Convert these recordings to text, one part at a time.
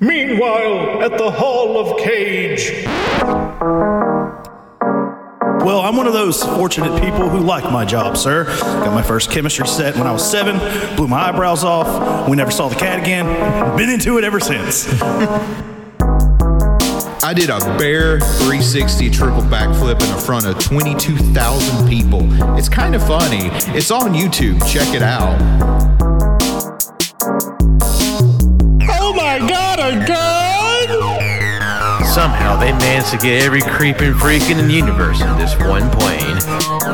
Meanwhile, at the Hall of Cage. Well, I'm one of those fortunate people who like my job, sir. Got my first chemistry set when I was seven, blew my eyebrows off. We never saw the cat again. Been into it ever since. I did a bare 360 triple backflip in front of 22,000 people. It's kind of funny. It's on YouTube. Check it out. Oh my god, a gun! Somehow they managed to get every creeping freak in the universe in this one plane.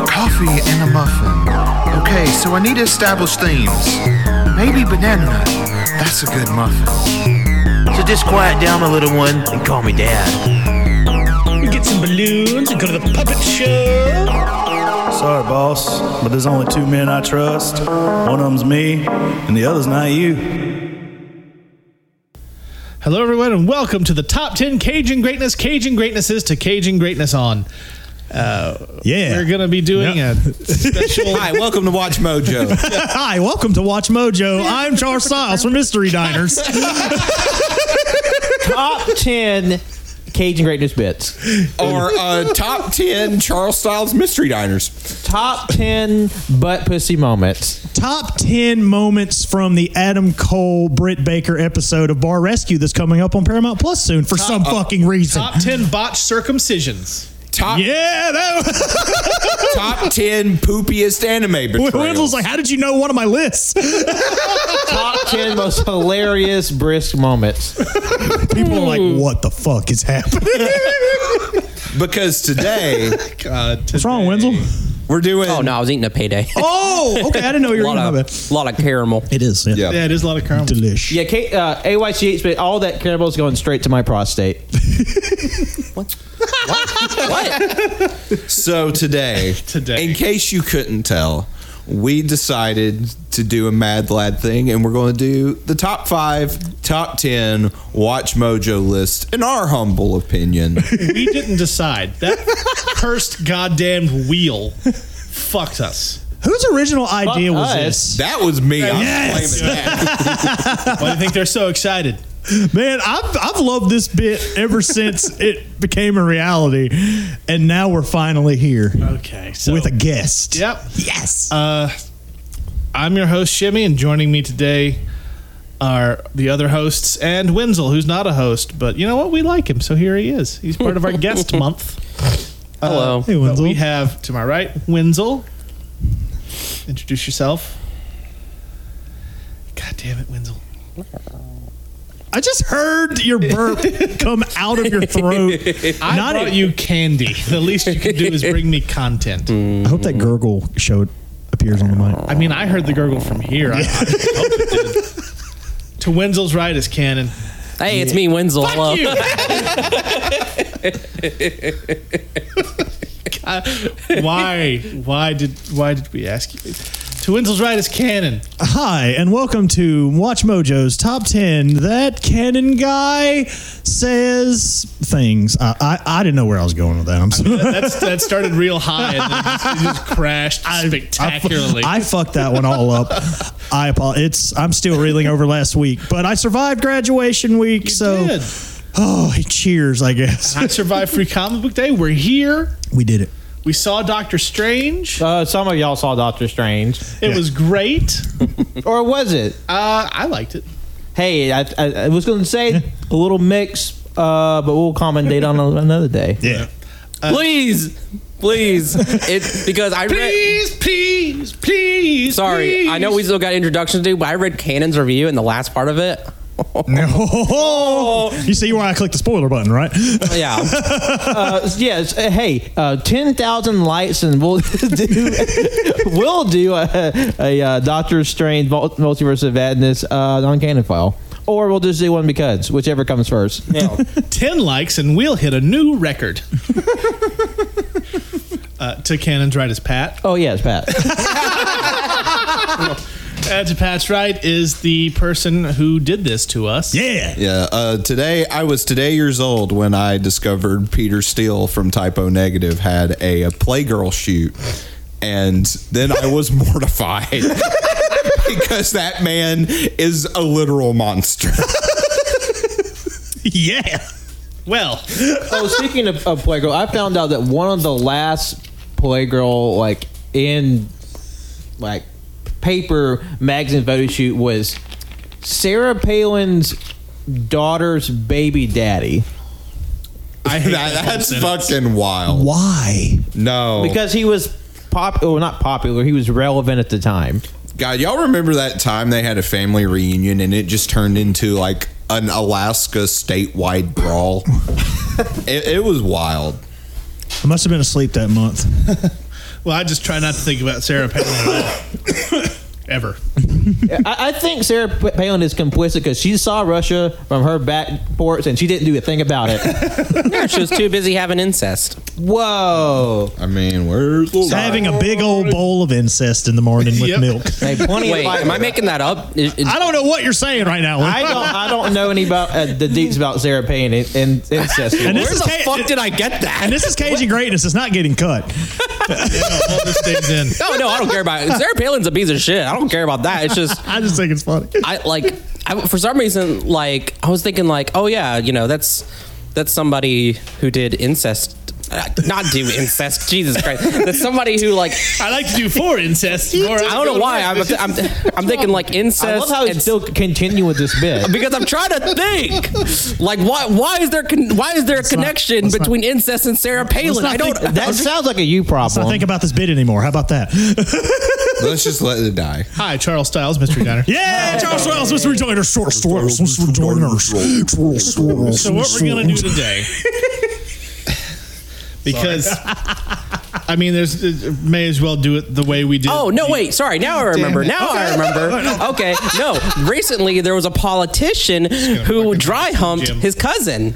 Coffee and a muffin. Okay, so I need to establish themes. Maybe banana nut. That's a good muffin. So just quiet down, my little one, and call me dad. We get some balloons and go to the puppet show. Sorry, boss, but there's only two men I trust. One of them's me, and the other's not you. Hello, everyone, and welcome to the top 10 Cajun greatness. Cajun greatness is to Cajun greatness on. Uh, Yeah. We're going to be doing Yep. a special. Hi, welcome to Watch Mojo. Hi, welcome to Watch Mojo. I'm Charles Stiles from Mystery Diners. top 10 Cajun greatness bits. Our uh, top 10 Charles Styles Mystery Diners. Top 10 butt pussy moments. Top 10 moments from the Adam Cole Britt Baker episode of Bar Rescue that's coming up on Paramount Plus soon for some fucking reason. Top 10 botched circumcisions. Top, yeah, that was, top 10 poopiest anime Wenzel's betrayals. like, how did you know one of my lists? Top 10 most hilarious brisk moments. People are like, what the fuck is happening? because today What's wrong, Wenzel? we're doing. Oh no, I was eating a payday. Oh, okay, I didn't know you a were lot eating my bad. of, lot of caramel. It is, yeah. Yeah. Yeah, it is a lot of caramel. Delish. Yeah, K, uh, AYCH, but all that cannibals going straight to my prostate. So today, Today. in case you couldn't tell, we decided to do a Mad Lad thing, and we're going to do the top five, top ten Watch Mojo list, in our humble opinion. We didn't decide. That cursed goddamn wheel fucked us. Whose original idea was us. this? that was me. I'm Yes. claiming that. Why do you think they're so excited? Man, I've, I've loved this bit ever since it became a reality, and now we're finally here Okay, so. with a guest. Yep. Yes. Uh, I'm your host, Shimmy, and joining me today are the other hosts and Wenzel, who's not a host, but you know what? We like him, so here he is. He's part of our guest month. Hello. hey, But Wenzel. we have to my right, Wenzel. Introduce yourself. God damn it, Wenzel. I just heard your burp come out of your throat. I Not brought it- you candy. The least you can do is bring me content. I hope that gurgle showed appears on the mic. I mean, I heard the gurgle from here. I, I hope it did. To Wenzel's right is Cannon. Hey, it's me, Wenzel. Hello. You. God, why? Why did? Why did we ask you? To Wenzel's right is Cannon. Hi, and welcome to Watch Mojo's Top 10 That Canon Guy Says Things. I, I, I didn't know where I was going with that. I'm sorry. That's that started real high and then just, it just crashed spectacularly. I fucked that one all up. I apologize. It's I'm still reeling over last week, but I survived graduation week. so, did. oh, cheers! I guess I survived Free Comic Book Day. We're here. we did it. We saw Doctor Strange. Uh, some of y'all saw Doctor Strange. It was great. Or was it? Uh, I liked it. Hey, I, I, I was going to say a little mix, uh, but we'll commentate on a- another day. Yeah, please, please. It because I read. Please, please, please. Sorry, I know we still got introductions to, do, but I read Cannon's review and the last part of it. Oh. you see why I clicked the spoiler button, right? Oh, Yeah, Uh, yes. uh, Hey, uh, ten thousand lights, and we'll do we'll do a, a uh, Doctor Strange mul- Multiverse of Madness uh, on Canon file, or we'll just do one because whichever comes first. ten likes and we'll hit a new record. uh, to Cannon's right is Pat. Oh yes, Pat. Add to Pat's right is the person who did this to us. Yeah, Yeah, uh, today I was today years old when I discovered Peter Steele from Typo Negative had a, a Playgirl shoot, and then I was mortified because that man is a literal monster. yeah. Well, oh, speaking of, of Playgirl, I found out that one of the last Playgirl, like in like paper magazine photo shoot, was Sarah Palin's daughter's baby daddy I hate That- that whole that's sentence. fucking wild. Why? No, because he was pop, well, not popular, he was relevant at the time. God, y'all remember that time they had a family reunion and it just turned into like an Alaska statewide brawl? it, it was wild. I must have been asleep that month. well, I just try not to think about Sarah Palin at all. Ever. I, I think Sarah P- Palin is complicit because she saw Russia from her back porch and she didn't do a thing about it. No, she was too busy having incest. Whoa. I mean, where's the Having a big old bowl of incest in the morning with Yep. milk. Hey, plenty Wait, of am I making that up? Is- is- I don't know what you're saying right now. Lin. I don't. I don't know any about uh, the deets about Sarah Palin and, and incest. And this where is the ca- fuck did I get that? and this is Cajun greatness. It's not getting cut. All this stays in. no, no, I don't care about it. Sarah Palin's a piece of shit. I don't care about that. It's just I just think it's funny. I like I, for some reason like I was thinking like oh yeah you know that's that's somebody who did incest uh, not do incest Jesus Christ that's somebody who like I like to do four incest. More I don't know why I'm I'm, I'm thinking like I love incest how and he's still continuing with this bit. because I'm trying to think like why why is there con- why is there a connection let's not- between incest and Sarah Palin not I don't think- That sounds like a you I problem. think about this bit anymore. How about that? Let's just let it die. Hi, Charles Styles, Mr. Diner. Yeah, Charles Wells, Mr. Rejoiner, Short Stories, Mr. Rejoiners. So what we're gonna do today? Because I mean, there's it- may as well do it the way we did. Oh no! Wait, sorry. Now I remember. Now I remember. Okay, no. Recently, there was a politician who fucking dry humped Jim. his cousin.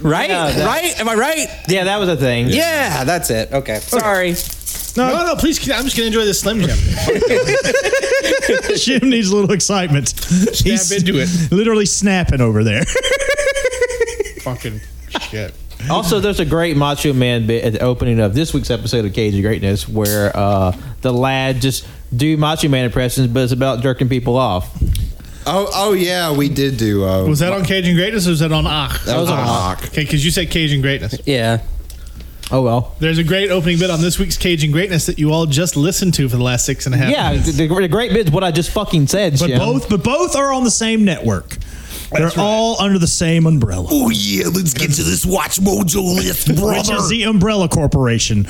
Right? Yeah, that's- right? Am I right? yeah, that was a thing. Yeah, that's it. Okay, sorry. No, no, no please. I'm just gonna enjoy this Slim Jim. Jim needs a little excitement. He's into it. Literally snapping over there. Fucking shit. Also, there's a great Macho Man bit at the opening of this week's episode of Cage of Greatness where uh, the lad just do Macho Man impressions, but it's about jerking people off. Oh, oh yeah, we did do. Uh, Was that on Cajun Greatness or was that on Ach? Ah. that was on Hawk. Okay, because you said Cajun Greatness. Yeah. Oh well. There's a great opening bit on this week's Cajun Greatness that you all just listened to for the last six and a half. Yeah, minutes. the, the great bit's what I just fucking said. But Jim. both but both are on the same network. They're all under the same umbrella. Oh yeah, let's get to this Watch Mojo list, Which is the Umbrella Corporation.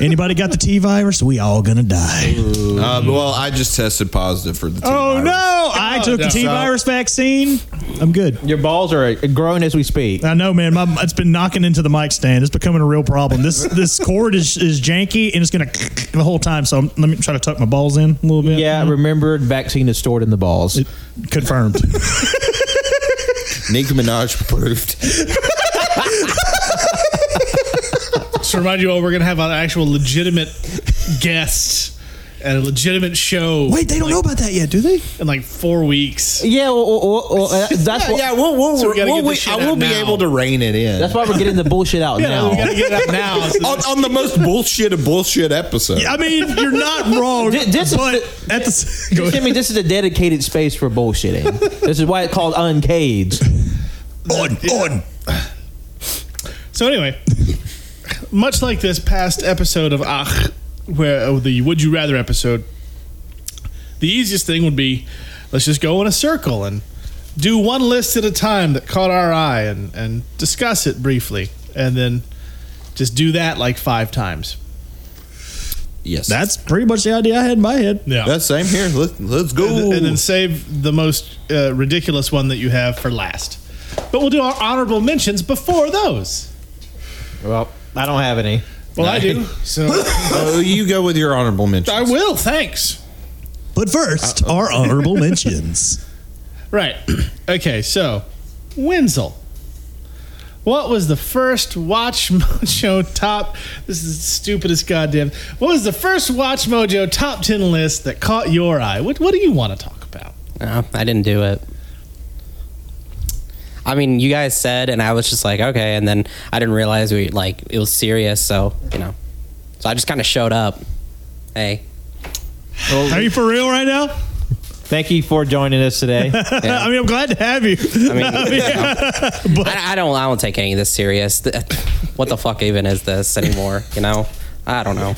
Anybody got the T virus? We all gonna die. Uh, well, I just tested positive for the. Oh no! I took the T virus vaccine. I'm good. Your balls are uh, growing as we speak. I know, man. My, it's been knocking into the mic stand. It's becoming a real problem. This this cord is, is janky and it's gonna the whole time. So I'm, let me try to tuck my balls in a little bit. Yeah, remembered vaccine is stored in the balls. confirmed. Nicki Minaj approved. Just to remind you all, we're gonna have an actual legitimate guest and a legitimate show Wait, they don't know about that yet, do they? in like four weeks. yeah, well, well, well, well, uh, that's what, we'll we'll, So we gotta get this shit I out will be now. able to rein it in. that's why we're getting the bullshit out Yeah, we now. gotta get it out now. so on, on the most bullshit of bullshit episode. I mean, you're not wrong. Thi- this is but the- at the s- go I ahead. mean, this is a dedicated space for bullshitting. this is why it's called uncaged. on on. So anyway, much like this past episode of Ach, where oh, the Would You Rather episode, the easiest thing would be let's just go in a circle and do one list at a time that caught our eye and and discuss it briefly, and then just do that like five times. Yes, That's pretty much the idea I had in my head. Yeah. that's same here. Let, let's go. and, th- and then save the most uh, ridiculous one that you have for last. But we'll do our honorable mentions before those. Well, I don't have any. Well, I do. So Oh, you go with your honorable mention. I will. Thanks. But first, our honorable mentions. Right. Okay, so Wenzel. What was the first Watch Mojo top? This is the stupidest goddamn. What was the first Watch Mojo top 10 list that caught your eye? What, what do you want to talk about? No, I didn't do it. I mean, you guys said, and I was just like, okay, and then I didn't realize we like it was serious, so you know, so I just kind of showed up. Hey, Are you for real right now? Thank you for joining us today. I mean, I'm glad to have you. I mean, I, I don't. I don't take any of this serious. Th- What the fuck even is this anymore? You know, I don't know.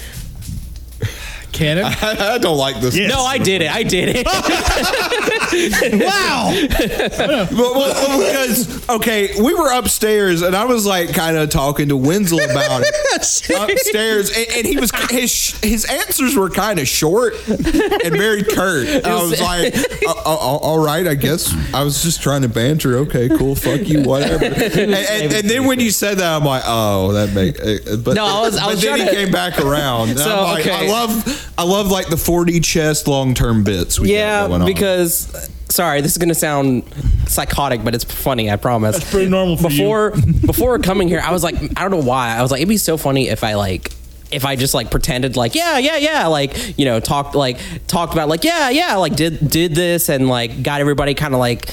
Can it? I, I don't like this. Yes. No, I did it. I did it. wow. Well, well, well, because okay, we were upstairs and I was like kind of talking to Winslow about it upstairs, and, and he was his sh- his answers were kind of short and very curt. And I was like, "Uh, uh, "All right, I guess." I was just trying to banter. Okay, cool, fuck you, whatever. And, and, and then when you said that, I'm like, "Oh, that make." uh, uh," But No, I was- I but was then he trying to- came back around. And So, I'm like, I okay. love I love like the 4D chess long term bits. We got going on. yeah, because sorry, this is gonna sound psychotic, but it's funny. I promise. That's pretty normal for you. before before coming here, I was like, I don't know why. I was like, it'd be so funny if I like. If I just like pretended like yeah yeah yeah like you know talked like talked about like yeah yeah like did did this and like got everybody kind of like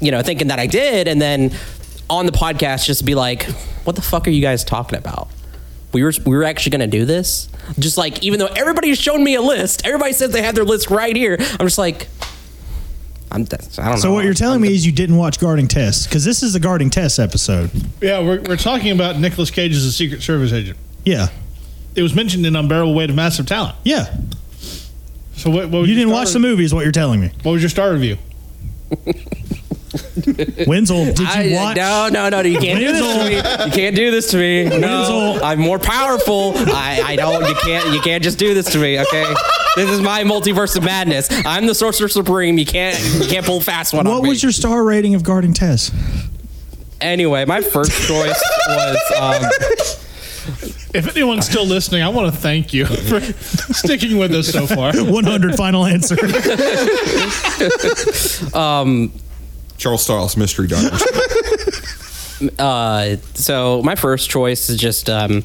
you know thinking that I did and then on the podcast just be like what the fuck are you guys talking about we were we were actually gonna do this. Just like even though everybody's shown me a list, everybody says they have their list right here. I'm just like, I'm that's, I don't know. So what you're telling me is you didn't watch Guarding Test because this is the Guarding Test episode. Yeah, we're, we're talking about Nicolas Cage as a Secret Service agent. Yeah. It was mentioned in Unbearable Weight of Massive Talent. Yeah. So what? what was Oh, You your didn't star- watch the movie is what you're telling me. What was your star review? Wenzel, did you I- uh, watch? no, no, no, you can't do this to me. You can't do this to me. No, Wenzel. I'm more powerful. I, I don't. You can't. You can't just do this to me. Okay, this is my multiverse of madness. I'm the sorcerer supreme. You can't. You can't pull fast one. What on me. was your star rating of Guarding Tess? Anyway, my first choice was. Um, If anyone's still listening, I want to thank you for sticking with us so far. 100 final answer. Charles Starles mystery darling. Uh, so my first choice is just um,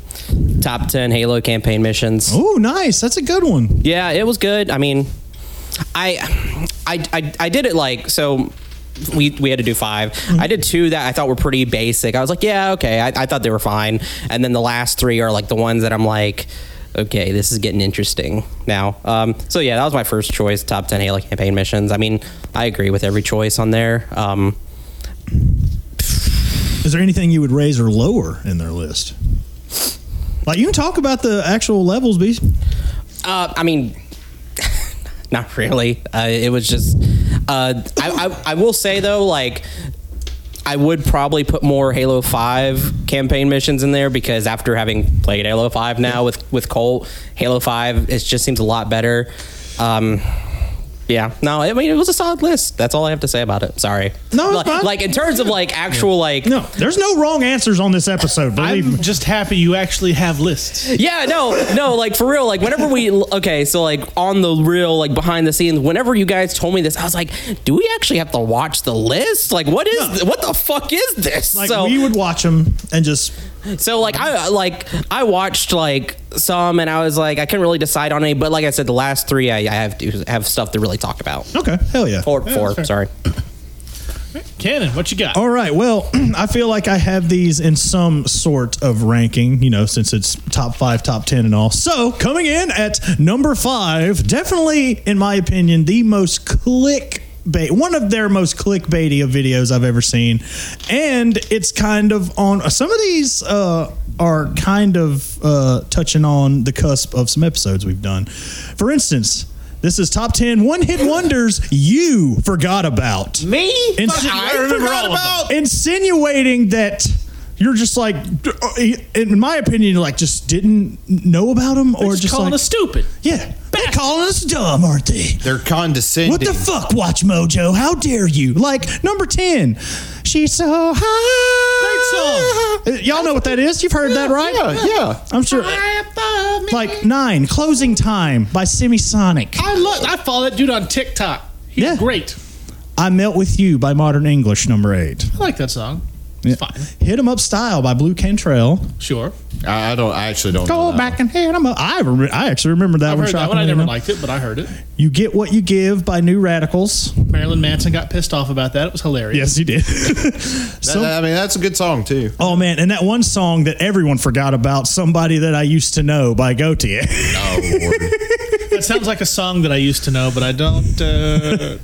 top ten Halo campaign missions. oh, nice. That's a good one. Yeah, it was good. I mean, I, I, I, I did it like so. We, we had to do 5 I did two that I thought were pretty basic. I was like, yeah, okay. I, I thought they were fine. And then the last three are like the ones that I'm like, okay, this is getting interesting now. Um, so yeah, that was my first choice. Top ten Halo campaign missions. I mean, I agree with every choice on there. Um, Is there anything you would raise or lower in their list? Like you can talk about the actual levels, B. Uh, I mean, not really. Uh, it was just. Uh, I, I I will say though, like, I would probably put more Halo Five campaign missions in there because after having played Halo Five now with with Colt, Halo Five it just seems a lot better. Um, yeah, no, I mean it was a solid list. That's all I have to say about it. Sorry. No, it's like, fine. like in terms of like actual like No, there's no wrong answers on this episode. Believe I'm me. just happy you actually have lists. Yeah, no, no, like for real. Like whenever we okay, so like on the real, like behind the scenes, whenever you guys told me this, I was like, do we actually have to watch the list? Like, what is th- what the fuck is this? Like so we would watch them and just so like I like I watched like some, and I was like, I couldn't really decide on any. But like I said, the last three, I, I have to have stuff to really talk about. okay, hell yeah. Four, four, fair. sorry. Cannon, what you got? All right. Well, I feel like I have these in some sort of ranking, you know, since it's top five, top 10, and all. So, coming in at number five, definitely, in my opinion, the most clickbait, one of their most clickbaity of videos I've ever seen. And it's kind of on some of these uh, are kind of uh, touching on the cusp of some episodes we've done. For instance, this is top 10 one hit wonders you forgot about. Me? Insi- I remember all of them. insinuating that you're just like, uh, in my opinion, like just didn't know about them or Just, just calling like, us stupid. yeah, they're calling us dumb, aren't they? They're condescending. What the fuck, Watch Mojo? How dare you? Like number ten, she's so high. Great song. Y'all know what that is? You've heard that, right? Yeah, yeah. I'm sure. Like nine, closing time by Semisonic. I look. I follow that dude on TikTok. He's Yeah. great. I melt with you by Modern English. Number eight. I like that song. It's fine. Hit 'em up style by Blue Cantrell. Sure. I I don't. I actually don't. know Go that back and hit 'em up. I remember. I actually remember that I've one. heard that one. shockingly I never enough. liked it, but I heard it. You get what you give by New Radicals. Marilyn Manson got pissed off about that. It was hilarious. Yes, you did. one. That- I mean, that's a good song too. oh man, and that one song that everyone forgot about, "Somebody That I Used to Know" by Gautier. Oh, Lord. That sounds like a song that I used to know, but I don't.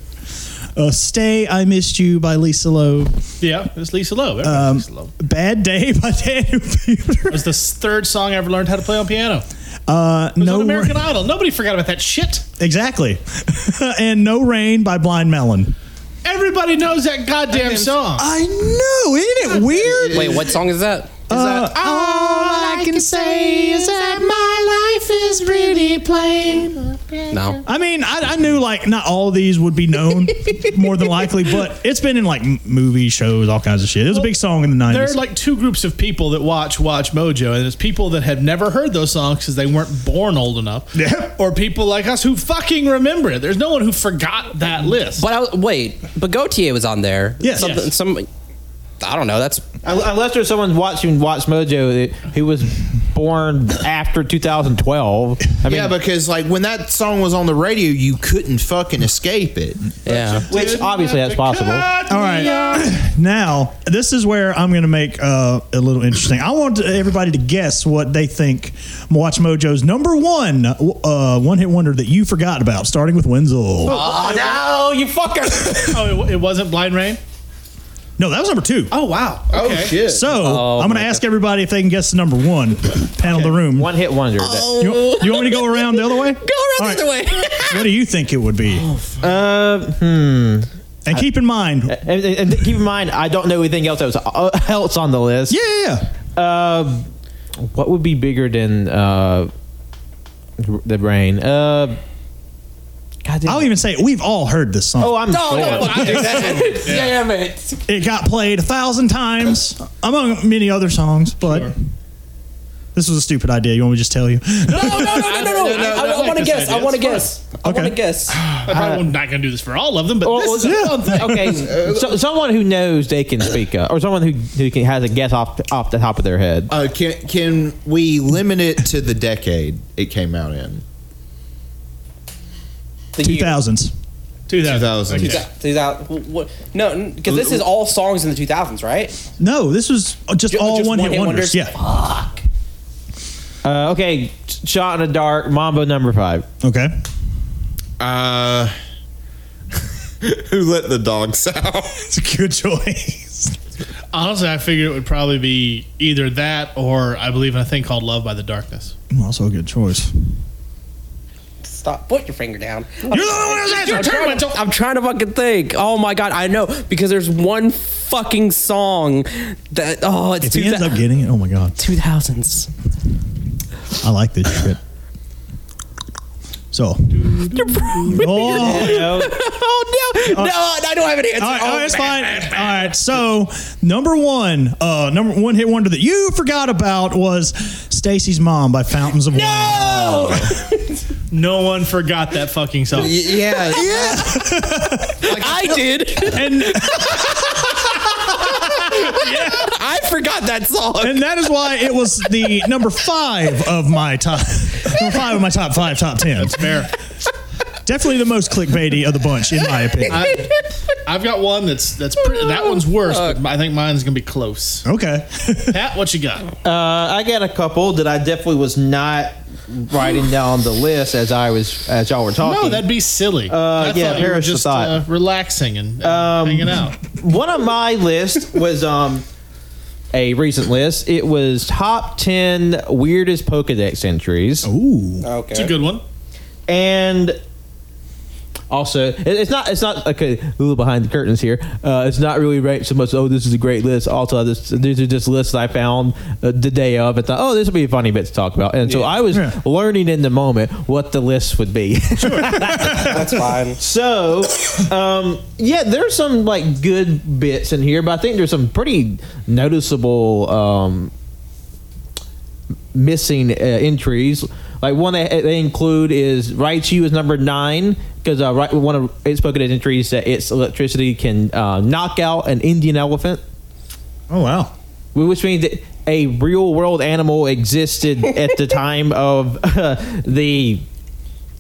Uh, Uh, Stay, I Missed You by Lisa Loeb. yeah, it's Lisa Loeb. Everybody's Um, Lisa Loeb. Bad Day by Daniel It Peter. was the third song I ever learned how to play on piano. Uh, It was no on American Ra- Idol. Nobody forgot about that shit. Exactly. and No Rain by Blind Melon. Everybody knows that goddamn song. I know, isn't it weird? Wait, what song is that? Uh, all I can say is that my life is pretty plain. No. I mean, I, I knew like not all of these would be known, more than likely, but it's been in like m- movie shows, all kinds of shit. It was a big song in the There are nineties. like two groups of people that watch Watch Mojo, and it's people that have never heard those songs because they weren't born old enough, Yeah. or people like us who fucking remember it. There's no one who forgot that list. But I, was- wait, but Gautier was on there. Yes. Something- Yes. Some, I don't know. That's Unless there's someone watching Watch Mojo that- who was born after 2012. I mean, yeah, because like when that song was on the radio, you couldn't fucking escape it. yeah. which obviously that's possible. All right, now this is where I'm going to make uh, a little interesting. I want everybody to guess what they think Watch Mojo's number one uh, one hit wonder that you forgot about, starting with Wenzel. Oh, no, you fucker. Oh, it, it wasn't Blind Rain. No, that was number two. Oh wow. Okay. Oh shit! So I'm going to ask everybody if they can guess the number one. Panel the room. One hit wonder. That, You, you want me to go around the other way? Go Go around the other way. What do you think it would be? uh, hmm. And keep in mind, yeah, And, and- and keep in mind, I don't know anything else that was uh, else on the list. yeah, yeah. Uh, what would be bigger than uh, the rain? Uh, God damn I'll it. even say it. We've all heard this song. Oh, I'm Oh, sure. no, fuck that. Damn it. it got played a thousand times, among many other songs, but this was a stupid idea. You want me to just tell you? No, no, no, no, no, no. I, I like want to this guess. idea. I want to It's fun. guess. I want Okay. to guess. I'm not going to do this for all of them, but Well, this is well, one thing. okay, so, someone who knows they can speak up, or someone who, who can, has a guess off off the top of their head. Uh, can can we limit it to the decade it came out in? The Two year. thousands. 2000. 2000. Okay. Yeah. 2000. Wh- wh- No, because this is all songs in the 2000s, right? No, this was just Ju- all just one hit wonders. Yeah. Fuck. Uh, okay, shot in the dark, Mambo number five. Okay. Uh, who let the dogs out? It's a good choice. Honestly, I figured it would probably be either that or I believe in a thing called Love by the Darkness. Also a good choice. Stop. Put your finger down. You're the only one who's answered. I'm Turn trying, mental. to, I'm trying to fucking think. Oh my god, I know because there's one fucking song that oh it's If he two ends up getting it, oh my god, thousands. I like this shit. So, oh, Oh no, no, I don't have an answer. All right, oh, all right, it's man. fine. All right, so number one, uh, number one hit wonder that you forgot about was Stacy's Mom by Fountains of Wayne. No, No one forgot that fucking song. Yeah, yeah. Oh, I did. And, I forgot that song. and that is why it was the number five of my top number five of my top five, top ten. That's fair. Definitely the most clickbaity of the bunch, in my opinion. I, I've got one that's that's pretty, that one's worse, but I think mine's gonna be close. okay. Pat, what you got? Uh, I got a couple that I definitely was not writing down the list as I was as y'all were talking. No, that'd be silly. I thought Uh, yeah, Um, you were perish the just thought. uh, relaxing and, and hanging out. one of my list was um a recent list. It was top ten weirdest Pokedex entries. Ooh. It's a good one. and also it- it's not it's not okay a little behind the curtains here uh, it's not really ranked so much oh this is a great list also this, these are just lists i found uh, the day of and thought oh this will be a funny bit to talk about and so i was Yeah. learning in the moment what the list would be That's fine. so um, yeah there's some like good bits in here but i think there's some pretty noticeable um, missing uh, entries like one that they include is Raichu is number nine because uh, right, one of its Pokemon entries that its electricity can uh, knock out an Indian elephant Oh wow. which means that a real world animal existed at the time of uh, the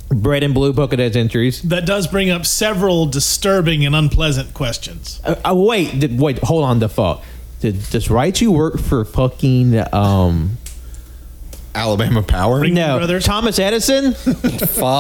red and blue Pokedex entries That does bring up several disturbing and unpleasant questions. Uh, uh, wait, did, wait, hold on the fuck. Did, does Raichu work for fucking um Alabama Power? No, Thomas Edison. Oh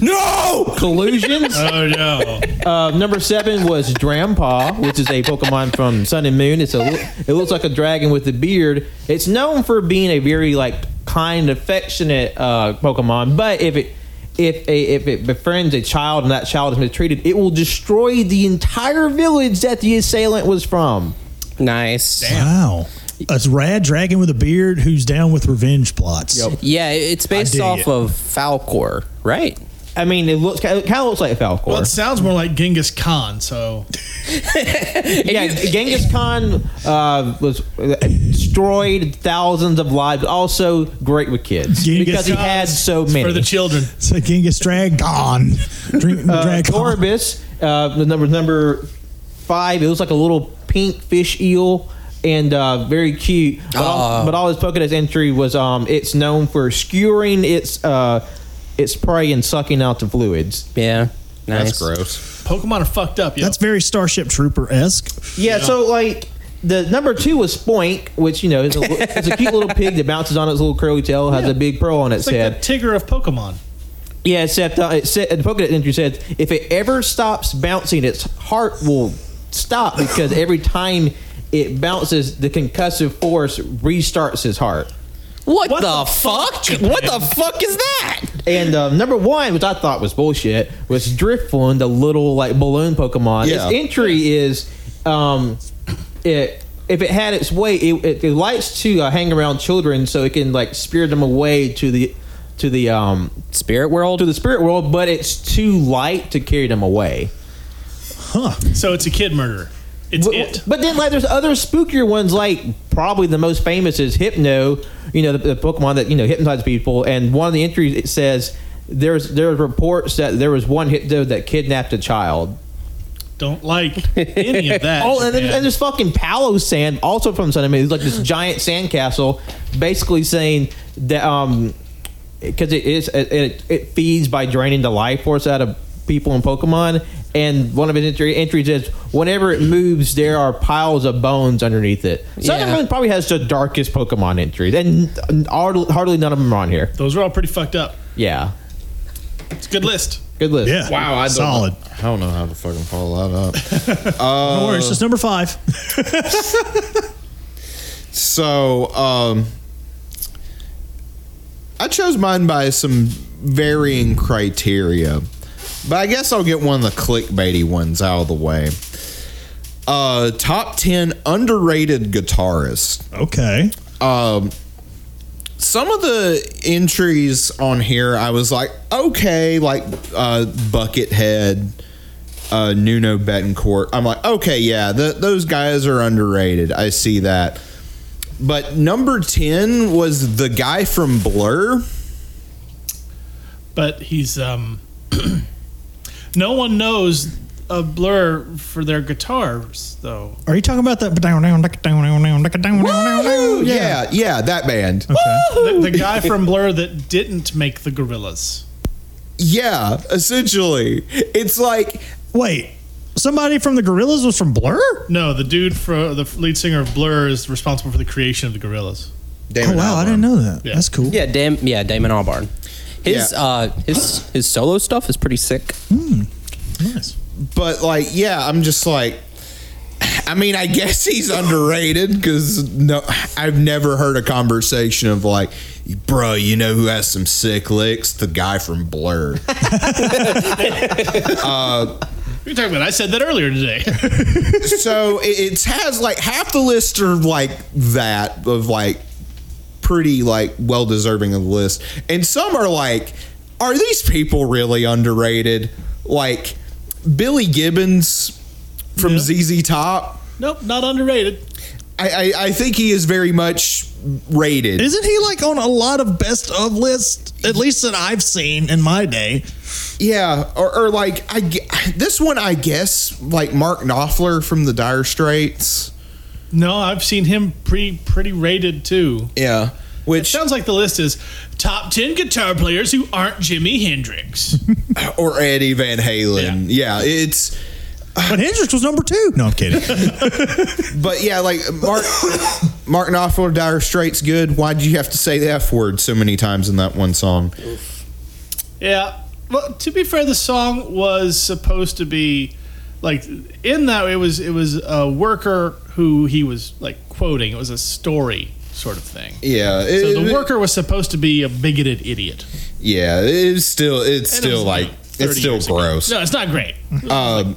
no! Collusions. Oh no! Uh, number seven was Drampa, which is a Pokemon from Sun and Moon. It's a it looks like a dragon with a beard. It's known for being a very like kind, affectionate uh, Pokemon. But if it if a, if it befriends a child and that child is mistreated, it will destroy the entire village that the assailant was from. Nice. Wow. A rad dragon with a beard who's down with revenge plots. Yeah, it's based dig off it. of Falcor, right? I mean, it looks it kind of looks like Falcor. Well, it sounds more like Genghis Khan. So yeah, Genghis Khan uh, was destroyed thousands of lives. Also, great with kids Genghis because he Khan had so it's for many. the children. It's a Genghis Dragon. Drink, Uh, dragon. Gorbis, uh, the number number five. It was like a little pink fish eel. And uh, very cute, but, all, but all his Pokedex entry was um, it's known for skewering its uh, its prey and sucking out the fluids. Yeah. That's Nice. gross. Pokemon are fucked up. Yo. That's very Starship Trooper esque. Yeah, so like the number two was Spoink, which you know is a, li- it's a cute little pig that bounces on its little curly tail, has Yeah. a big pearl on its, it's like head. the Tigger of Pokemon. yeah, except uh, it said, the Pokedex entry said if it ever stops bouncing, its heart will stop because every time it bounces, the concussive force restarts his heart. What, What the, the fuck? fuck, What Japan? the fuck is that? And um, number one, which I thought was bullshit, was Drifloon, the little like balloon Pokemon. Yeah. Its entry is, um, it if it had its way, it, it, it likes to uh, hang around children so it can like spirit them away to the to the um Spirit world? to the spirit world, but it's too light to carry them away. So it's a kid murderer. It's it. But, but then, like, there's other spookier ones. Like, probably the most famous is Hypno. You know, the, the Pokemon that you know hypnotizes people. And one of the entries it says there's there's reports that there was one Hypno that kidnapped a child. Don't like any of that. Oh, and then Japan. and there's fucking Palo Sand, also from Sun and Moon. It's like this giant sandcastle, basically saying that um, because it is it, it, it feeds by draining the life force out of people in Pokemon. And one of its entry, entries is whenever it moves, there are piles of bones underneath it. Sun and Yeah. Moon probably has the darkest Pokemon entries, and hardly, hardly none of them are on here. Those are all pretty fucked up. Yeah, It's a good list. good list. Yeah. Wow. I Solid. I don't know how to fucking follow that up. Don't worry, it's just number five. So, um, I chose mine by some varying criteria, but I guess I'll get one of the clickbaity ones out of the way. Uh, top 10 underrated guitarists. Okay. um, some of the entries on here, I was like, okay, like uh, Buckethead, uh, Nuno Betancourt. I'm like, okay, yeah, th those guys are underrated. I see that. But number 10 was the guy from Blur. But he's um. no one knows a blur for their guitars though. Are you talking about that? Yeah, yeah, that band. The, the guy from Blur that didn't make the Gorillas. Yeah, essentially. It's like, Wait, somebody from the Gorillas was from Blur? No, the dude for the lead singer of Blur is responsible for the creation of the Gorillas. Oh Damon wow, I Albarn. didn't know that. Yeah. That's cool. Yeah, Dam- yeah, Damon Albarn. His Yeah. uh his his solo stuff is pretty sick. Nice. but like yeah i'm just like i mean i guess he's underrated because no i've never heard a conversation of like bro you know who has some sick licks the guy from blur What are you talking about? I said that earlier today. so it, it has like half the list are like that of like pretty like well deserving of the list and some are like are these people really underrated like billy gibbons from zz top nope, not underrated. I, I, I think he is very much rated. Isn't he like on a lot of best of lists, at least that I've seen in my day? yeah, or, or like I ge- this one I guess like Mark Knopfler from the Dire Straits. No, I've seen him pretty pretty rated too. Yeah, which Sounds like the list is top ten guitar players who aren't Jimi Hendrix. or Eddie Van Halen. Yeah, it's But Hendrix was number two. No, I'm kidding. but yeah, like Mark Martin Offroad, Dire Straits, good. Why did you have to say the F word so many times in that one song? Yeah. Well, to be fair, the song was supposed to be like in that it was it was a worker who he was like quoting. It was a story sort of thing. Yeah, so the it- worker was supposed to be a bigoted idiot. Yeah, it's still it's And it still was, like know, 30 it's still years ago. gross. No, it's not great. Um,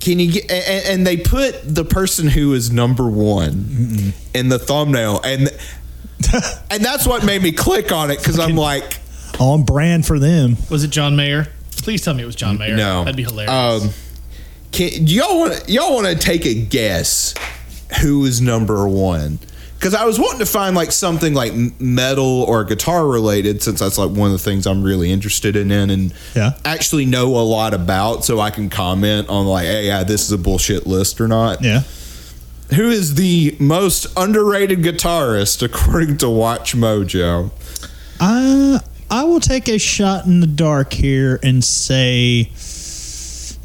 can you get and, and they put the person who is number one in the thumbnail and and that's what made me click on it because I'm like On brand for them. Was it John Mayer? Please tell me it was John Mayer. no that'd be hilarious. Um, can do y'all want y'all want to take a guess who is number one? Because I was wanting to find like something like m- metal or guitar related, since that's like one of the things I'm really interested in and Yeah. actually know a lot about, so I can comment on like, hey, yeah, this is a bullshit list or not. Yeah. Who is the most underrated guitarist according to Watch Mojo? I I will take a shot in the dark here and say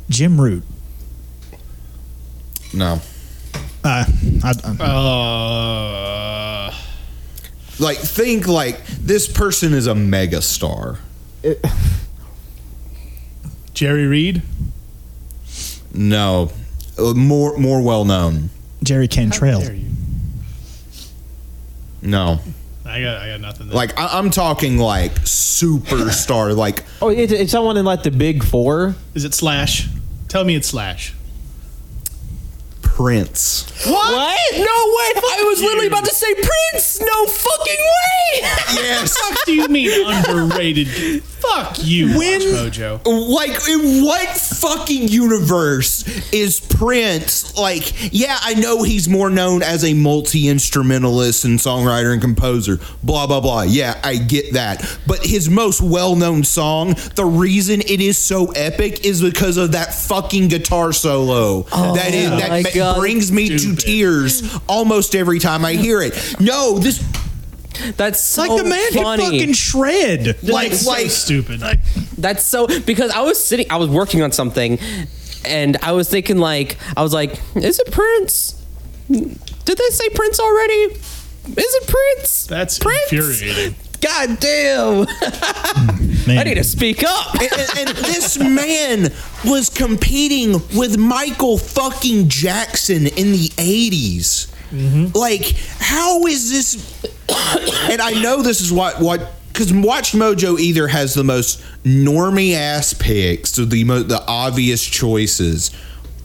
Jim Root. No, Uh, I, I, Uh, like think like this person is a megastar. Jerry Reed. No, Uh, more more well known. Jerry Cantrell. Dare you. No, I got I got nothing. There. like I, I'm talking like superstar. like Oh, it's, it's someone in like the big four. is it Slash? Tell me it's Slash. Prince. What? No way! I was literally about to say Prince! No fucking way! Yes. What do you mean underrated? Fuck you, When- Watch Mojo. like in what fucking universe is Prince? Like, yeah, I know he's more known as a multi instrumentalist and songwriter and composer. Blah blah blah. Yeah, I get that. But his most well known song, the reason it is so epic, is because of that fucking guitar solo that is, that Oh my ma- God. brings me to Stupid. tears almost every time I hear it. No, this That's so Like the man Oh, funny. can fucking shred. like like Stupid. That's so because I was sitting, I was working on something, and I was thinking like, I was like, is it Prince? Did they say Prince already? Is it Prince? That's Prince. infuriating. God damn! I Man. need to speak up. and, and- and this man was competing with Michael fucking Jackson in the 80s. Like, how is this? and I know this is what what because Watch Mojo either has the most normie ass picks, so the mo- the obvious choices,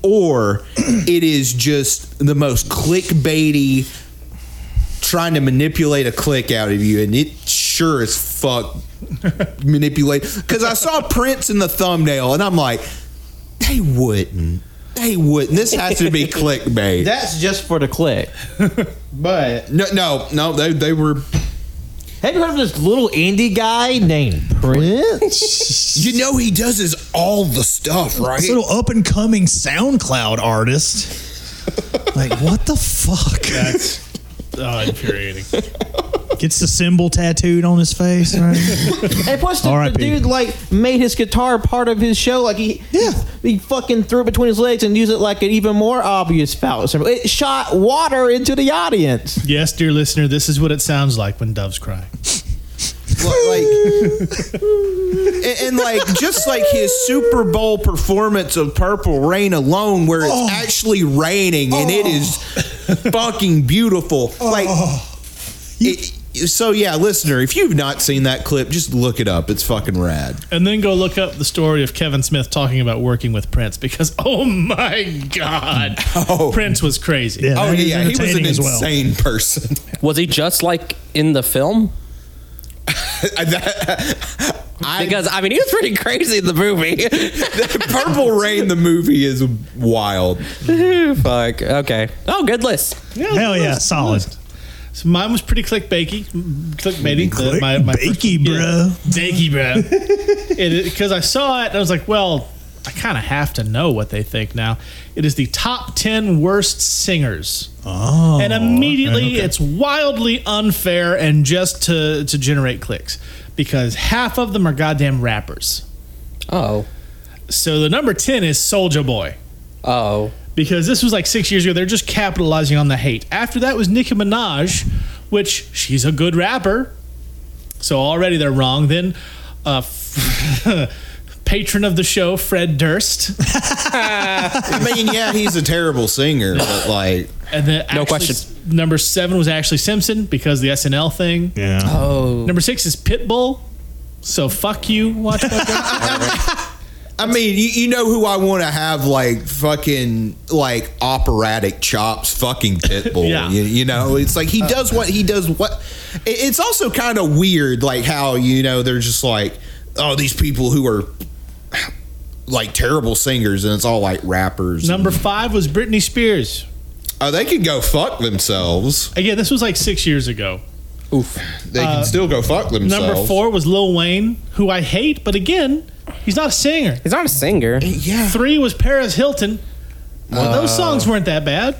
or it is just the most clickbaity, trying to manipulate a click out of you, and it sure as fuck manipulate. Because I saw Prince in the thumbnail, and I'm like, they wouldn't. They wouldn't. This has to be clickbait. That's just for the click. but no, no, no. They they were have you heard of this little indie guy named Prince? You know he does his all the stuff, right? This little up and coming SoundCloud artist. like, what the fuck? That's oh, infuriating. Gets the symbol tattooed on his face. Right? and plus, the, the R.I.P.. dude like made his guitar part of his show. Like he, Yeah. he fucking threw it between his legs and used it like an even more obvious foul symbol. It shot water into the audience. Yes, dear listener, this is what it sounds like when doves cry. Li- like, and, and like just like his Super Bowl performance of Purple Rain alone, where it's actually raining and it is fucking beautiful. Like, it, so yeah, listener, if you've not seen that clip, just look it up. It's fucking rad. And then go look up the story of Kevin Smith talking about working with Prince because oh my god, Oh. Prince was crazy. Yeah. Oh that is yeah, he was an entertaining as well. insane person. Was he just like in the film? I, Because I mean, he was pretty crazy in the movie. Purple Rain, the movie is wild. Fuck. Okay. Oh, good list. Hell yeah, solid. So mine was pretty clickbaity. Clickbaity. Click my, my first- bakey, yeah. bro. Bakey, bro. Because I saw it and I was like, well, I kind of have to know what they think now. It is the top 10 worst singers. Oh, and immediately okay. it's wildly unfair and just to, to generate clicks because half of them are goddamn rappers. Oh. So the number 10 is Soldier Boy. Oh. because this was like six years ago. They're just capitalizing on the hate. After that was Nicki Minaj, which she's a good rapper, so already they're wrong. Then, uh, patron of the show, Fred Durst, I mean, yeah, he's a terrible singer, but like, and then No actually question. s- Number seven was Ashley Simpson because the SNL thing. Yeah. Number six is Pitbull. So fuck you, watch Fuck I mean, you, you know who I want to have like fucking like operatic chops, fucking Pitbull. Yeah. you, you know, it's like he does what he does. What it- it's also kind of weird, like how you know they're just like, oh, these people who are like terrible singers, and it's all like rappers. Number five was Britney Spears. oh, they can go fuck themselves. Again, this was like six years ago. Oof, they can still go fuck themselves. Uh, Number four was Lil Wayne, who I hate, but again, he's not a singer. He's not a singer. yeah. Three was Paris Hilton. Well, Oh. those songs weren't that bad.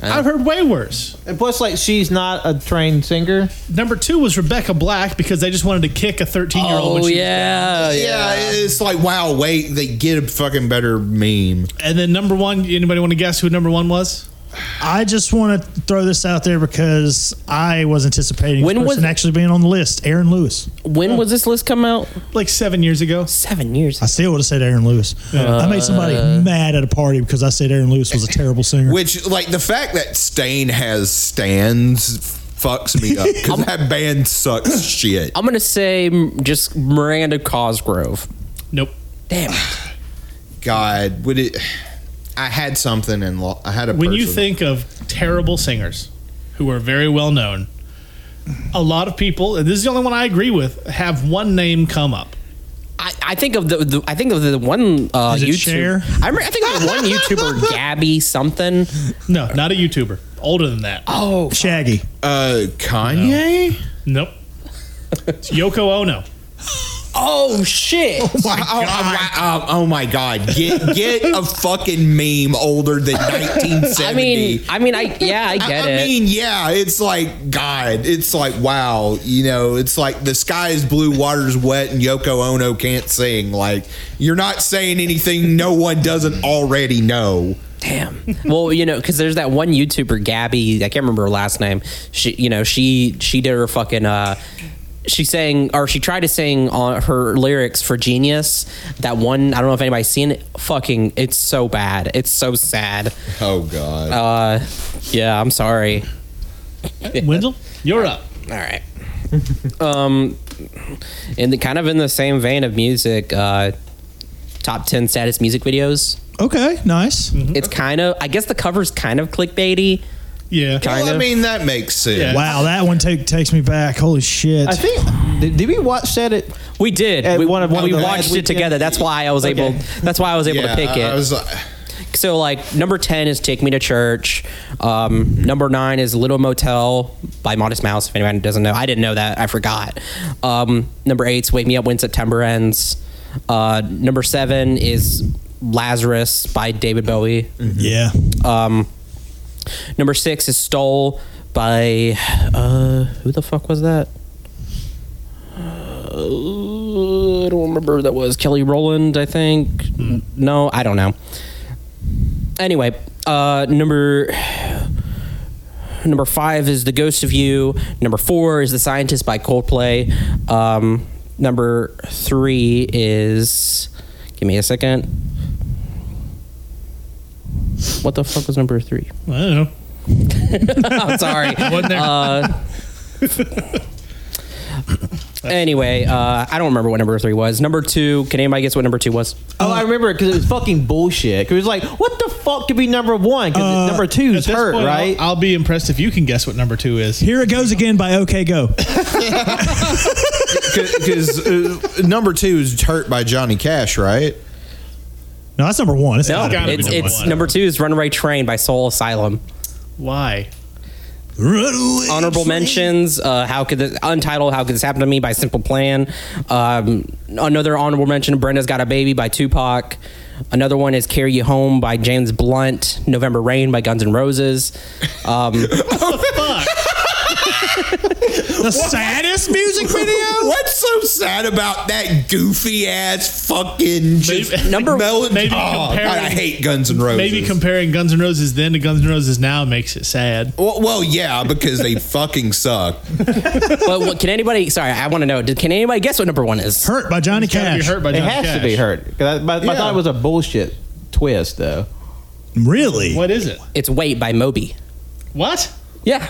I've heard way worse. And plus, like, she's not a trained singer. Number two was Rebecca Black because they just wanted to kick a 13 year old. Oh yeah, Yeah, it's like wow. Wait, they get a fucking better meme. And then number one, anybody want to guess who number one was? I just want to throw this out there because I was anticipating When this was- person actually being on the list. Aaron Lewis. When was this list come out? Like seven years ago. Seven years. I still would have said Aaron Lewis. I made somebody Uh, mad at a party because I said Aaron Lewis was a terrible singer. Which, like, the fact that Stain has stands fucks me up because that band sucks shit. I'm gonna say m- just Miranda Cosgrove. Nope. Damn. it. God, would it? I had something and lo- I had a. When you personal- think of terrible singers who are very well known, a lot of people, and this is the only one I agree with, have one name come up. I, I think of the, the I think of the one uh, Is it YouTube. Cher? I, remember, I think of one YouTuber, Gabby something. No, not a YouTuber. Older than that. Oh, Shaggy. uh, Kanye, Nope. It's Yoko Ono. oh shit. oh, oh, wow, oh, oh my god, get get a fucking meme older than 1970. I mean, I mean, I yeah, I get I, it. mean, yeah, it's like God. It's like wow, you know. It's like the sky is blue, water's wet, and Yoko Ono can't sing. Like you're not saying anything no one doesn't already know. Damn. Well, you know, because there's that one YouTuber, Gabby. I can't remember her last name. She, you know, she she did her fucking. uh she sang, or she tried to sing on her lyrics for Genius. That one, I don't know if anybody's seen it. Fucking, it's so bad. It's so sad. Oh God. Uh, yeah, I'm sorry. Wendell, you're up. All right. um, in the kind of in the same vein of music, uh, top ten saddest music videos. Okay, nice. Mm-hmm. It's kind of, I guess, the cover's kind of clickbaity. Yeah. Kind well, of. I mean that makes sense. Yeah. Wow, that one take, takes me back. Holy shit. I think. Did, did we watch that at. We did. At we one of- one we of the watched last it together. weekends. That's why I was Okay. able. That's why I was able Yeah, to pick I- it. I was uh, like, so like number ten is "Take Me to Church." Um, number nine is "Little Motel" by Modest Mouse. If anyone doesn't know, I didn't know that. I forgot. Um, number eight is "Wake Me Up When September Ends." Uh, number seven is "Lazarus" by David Bowie. yeah. Uh, Um, number six is "Stole" by uh, who the fuck was that? Uh, I don't remember who that was Kelly Rowland, I think. No, I don't know. Anyway, uh, number number five is "The Ghost of You." Number four is "The Scientist" by Coldplay. Um, number three is give me a second. What the fuck was number three? I don't know. I'm sorry. Wasn't there? Uh, anyway, uh, I don't remember what number three was. Number two, can anybody guess what number two was? Oh, I remember it because it was fucking bullshit. 'Cause it was like, what the fuck could be number one? Because Uh, number two's At this hurt, point, I'll- right? I'll, be impressed if you can guess what number two is. Here it goes again by OK Go. because uh, number two is hurt by Johnny Cash, right? No, that's number one. It's No, gotta be it's, number it's one. number two is Runaway Train by Soul Asylum. Why? Run away, Honorable train. mentions: uh, How could this, Untitled? How could this happen to me? By Simple Plan. Um, another honorable mention: Brenda's Got a Baby by Tupac. Another one is Carry You Home by James Blunt. November Rain by Guns N' Roses. Um, Fuck. The saddest music video? What's so sad about that goofy ass fucking just Maybe- number melon? maybe oh, God, comparing- I hate Guns N' Roses. Maybe comparing Guns N' Roses then to Guns N' Roses now makes it sad. well, well, yeah, because they fucking suck. but what, can anybody? Sorry, I want to know. Did, can anybody guess what number one is? Hurt by Johnny Gotta be Cash. hurt by It Johnny has to Cash. be hurt. 'Cause I, but- but I thought it was a bullshit twist, though. Really? What is it? It's "Wait" by Moby. What? Yeah.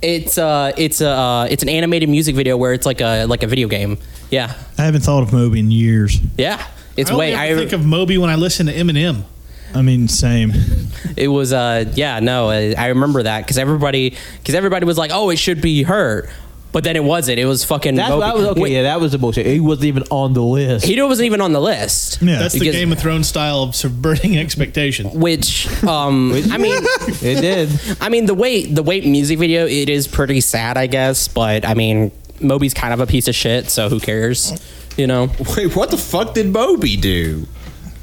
It's uh it's a uh, it's an animated music video where it's like a like a video game. Yeah. I haven't thought of Moby in years. Yeah. It's I only "Wait." ever I think of Moby when I listen to Eminem. I mean, same. it was uh yeah no I, I remember that because everybody because everybody was like oh it should be her but then it wasn't it was fucking That's Moby. that was okay. Wait, Yeah, that was a bullshit. It wasn't even on the list. he wasn't even on the list Yeah. That's the Because- Game of Thrones style of subverting expectations. which um I mean it did. I mean the wait the wait music video it is pretty sad I guess but I mean Moby's kind of a piece of shit so who cares you know Wait, what the fuck did Moby do?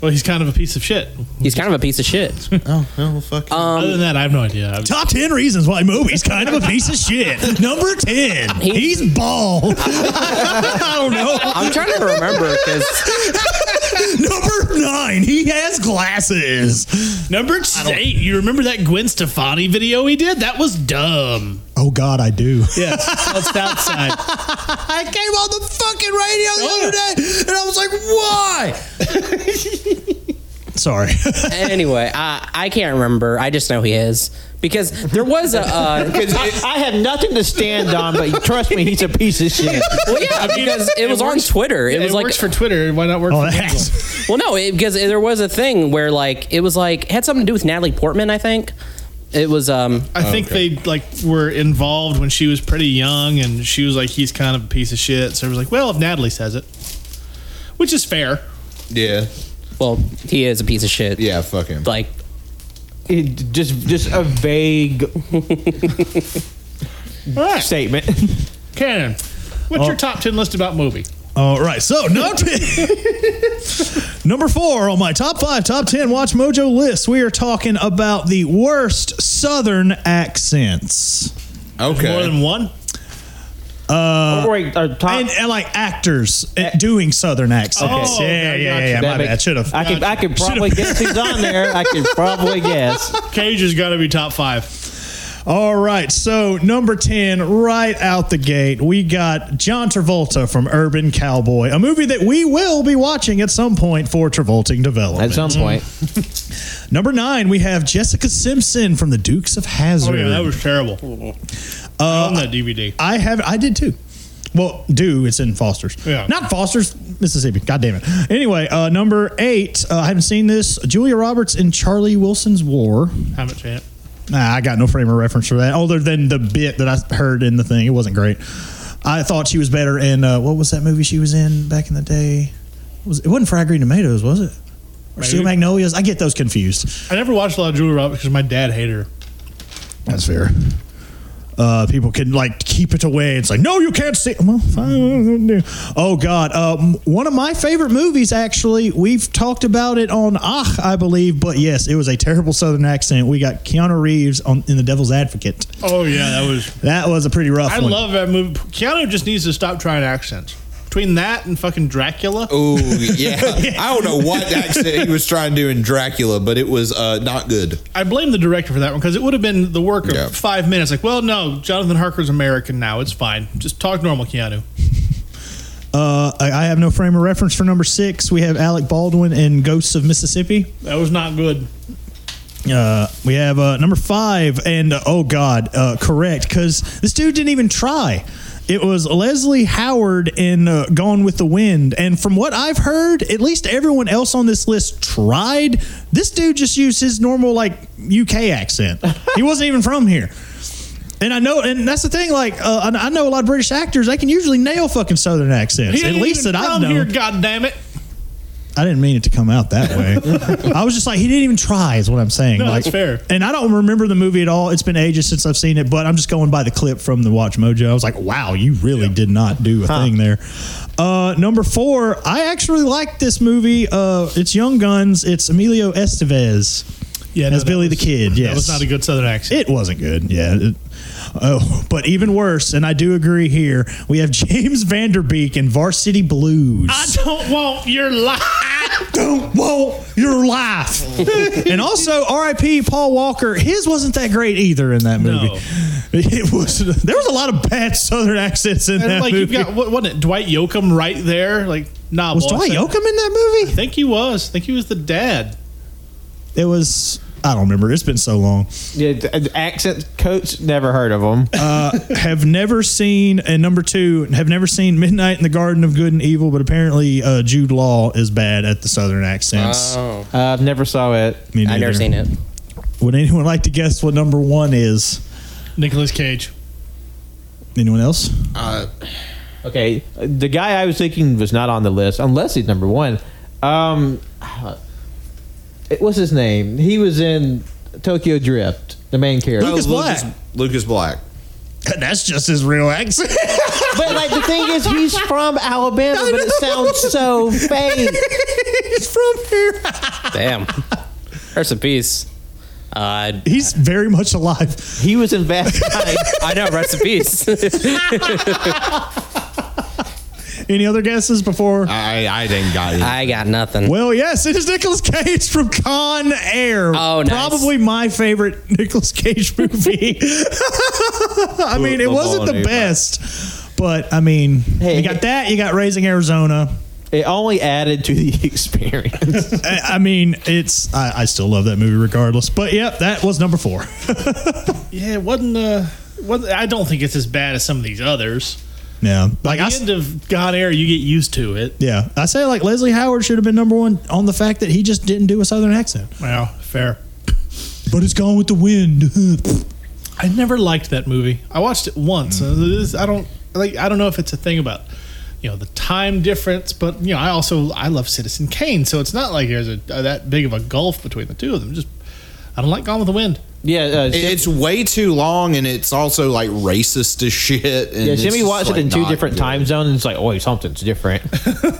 Well, he's kind of a piece of shit. he's kind of a piece of shit Oh, well, fuck. Other than that, I have no idea. I'm- Top 10 reasons why Moby's kind of a piece of shit. Number 10, he's bald. I don't know. I'm trying to remember because Number 9, he has glasses. Number eight, you remember that Gwen Stefani video he did? That was dumb. Oh, God, I do. Yeah, that's the outside. I came on the fucking radio the other day and I was like, why? Sorry. anyway I I can't remember I just know he is because there was a uh, I, I have nothing to stand on, but trust me, he's a piece of shit. Well, yeah, because it, was on Twitter. It It, was like, works for Twitter. Why not work oh, for Google? that's, well, no, it, because there was a thing where like it was like it had something to do with Natalie Portman, I think. It was um I think they like were involved when she was pretty young, and she was like, "He's kind of a piece of shit." So it was like, "Well, if Natalie says it," which is fair. Yeah, well, he is a piece of shit. yeah, fuck him. Like It, just, just a vague All right, statement. Cannon, what's your top ten list about movie? all right. So, number, number four on my top five, top 10 Watch Mojo list, we are talking about the worst Southern accents. More Okay, than one? Wait, uh, our top- and, and like actors at doing Southern accents. Oh, yeah, okay, yeah, gotcha. yeah. My That bad. make- Should have. I could, I could probably guess who's on there. I could probably guess. Cage has got to be top five. All right. So number ten, right out the gate, we got John Travolta from Urban Cowboy, a movie that we will be watching at some point for Travolting Development. At some point, number nine, we have Jessica Simpson from The Dukes of Oh Hazzard. yeah, that was terrible. on that DVD. I have. I did too. Well, do it's in Foster's. Yeah. Not Foster's, Mississippi. God damn it. Anyway, uh, number eight. Uh, I haven't seen this. Julia Roberts in Charlie Wilson's War. Haven't seen it. Nah, I got no frame of reference for that, other than the bit that I heard in the thing. It wasn't great. I thought she was better in uh, what was that movie she was in back in the day? Was it wasn't Fried Green Tomatoes, was it? Or Steel Maybe. Magnolias? I get those confused. I never watched a lot of Julia Roberts because my dad hated her. That's fair. Uh, people can like keep it away. It's like, no, you can't see. Well, fine. Oh God! Um, one of my favorite movies, actually. We've talked about it on Ah, I believe, but yes, it was a terrible Southern accent. We got Keanu Reeves on in The Devil's Advocate. Oh yeah, that was. That was a pretty rough I one. love that movie. Keanu just needs to stop trying accents. Between that and fucking Dracula, Ooh, yeah. I don't know what accent he was trying to do in Dracula, but it was uh, not good. I blame the director for that one because it would have been the work of Yeah. five minutes. Like, well, no, Jonathan Harker's American now. It's fine. Just talk normal, Keanu. Uh, I, I have no frame of reference for number six. We have Alec Baldwin in Ghosts of Mississippi. That was not good. Uh, we have uh, number five, and uh, oh god, uh, correct because this dude didn't even try. It was Leslie Howard in uh, Gone with the Wind, and from what I've heard, at least everyone else on this list tried. This dude just used his normal like UK accent. he wasn't even from here. And I know, and that's the thing. Like, uh, I I know a lot of British actors; they can usually nail fucking Southern accents. He At ain't least even that I've from known. Here, God damn it! I didn't mean it to come out that way. I was just like, he didn't even try, is what I'm saying. No, like, that's fair. And I don't remember the movie at all. It's been ages since I've seen it, but I'm just going by the clip from the Watch Mojo. I was like, wow, you really did not do a thing there. Uh, number four, I actually like this movie. Uh, it's Young Guns. It's Emilio Estevez Yeah, as no, that Billy was- the Kid. Yes, That was not a good Southern accent. It wasn't good. Yeah. It- Oh, but even worse, and I do agree here, we have James Vanderbeek in Varsity Blues. I don't want your life. don't want your life. and also, R.I.P. Paul Walker. His wasn't that great either in that movie. No. It was. There was a lot of bad Southern accents in And that like movie. you've got what wasn't it Dwight Yoakam right there? Like nah, was boss, Dwight that- Yoakam in that I movie? think he was. I think he was the dad. It was. I don't remember. It's been so long. Yeah, d- d- accent coach, never heard of him. Uh, have never seen and number two have never seen Midnight in the Garden of Good and Evil, but apparently uh, Jude Law is bad at the Southern accents. Oh, Uh, I've never saw it. Me I've never neither. seen it. Would anyone like to guess what number one is? Nicholas Cage. Anyone else? Uh, Okay, the guy I was thinking was not on the list, unless he's number one. Um, it- what's his name? He was in Tokyo Drift, the main character. Lucas Black. Lucas Black. That's just his real accent. But like the thing is, he's from Alabama, but it sounds so fake. He's from here. Damn. Rest in peace. Uh, He's very much alive. He was in Fast Times. I know. Rest in peace. Any other guesses before? I, I didn't got it. I got nothing. Well, yes, it is Nicolas Cage from Con Air. Oh, nice. Probably my favorite Nicolas Cage movie. I mean, it Football wasn't the and best, but I mean, Hey, you got hey. that, you got Raising Arizona. It only added to the experience. I, I mean, it's I, I still love that movie regardless. But yep, that was number four. Yeah, it wasn't. Uh, wasn't I don't think it's as bad as some of these others. yeah, Like like I, the s- end of God Air, you get used to it. yeah, I say like Leslie Howard should have been number one on the fact that he just didn't do a Southern accent. Wow, fair. But it's gone with the wind. I never liked that movie. I watched it once. and it is- I don't like. I don't know if it's a thing about you know the time difference, but you know I also I love Citizen Kane, so it's not like there's a, that big of a gulf between the two of them. Just I don't like Gone with the Wind. yeah, uh, It- It's way too long, and it's also like racist as shit. And yeah. it's Jimmy just, watched like, it in two not different good. time zones. And it's like, oh, something's different.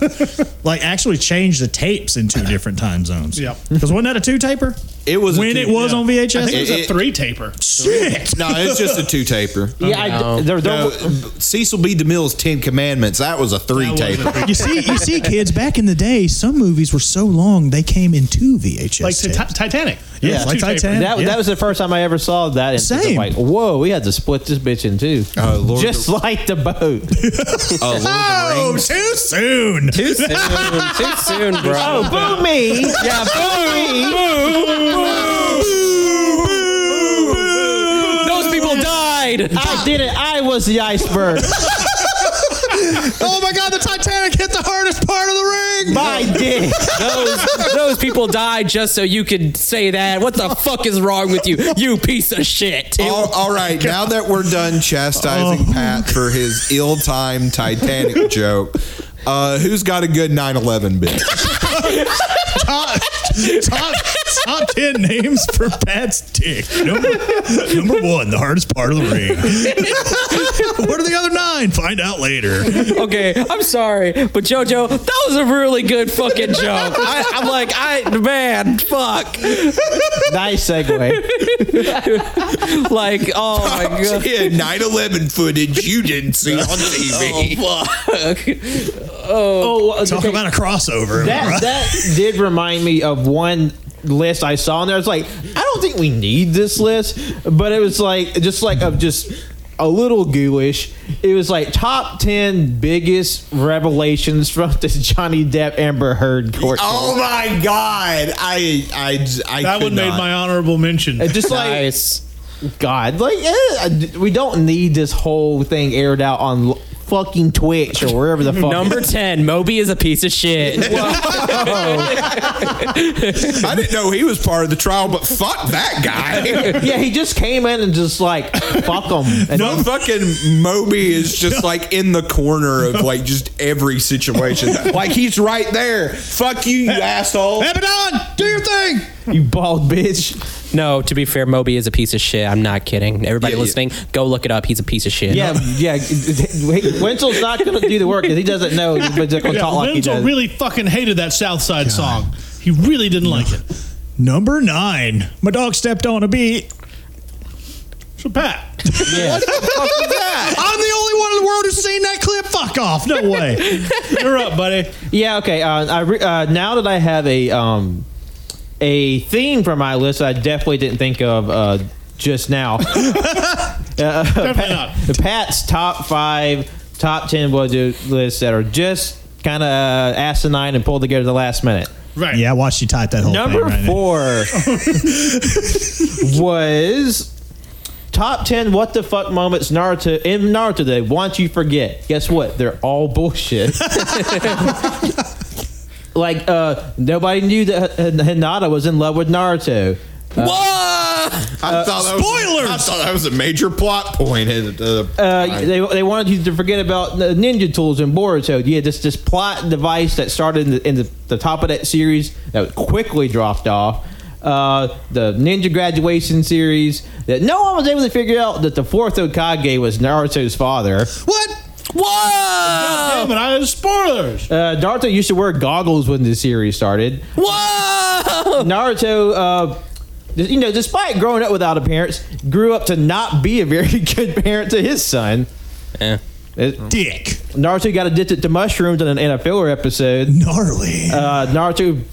like actually change the tapes in two different time zones. Yep. Because wasn't that a two taper? It was a when two- it was yeah. on VHS. I think it was a It- three taper. Shit. No, it's just a two taper. yeah, I, there, there, No, Cecil B. DeMille's Ten Commandments. That was a three taper. You see, you see, kids. Back in the day, some movies were so long they came in two VHS. Like tapes. Tit- Titanic. Yeah, It was like two-taper. Titanic. That, Yeah. that was the first time I ever saw that. And Same. Like, whoa, we had to split this bitch in two. Oh, Lord. Just like the boat. Oh, Lord of the oh, Rings. too soon. Too soon. Too soon, bro. oh, boo me. Yeah, boo me. Those people died. I did it. I was the iceberg. oh my God, the Titanic hit the hardest part of the ring. My dick. Those those people died just so you could say that. What the fuck is wrong with you? You piece of shit. Oh. All, all right, now that we're done chastising Pat for his ill-timed Titanic joke, uh, who's got a good 9/11 bit? top, top, top ten names for Pat's dick. Number, number one, the hardest part of the ring. what are the other nine? Find out later. Okay, I'm sorry, but JoJo, that was a really good fucking joke. I, I'm like, I man, fuck. Nice segue. Like, oh my god. Yeah, 9/11 footage you didn't see on TV. Oh, well, Talk okay. about a crossover. that, that did remind me of one list I saw and there. It's like, I don't think we need this list, but it was like just like of just a little ghoulish. It was like top ten biggest revelations from the Johnny Depp Amber Heard court. case. Oh my god! I I I That could one made not. my honorable mention. And just like Nice. God, like eh, I- we don't need this whole thing aired out on l- fucking Twitch or wherever the fuck. Number ten, Moby is a piece of shit. I didn't know he was part of the trial, but fuck that guy. yeah, he just came in and just like fuck them. And No fucking Moby is just like in the corner of like just every situation. Like he's right there. Fuck you, you asshole. Abaddon, do your thing. you bald bitch. No, to be fair, Moby is a piece of shit. I'm not kidding. Everybody Yeah, yeah. listening, go look it up. He's a piece of shit. Yeah, yeah. Wenzel's not gonna do the work because he doesn't know. But he's gonna yeah, talk like he Wenzel does. really fucking hated that Southside song. He really didn't like it. Number nine. My dog stepped on a beat. So Pat, Yeah. I'm the only one in the world who's seen that clip. Fuck off. No way. You're up, buddy. Yeah. Okay. Uh, I re- uh, now that I have a um, a theme for my list, I definitely didn't think of uh, just now. Uh, Definitely not. the Pat's top five, top ten budget lists that are just kind of asinine and pulled together at the last minute. Right. Yeah, I watched you type that whole Number thing. right? four was top ten what the fuck moments Naruto in Naruto they want you forget. Guess what? They're all bullshit. like uh, nobody knew that H- Hinata was in love with Naruto. I thought that Uh, spoilers. Was, I thought that was a major plot point. At the Uh, time. they, they wanted you to forget about the ninja tools in Boruto. Yeah, this this plot device that started in the, in the, the top of that series that quickly dropped off. Uh, the ninja graduation series that no one was able to figure out that the fourth Okage was Naruto's father. What? Damn it, I have spoilers. Uh, Naruto used to wear goggles when the series started. Whoa! Naruto, uh, th- you know, despite growing up without a parent, grew up to not be a very good parent to his son. Eh. It- Dick. Naruto got addicted to mushrooms in, an, in a filler episode. Gnarly. Uh, Naruto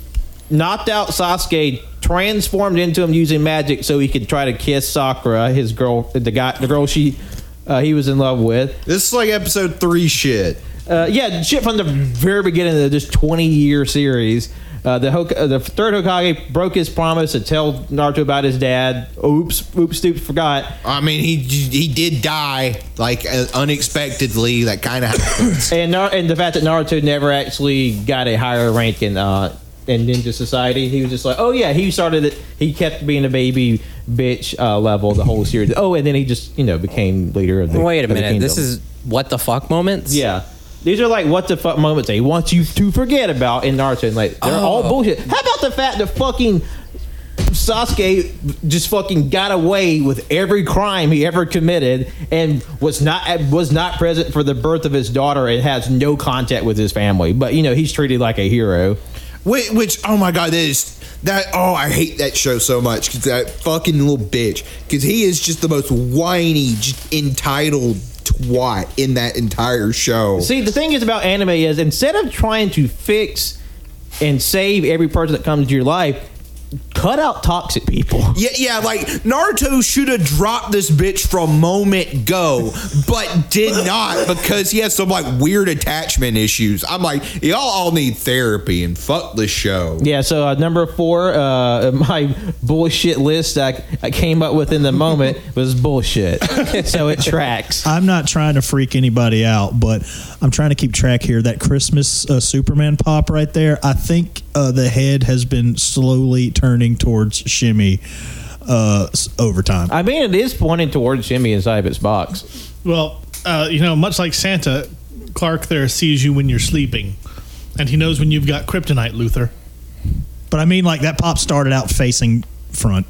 knocked out Sasuke, transformed into him using magic so he could try to kiss Sakura, his girl, the guy, the girl she uh, he was in love with. this is like episode three shit. Uh, yeah, shit from the very beginning of this 20 year series. Uh, the, Hok- uh, the third Hokage broke his promise to tell Naruto about his dad. Oops, oops, stoops, forgot. I mean, he he did die like uh, unexpectedly. That kind of happens. And Nar- and the fact that Naruto never actually got a higher rank in uh in Ninja Society, he was just like, oh yeah, he started it. He kept being a baby bitch uh, level the whole series. Oh, and then he just you know became leader of the. Wait a of the minute. This kingdom. is what the fuck moments? yeah. These are like what the fuck moments they want you to forget about in Naruto. And like they're all bullshit. How about the fact that fucking Sasuke just fucking got away with every crime he ever committed and was not was not present for the birth of his daughter and has no contact with his family. But you know he's treated like a hero. Which, which oh my god, that is that. Oh, I hate that show so much because that fucking little bitch. Because he is just the most whiny, just entitled twat in that entire show. See, the thing is about anime is instead of trying to fix and save every person that comes to your life, cut out toxic people. Yeah, yeah, like Naruto should have dropped this bitch from moment go, but did not because he has some like weird attachment issues. I'm like, y'all all need therapy and fuck the show. Yeah, so uh, number four, uh, my bullshit list I, I came up with in the moment was bullshit. so it tracks. I'm not trying to freak anybody out, but I'm trying to keep track here. That Christmas uh, Superman pop right there, I think uh, the head has been slowly turning towards Shimmy uh, s- over time. I mean, it is pointing towards Jimmy inside of its box. Well, uh, you know, much like Santa, Clark there sees you when you're sleeping, and he knows when you've got kryptonite, Luther. But I mean, like that pop started out facing front.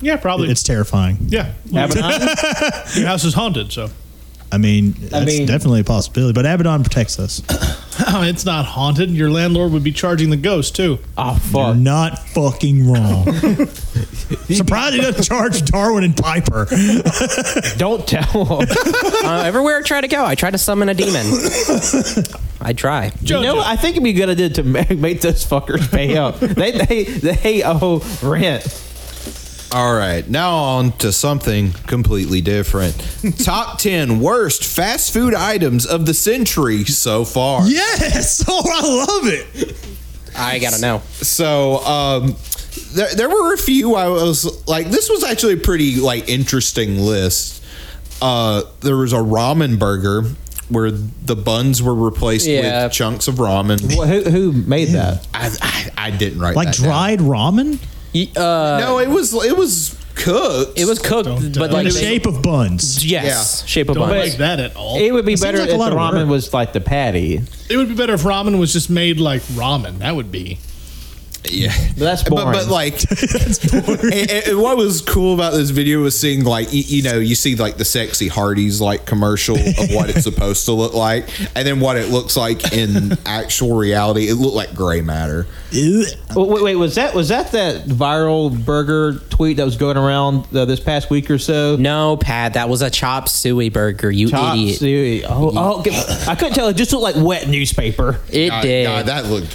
Yeah, probably. It's terrifying. yeah, Abaddon? your house is haunted, so I mean, that's mean- definitely a possibility. But Abaddon protects us. Uh, Oh, it's not haunted. Your landlord would be charging the ghost too. oh, You're fuck. not fucking wrong. Surprised he doesn't charge Darwin and Piper. Don't tell him. Uh, everywhere I try to go, I try to summon a demon. I try. you know, I think it'd be a good idea to ma- make those fuckers pay up. they, they, they owe rent. All right, now on to something completely different. Top 10 worst fast food items of the century so far. yes. Oh, I love it. I gotta know. So, um, there, there were a few I was like, this was actually a pretty like interesting list. Uh, there was a ramen burger where the buns were replaced Yeah. with chunks of ramen. Who, who made that? I, I, I didn't write Like that down. dried ramen? Y- Uh, No, it was it was cooked. it was cooked, but like the they- shape of buns. Yes, Yeah. shape of Don't buns. like that at all. It would be It seems better like a if the lot of ramen work. was like the patty. It would be better if ramen was just made like ramen. That would be. yeah, that's boring. But, but like, and- and- and what was cool about this video was seeing like you, you know you see like the sexy Hardee's like commercial of what it's supposed to look like, and then what it looks like in actual reality. It looked like gray matter. Wait, wait, wait, was that was that that viral burger tweet that was going around uh, this past week or so? No, Pat, that was a chop suey burger, you Chop idiot. suey. Oh, oh, okay. I couldn't tell. It just looked like wet newspaper. It God, did. God, that looked.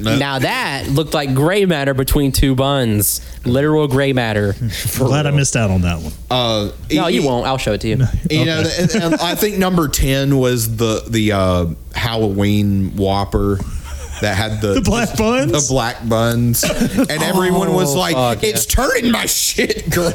no. now that looked like gray matter between two buns. Literal gray matter. I'm glad I missed out on that one. Uh, No, it- you won't. I'll show it to you. You know, and, and I think number ten was the the uh, Halloween Whopper that had the, The black buns? the black buns, and everyone was like, "It's turning my shit green."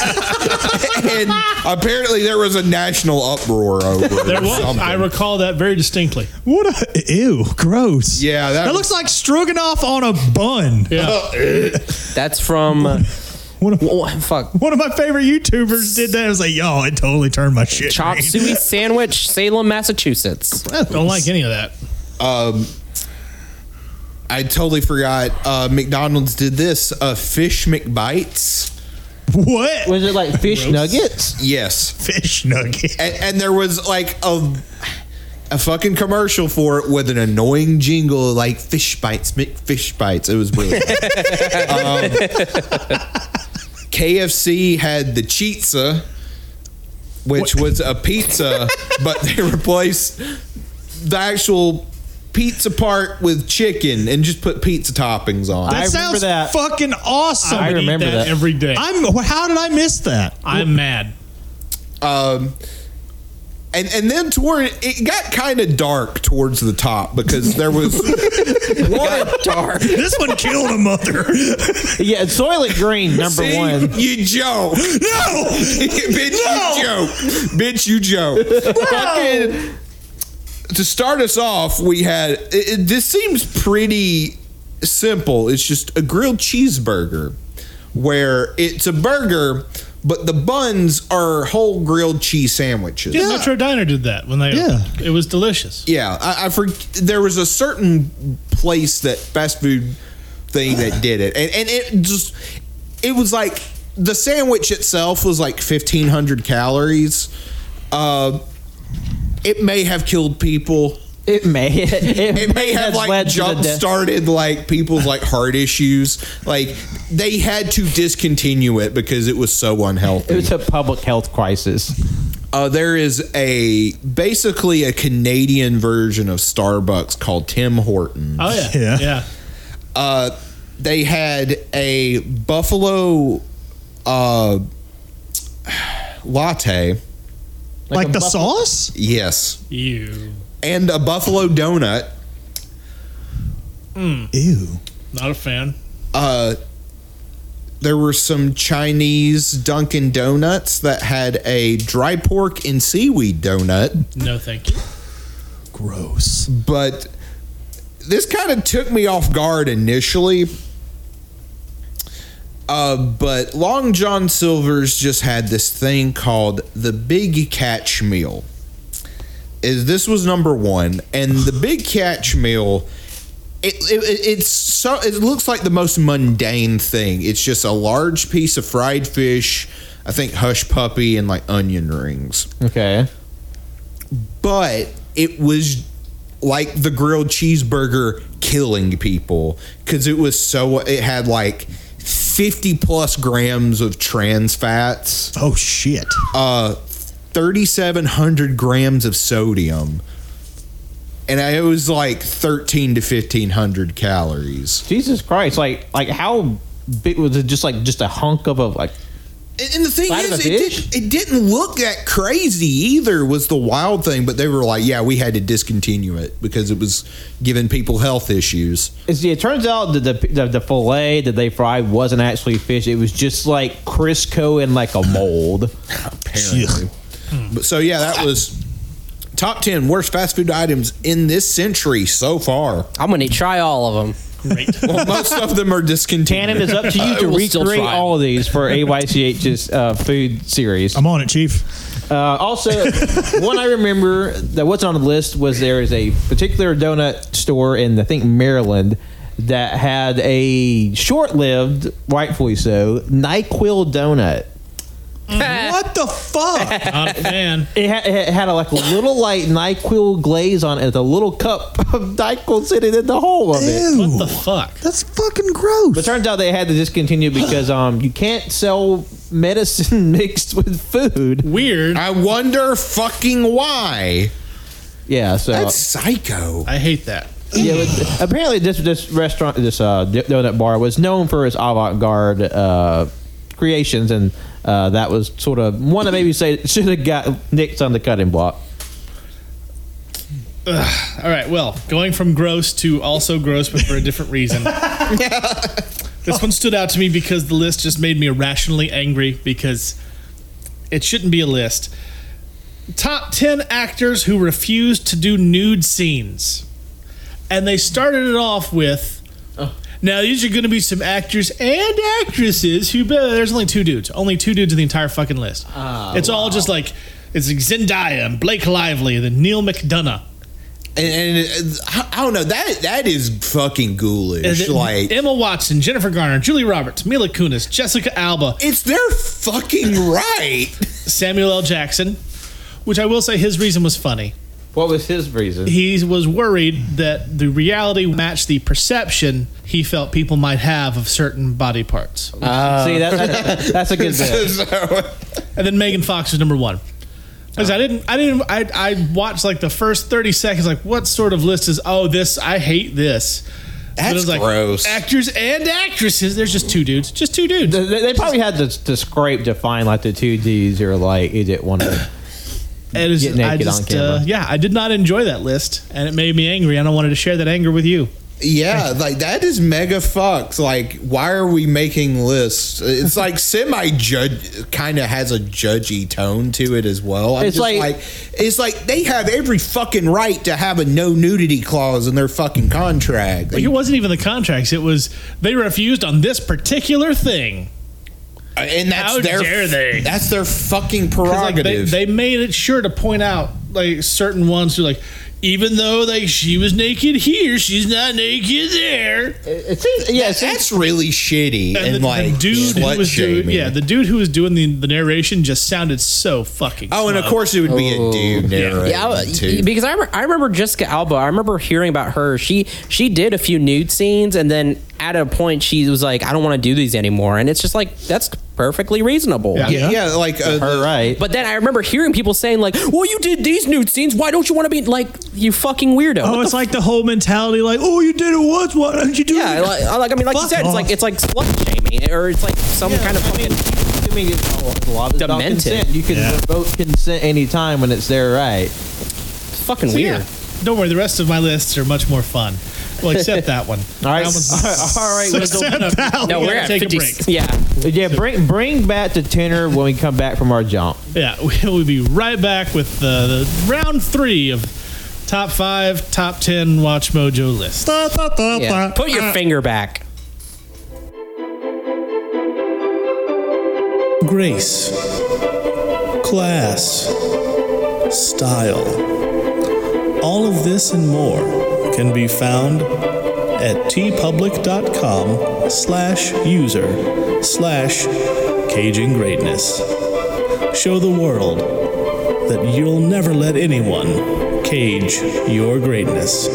and apparently, there was a national uproar over There it or was. something. I recall that very distinctly. What a ew, gross. Yeah, that- that, looks like stroganoff on a bun. Yeah. That's from. uh, What a- wha- fuck. One of my favorite YouTubers did that. I was like, yo, it totally turned my shit. Chop green. suey sandwich, Salem, Massachusetts. I don't like any of that. um, I totally forgot. Uh, McDonald's did this. Uh, fish McBites. What? Was it like fish nuggets? Yes, Fish nugget. and, and there was like a a fucking commercial for it with an annoying jingle like fish bites McFish bites it was brilliant um, KFC had the chizza which was a pizza but they replaced the actual pizza part with chicken and just put pizza toppings on That remember sounds that. fucking awesome. I would eat remember that. every day. I'm. How did I miss that? I'm mad. um and, and then toward it got kind of dark towards the top because there was one dark This one killed a mother. Yeah, it's Soylent Green, number See? one. You joke. No! Bitch, you joke. Bitch, you joke. Fucking. To start us off, we had. It, it- this seems pretty simple. It's just a grilled cheeseburger where it's a burger, but the buns are whole grilled cheese sandwiches. Yeah, Metro Diner did that when they. Yeah. It was delicious. Yeah, I, I for, there was a certain place that fast food thing that did it, and and it just it was like the sandwich itself was like fifteen hundred calories. Uh, it may have killed people. It may. It, It may have like led to the jump death- started like people's like heart issues. Like they had to discontinue it because it was so unhealthy. It was a public health crisis. Uh, there is a basically a Canadian version of Starbucks called Tim Hortons. Oh yeah. Yeah. Yeah. Uh, they had a buffalo uh, latte. Like, a the buff- sauce? Yes, You. and a buffalo donut. Ew. Not a fan. Uh, there were some Chinese Dunkin' Donuts that had a dry pork and seaweed donut. No, thank you. Gross. but this kind of took me off guard initially. Uh, but Long John Silver's just had this thing called the Big Catch Meal. Is this was number one, and the Big Catch Meal. It, it, it's so it looks like the most mundane thing. It's just a large piece of fried fish, I think hush puppy, and like onion rings Okay. but it was like the grilled cheeseburger killing people because it was so it had like 50 plus grams of trans fats Oh shit. uh 3700 grams of sodium and I- it was like 13 to 1500 calories Jesus Christ! Like, like how big was it? Just like just a hunk of a like. And, and the thing Side of is, the it, fish? did, it didn't look that crazy either. Was the wild thing, but they were like, "Yeah, we had to discontinue it because it was giving people health issues." It's, it turns out that the, the the fillet that they fried wasn't actually fish. It was just like Crisco in like a mold. Apparently. Hmm. But so yeah, that was top ten worst fast food items in this century so far. I'm going to try all of them. Well, most of them are Cannon, discontinued. it's up to you to will still recreate try. all of these for AYCH's uh, food series. I'm on it, Chief. Uh, also, one I remember that wasn't on the list was there is a particular donut store in I think Maryland that had a short-lived, rightfully so, Nyquil donut. what the fuck? Not a fan. It had, it had a, like a little light Nyquil glaze on it, with a little cup of Nyquil sitting in the hole of it. What the fuck? That's fucking gross. But turns out they had to discontinue because um you can't sell medicine mixed with food. Weird. I wonder fucking why. Yeah, so That's psycho. I hate that. yeah, but apparently this this restaurant this uh d- donut bar was known for its avant-garde uh creations and uh that was sort of one that maybe say should have got nicked on the cutting block. All right. Well, going from gross to also gross, but for a different reason. this one stood out to me because the list just made me irrationally angry because it shouldn't be a list. Top 10 actors who refused to do nude scenes. And they started it off with. Now these are going to be some actors and actresses who. There's only two dudes. Only two dudes in the entire fucking list. it's all just like it's like Zendaya and Blake Lively and then Neil McDonough. And, and it's- I I don't know that that is fucking Is ghoulish. it like Uh, Emma Watson, Jennifer Garner, Julie Roberts, Mila Kunis, Jessica Alba, it's their fucking right. Samuel L. Jackson. Which I will say, his reason was funny. What was his reason? He was worried that the reality matched the perception he felt people might have of certain body parts. Uh, See that, that that's a good bit. And then Megan Fox was number one. Because Oh. I didn't, I didn't, I, I watched like the first thirty seconds. Like, what sort of list is? Oh, this, I hate this. But it That's was like gross. Actors and actresses. There's just two dudes. Just two dudes. They, they probably had to, to scrape to find like the two D's or like is it one of them? It is, Get naked I on just, camera. Uh, yeah, I did not enjoy that list, and it made me angry, and I wanted to share that anger with you. Yeah, like that is mega fucked. Like, why are we making lists? It's like semi judge kind of has a judgy tone to it as well. I'm It's just like- like, it's like they have every fucking right to have a no nudity clause in their fucking contract. Like, it wasn't even the contracts; it was they refused on this particular thing. and that's how their dare they. that's their fucking 'Cause, like, they, prerogative. they made it sure to point out like certain ones who like, even though like she was naked here, she's not naked there. It seems yeah, it seems- that's really shitty and, the, the like dude who slut was doing, shaming. yeah, the dude who was doing the, the narration just sounded so fucking. oh, and of smug. course it would be a Oh. dude narrating Yeah, I- too. because I, re- I remember Jessica Alba. I remember hearing about her. She she did a few nude scenes, and then at a point she was like, "I don't want to do these anymore," and it's just like that's perfectly reasonable. Yeah. yeah, yeah, like uh, all right. But then I remember hearing people saying like, "Well, you did these nude scenes. Why don't you want to be like you fucking weirdo?" oh, What it's like the whole mentality, like, oh, you did it once. Why don't you do the- it? yeah, again? like, I- like I mean, like you Fuck said, off. it's like it's like slut shaming, or it's like some kind of fucking. I mean, it's a lot of it's about Demented. consent. You can revoke consent anytime when it's their right. It's fucking So, weird. yeah. Don't worry, the rest of my lists are much more fun. Well, except that one. All right, That one's- all right. Wendell. Except that one. No, We we're gotta at take a fifty. break. Yeah, Yeah, bring bring back the tenor when we come back from our jump. Yeah, we'll be right back with the, the round three of top five, top ten Watch Mojo list. yeah. Uh, Put your finger back. Grace, class, style. All of this and more can be found at tpublic.com slash user slash caging greatness. Show the world that you'll never let anyone cage your greatness.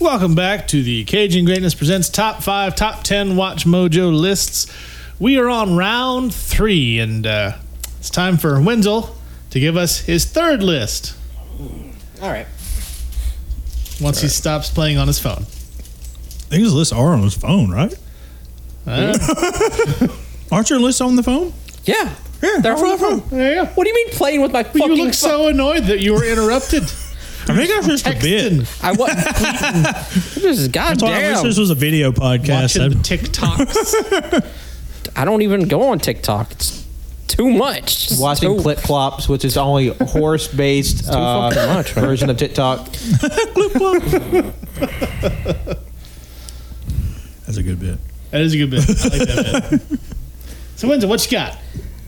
Welcome back to the Cajun Greatness Presents Top 5, Top 10 Watch Mojo lists. We are on round three, and uh, it's time for Wenzel to give us his third list All right. once he stops playing on his phone. These lists are on his phone, right? Uh. Aren't your lists on the phone? Yeah. Yeah, They're they're on on the phone. Yeah. What do you mean playing with my fucking? You look so annoyed that you were interrupted. I think that's just a bit. I was. this is That's why I wish goddamn. this was a video podcast. Watching I'd- TikToks. I don't even go on TikTok. It's too much. It's Watching too- clip clops, which is only horse based uh, version of TikTok. That's a good bit. That is a good bit. I like that bit. So Wenzel, what you got?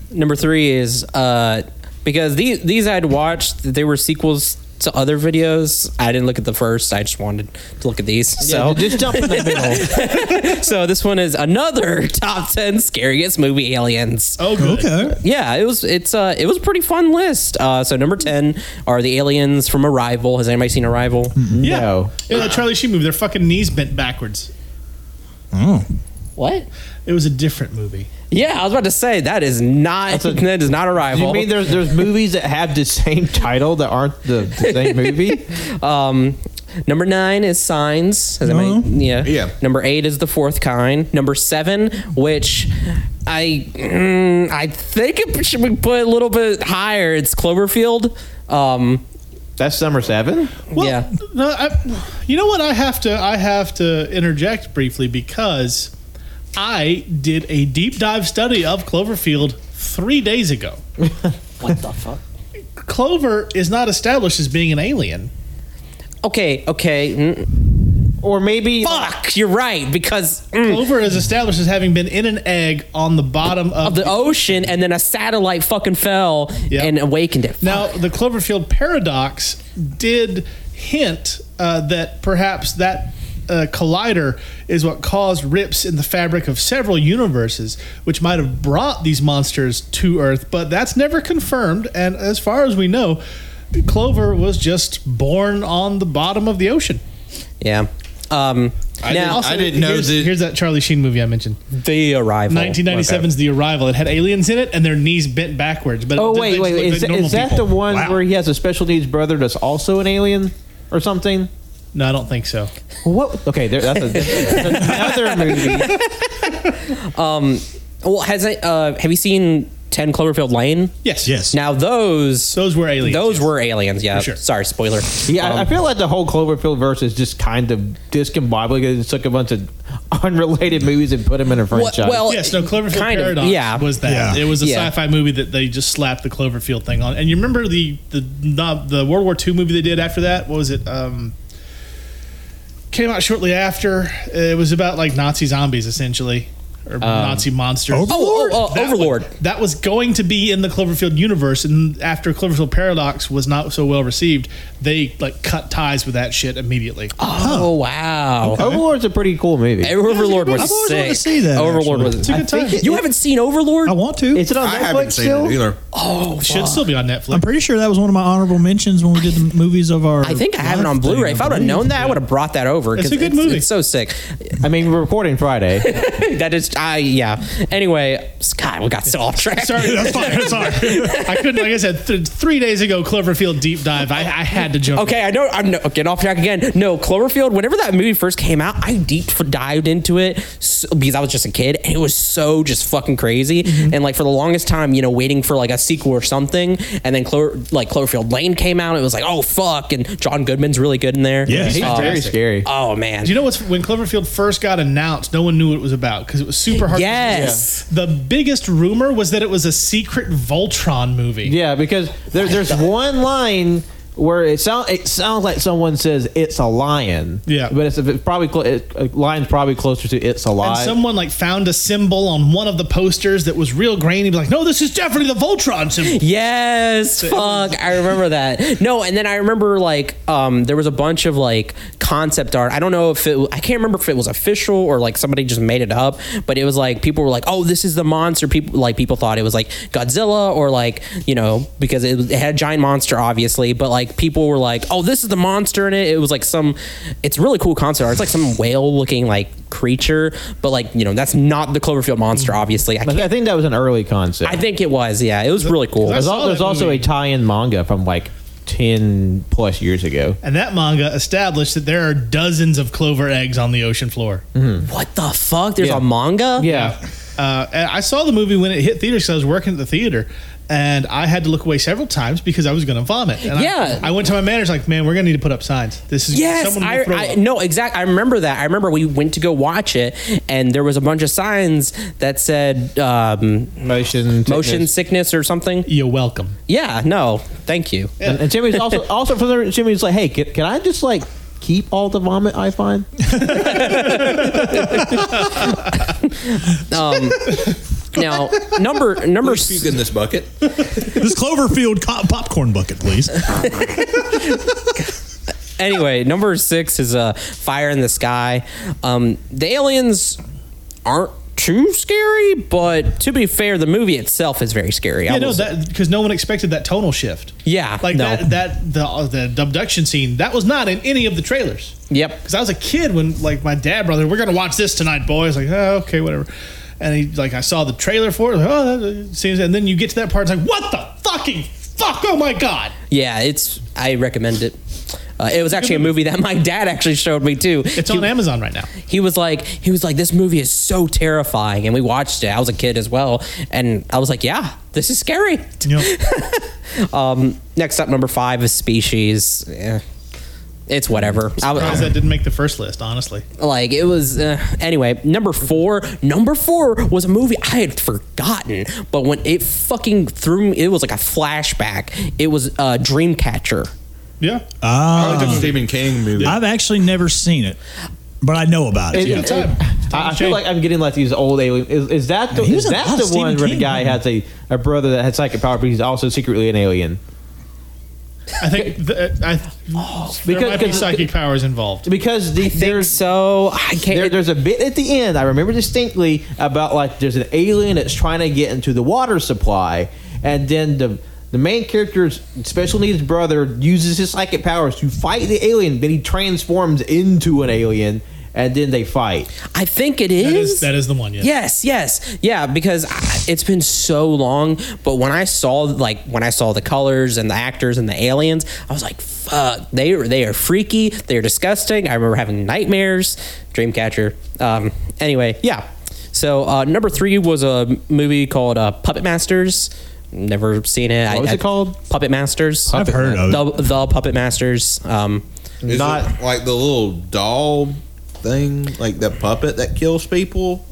Number three is uh, because these these I'd watched. They were sequels to other videos. I didn't look at the first. I just wanted to look at these. Yeah, so just jump in the middle. so this one is another top 10 scariest movie aliens. Oh, good. Okay. Yeah, it was it's uh it was a pretty fun list. Uh, so number 10 are the aliens from Arrival. Has anybody seen Arrival? Yeah. No. Yeah, that Charlie Sheen movie. Their fucking knees bent backwards. Oh. What? It was a different movie. Yeah, I was about to say that is not a- that is not Arrival. You mean there's there's movies that have the same title that aren't the, the same movie? um Number nine is signs. Has anybody- yeah. Yeah. Number eight is the fourth kind. Number seven, which I mm, I think it should be put a little bit higher. It's Cloverfield. Um, That's number seven. Well, Yeah. No, I, you know what? I have to I have to interject briefly because I did a deep dive study of Cloverfield three days ago. what the fuck? Clover is not established as being an alien. okay, okay. mm, Or maybe Fuck, you're right because mm, Clover is established as having been in an egg on the bottom of, of the ocean, and then a satellite fucking fell Yeah. and awakened it. Now, the Cloverfield paradox did hint uh, that perhaps that uh, collider is what caused rips in the fabric of several universes, which might have brought these monsters to Earth, but that's never confirmed. And as far as we know, Clover was just born on the bottom of the ocean. yeah. Um, now Also, I didn't know here's, that- Oh, Here's that Charlie Sheen movie I mentioned. the arrival. 1997's The Arrival. It had aliens in it, and their knees bent backwards. But Oh it- wait, they wait, just wait. Is, that- looked like normal is that the people. one where he has a special needs brother that's also an alien or something? No, I don't think so. What? Okay, there, that's, a, that's another movie. Well, has it, uh, have you seen Ten Cloverfield Lane? Yes. Yes. Now those Those were aliens, Those yes. were aliens. Yeah. For sure. Sorry, spoiler. Yeah, I I Um, feel like the whole Cloverfield verse is just kind of discombobulated. It took a bunch of unrelated movies and put them in a well, franchise. well, Yes, no, Cloverfield Oh, kind Paradox Of, yeah. was that. Yeah. It was a Yeah. sci-fi movie that they just slapped the Cloverfield thing on. And you remember the the the, the World War II movie they did after that? What was it? Um, came out shortly after. It was about like Nazi zombies, essentially, or Nazi monsters. Um, Oh, oh, oh, That Overlord. was- that was going to be in the Cloverfield universe, and after Cloverfield Paradox was not so well received, they like cut ties with that shit immediately. Oh wow. Overlord's a pretty cool movie. Overlord was I've always wanted sick. to see that, Overlord actually. was. It's a good time. You haven't seen Overlord? I want to. Is it on I Netflix haven't seen still? it either. It should still be on Netflix. I'm pretty sure that was one of my honorable mentions when we did the movies of our. I think I have it on life thing, Blu-ray. If I would have believe. known that, I would have brought that over. It's 'cause a good movie. It's so sick. I mean, we're recording Friday. that is, I yeah. Anyway, Scott, we got so off track. Sorry, that's fine. That's all right. I couldn't, like I said, th- three days ago, Cloverfield deep dive. I, I had to jump. Okay, I know I'm no, getting off track again. No, Cloverfield. Whenever that movie first came out, I deep dived into it so, because I was just a kid, and it was so just fucking crazy. Mm-hmm. And like for the longest time, you know, waiting for like a sequel or something, and then Clover, like Cloverfield Lane came out. It was like, oh fuck, and John Goodman's really good in there. Yeah, He's he's very scary. Oh man. Do you know what's when Cloverfield first got announced? No one knew what it was about because it was super hard. to- Yes. The biggest rumor was that it was a secret Voltron movie. Yeah, because there, there's one line where it sound it sounds like someone says it's a lion. Yeah. but it's, it's probably clo- it, a lion's probably closer to it's a And lion. someone like found a symbol on one of the posters that was real grainy. Like, no, this is definitely the Voltron symbol. Yes, fuck. I remember that. No, and then I remember like um, there was a bunch of like concept art. I don't know if it. I can't remember if it was official or like somebody just made it up. But it was like people were like, "Oh, this is the monster." People like people thought it was like Godzilla or like you know because it, was- it had a giant monster, obviously. But like people were like, "Oh, this is the monster in it." It was like some. It's really cool concept art. It's like some whale looking like creature, but like you know that's not the Cloverfield monster, obviously. I I, can't. think that was an early concept. I think it was. Yeah, it was really cool. there's I al- saw there's that also movie. a tie-in manga from like ten plus years ago. And that manga established that there are dozens of clover eggs on the ocean floor. What the fuck? There's Yeah. a manga? Yeah, Uh, and I saw the movie when it hit theaters because I was working at the theater, and I had to look away several times because I was going to vomit. And I- Yeah. I, went to my manager like, "Man, we're going to need to put up signs. This is Yes, will I, throw I up." no exact. I remember that. I remember we went to go watch it, and there was a bunch of signs that said um, motion, motion sickness. sickness or something. You're welcome. Yeah, no, thank you. And, and Jimmy's also also from there. Jimmy's like, hey, can, can I just like keep all the vomit I find? Um, Now, number number Please puke in this bucket. this Cloverfield co- popcorn bucket, please. anyway, number six is uh, fire in the sky. Um, the aliens aren't too scary, but to be fair, the movie itself is very scary. I Yeah, no, will say- that because no one expected that tonal shift. Yeah, like no. that that the uh, the abduction scene that was not in any of the trailers. Yep. because I was a kid when like my dad brother, we're gonna watch this tonight, boys. Like, oh, okay, whatever. And he like I saw the trailer for it. Like, oh, that seems. And then you get to that part, it's like, what the fucking fuck? Oh my god! yeah, it's I recommend it. Uh, it was actually a movie that my dad actually showed me too. It's on Amazon right now. He was like, he was like, this movie is so terrifying, and we watched it. I was a kid as well, and I was like, yeah, this is scary. um, next up, number five is Species. Yeah. It's whatever. I, was- Surprised that didn't make the first list, honestly. like it was uh, anyway number four number four was a movie i had forgotten but when it fucking threw me it was like a flashback it was uh, dreamcatcher Yeah, Ah. I like the Stephen King movie. I've actually never seen it, but I know about it. It- it- I I feel like I'm getting like these old alien. Is, is that the he is was in a that lot of the Stephen one where the King, guy man. has a, a brother that has psychic power, but he's also secretly an alien? I think the, uh, I there because- might be because- psychic powers involved. Because the, there's so i there, can't there's a bit at the end I remember distinctly about like there's an alien that's trying to get into the water supply, and then the the main character's special needs brother uses his psychic powers to fight the alien. Then he transforms into an alien, and then they fight. i think it That is, is that is the one. Yeah. yes yes yeah because I, it's been so long but when i saw like when i saw the colors and the actors and the aliens i was like fuck they are they are freaky they're disgusting i remember having nightmares dreamcatcher um anyway yeah so uh number three was a movie called uh, puppet masters never seen it what was it called? puppet masters I've heard of it. the, the puppet masters um Is Not- it like the little doll thing, like the puppet that kills people.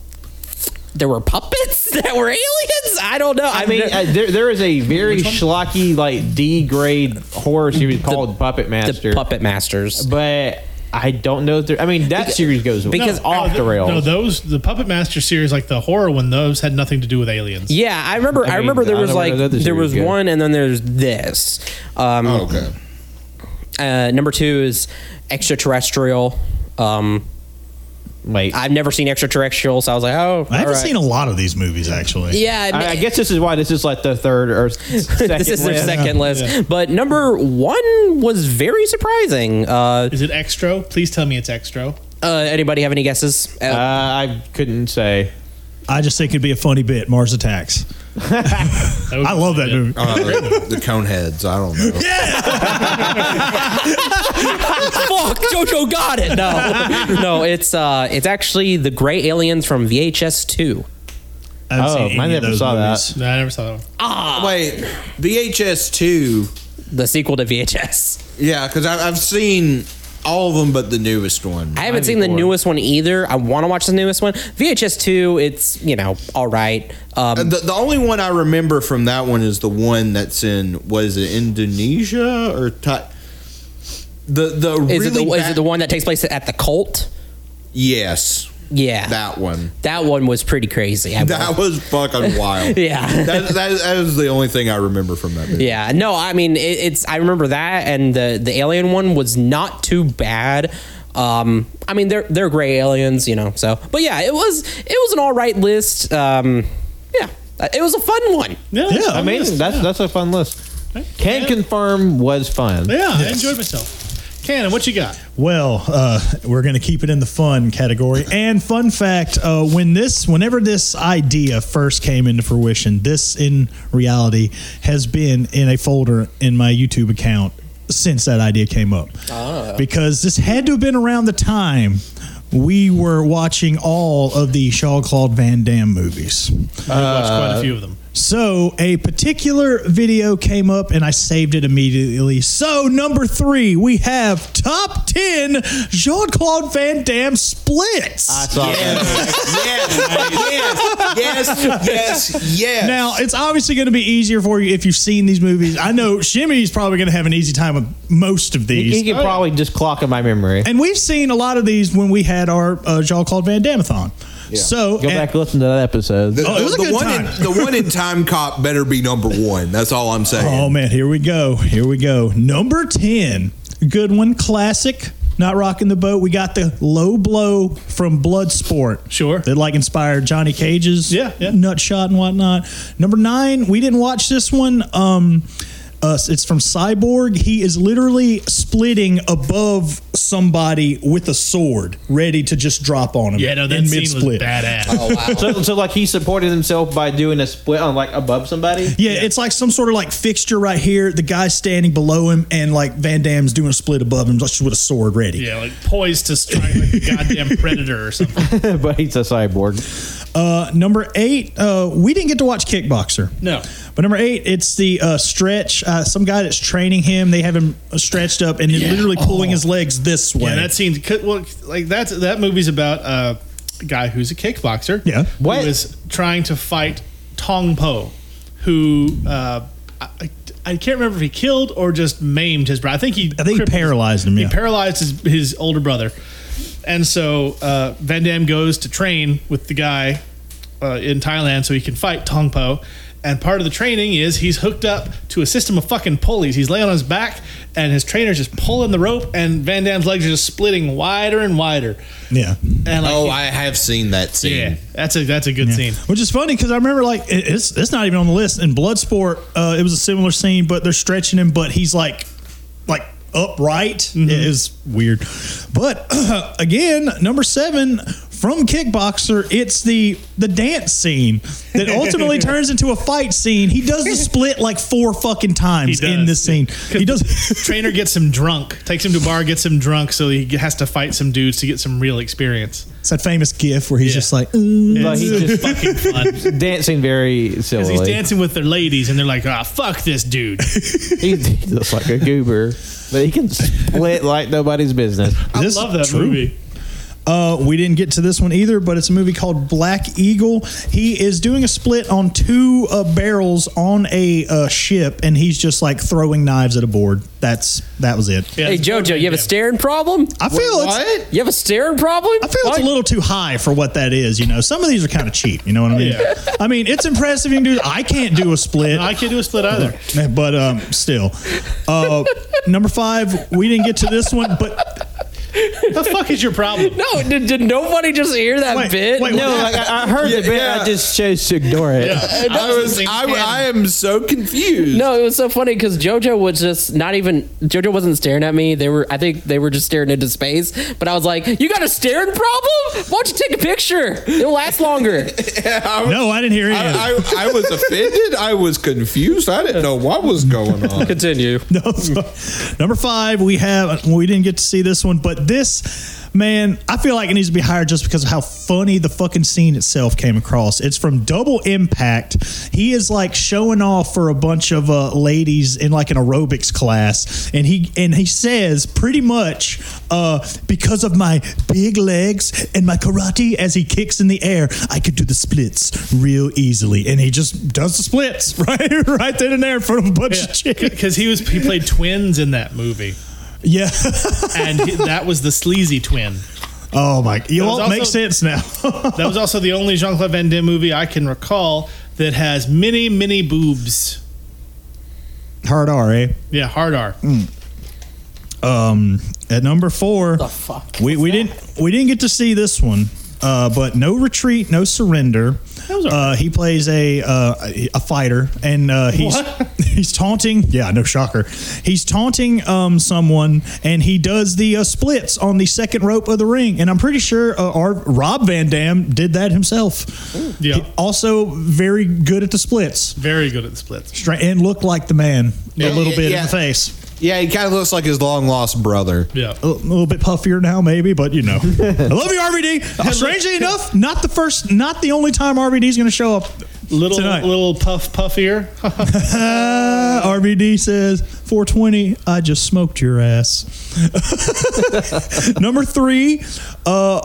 there were puppets that were aliens. I don't know. I mean, uh, there, there is a very schlocky, like D grade horror series called Puppet Master. the puppet masters. but I don't know if there. I mean, that series goes because- off no, the rails. No, those the Puppet Master series, like the horror one, those had nothing to do with aliens. Yeah, I remember. I, mean, remember there I was don't know like where the other there series was go. one, and then there's this. Um, Oh, okay. uh, number two is extraterrestrial. Um, Wait, I, I've never seen extraterrestrial, so I was like, oh, I haven't seen a lot of these movies actually. Yeah, I, mean- guess this is why this is like the third or s- second. Um, this is their list. second list, but number one was very surprising. Uh, Is it Extro? Please tell me it's Extro. uh, anybody have any guesses? Uh, Uh, I couldn't say. I just think it'd be a funny bit. Mars Attacks. I love that movie. Uh, the Coneheads. I don't know. fuck, JoJo got it. No, no, it's uh, it's actually the Gray Aliens from VHS two. I haven't Oh, seen any I of never those saw that. movies. No, I never saw that one. Wait, VHS two. the sequel to VHS. Yeah, because I've seen all of them but the newest one. I haven't seen the newest one either. I want to watch the newest one. VHS two, it's you know all right. Um, Uh, The, the only one I remember from that one is the one that's in was it Indonesia or Thai? The the is really it the is bad- it the one that takes place at the cult? Yes, Yeah, that one. that one was pretty crazy. I That was fucking wild. Yeah. that, that, that is the only thing I remember from that movie. Yeah, no, I mean it, it's. I remember that, and the the alien one was not too bad. Um, I mean they're they're gray aliens, you know. So, but yeah, it was it was an all right list. Um, yeah, it was a fun one. Yeah, I mean, that's that's a fun list. Can Yeah. confirm was fun. Yeah, I enjoyed myself. Cannon, what you got? Well, uh, we're going to keep it in the fun category. And fun fact: uh, when this, whenever this idea first came into fruition, this in reality has been in a folder in my YouTube account since that idea came up. Because this had to have been around the time we were watching all of the Shaw Claude Van Damme movies. I watched quite a few of them. So a particular video came up and I saved it immediately. So number three, we have top ten Jean Claude Van Damme splits. Ah, Yes, yes, yes, yes. now it's obviously going to be easier for you if you've seen these movies. I know Shimmy's probably going to have an easy time with most of You, these. you Oh, could probably just clock in my memory. And we've seen a lot of these when we had our uh, Jean Claude Van Damathon. So Go and- back and listen to that episode. The, Oh, it was a Uh, the good one time. In, the one in Time Cop better be number one. That's all I'm saying. Oh man, here we go. Here we go. Number 10. Good one, classic. Not rocking the boat. We got the low blow from Bloodsport. Sure. That like inspired Johnny Cage's Yeah, yeah. nut shot and whatnot. Number nine, we didn't watch this one. Um uh, it's from Cyborg. He is literally splitting above somebody with a sword, ready to just drop on him. Yeah, no, that in scene was mid-split. badass. so, so like he supported himself by doing a split on like above somebody. Yeah, it's like some sort of like fixture right here. The guy's standing below him, and like Van Damme's doing a split above him, just with a sword ready. Yeah, like poised to strike like a goddamn predator or something. but he's a cyborg. Uh, number eight, uh, we didn't get to watch Kickboxer. No. But number eight, it's the uh, stretch. Uh, some guy that's training him, they have him uh, stretched up and then literally pulling his legs this Oh. way. Yeah, that scene. could- Well, like that's that movie's about uh, a guy who's a kickboxer. Yeah. What? Who is trying to fight Tong Po, who uh, I, I- I can't remember if he killed or just maimed his brother. I think he. I think he crippled- paralyzed him, He yeah. paralyzed his, his older brother, and so uh, Van Damme goes to train with the guy uh, in Thailand so he can fight Tong Po. And part of the training is he's hooked up to a system of fucking pulleys. He's laying on his back, and his trainer's just pulling the rope, and Van Damme's legs are just splitting wider and wider. yeah. And like, Oh, I have seen that scene. yeah, that's a that's a good scene. Which is funny because I remember like it- it's it's not even on the list. In Bloodsport, uh, it was a similar scene, but they're stretching him, but he's like like upright. Mm-hmm. It is weird. But again, number seven from Kickboxer, it's the the dance scene that ultimately turns into a fight scene. He does the split like four fucking times He does, in this scene. yeah. He does. Trainer gets him drunk, takes him to a bar, gets him drunk, so he has to fight some dudes to get some real experience. it's that famous gif where he's Yeah. just like, "Mm." But he's just Fucking fun. dancing very 'Cause he's silly. dancing with their ladies, and they're like, "Ah, fuck this dude." He's, he looks like a goober, but he can split like nobody's business. I This love that is true. movie. Uh, we didn't get to this one either, but it's a movie called Black Eagle. He is doing a split on two uh, barrels on a uh, ship, and he's just like throwing knives at a board. That's that was it. Yeah, Hey it's- Jojo, you have a yeah. staring problem? I feel it's You have a staring problem? I feel it's a little too high for what that is. You know, some of these are kind of cheap. You know what I mean? Yeah. I mean, it's impressive you can do. I can't do a split. No, I can't do a split either. but um, still, uh, number five, we didn't get to this one, but the fuck is your problem? No, did, did nobody just hear that Wait, bit? wait, No, like I, I heard the bit. yeah. I just chose to ignore it. I, was, I, I am so confused. No, it was so funny because JoJo was just not even JoJo wasn't staring at me. They were, I think they were just staring into space. But I was like, "You got a staring problem? Why don't you take a picture? It'll last longer." no, I didn't hear any. of it. I, I, I was offended. I was confused. I didn't know what was going on. Continue. No, so- number five, we have we didn't get to see this one, but this man, I feel like it needs to be higher just because of how funny the fucking scene itself came across. It's from Double Impact. He is like showing off for a bunch of uh, ladies in like an aerobics class, and he and he says pretty much uh, because of my big legs and my karate as he kicks in the air, I could do the splits real easily, and he just does the splits right right then and there in front of a bunch of chicks. Because he was he played twins in that movie, Yeah. and he- that was the sleazy twin. oh my. You was all make also- sense now. That was also the only Jean Claude Van Damme movie I can recall that has many many boobs. Hard R, eh? Yeah, hard R. Mm. Um, at number four, The fuck we, was we that? didn't we didn't get to see this one, uh, but no retreat, no surrender. was all Uh, he plays a uh, a fighter, and uh, he's What? he's taunting. Yeah, no shocker. He's taunting um, someone, and he does the uh, splits on the second rope of the ring. And I'm pretty sure uh, our Rob Van Dam did that himself. Yeah. He- also very good at the splits. Very good at the splits. Stra- and looked like the man a Yeah. little bit Yeah. in the face. Yeah, he kind of looks like his long lost brother. Yeah. A little bit puffier now, maybe, but you know. I love you, RVD. Uh, strangely enough, not the first, not the only time RVD is going to show up. Little tonight. little puff puffier. Uh, RVD says 420. I just smoked your ass. Number three. Uh,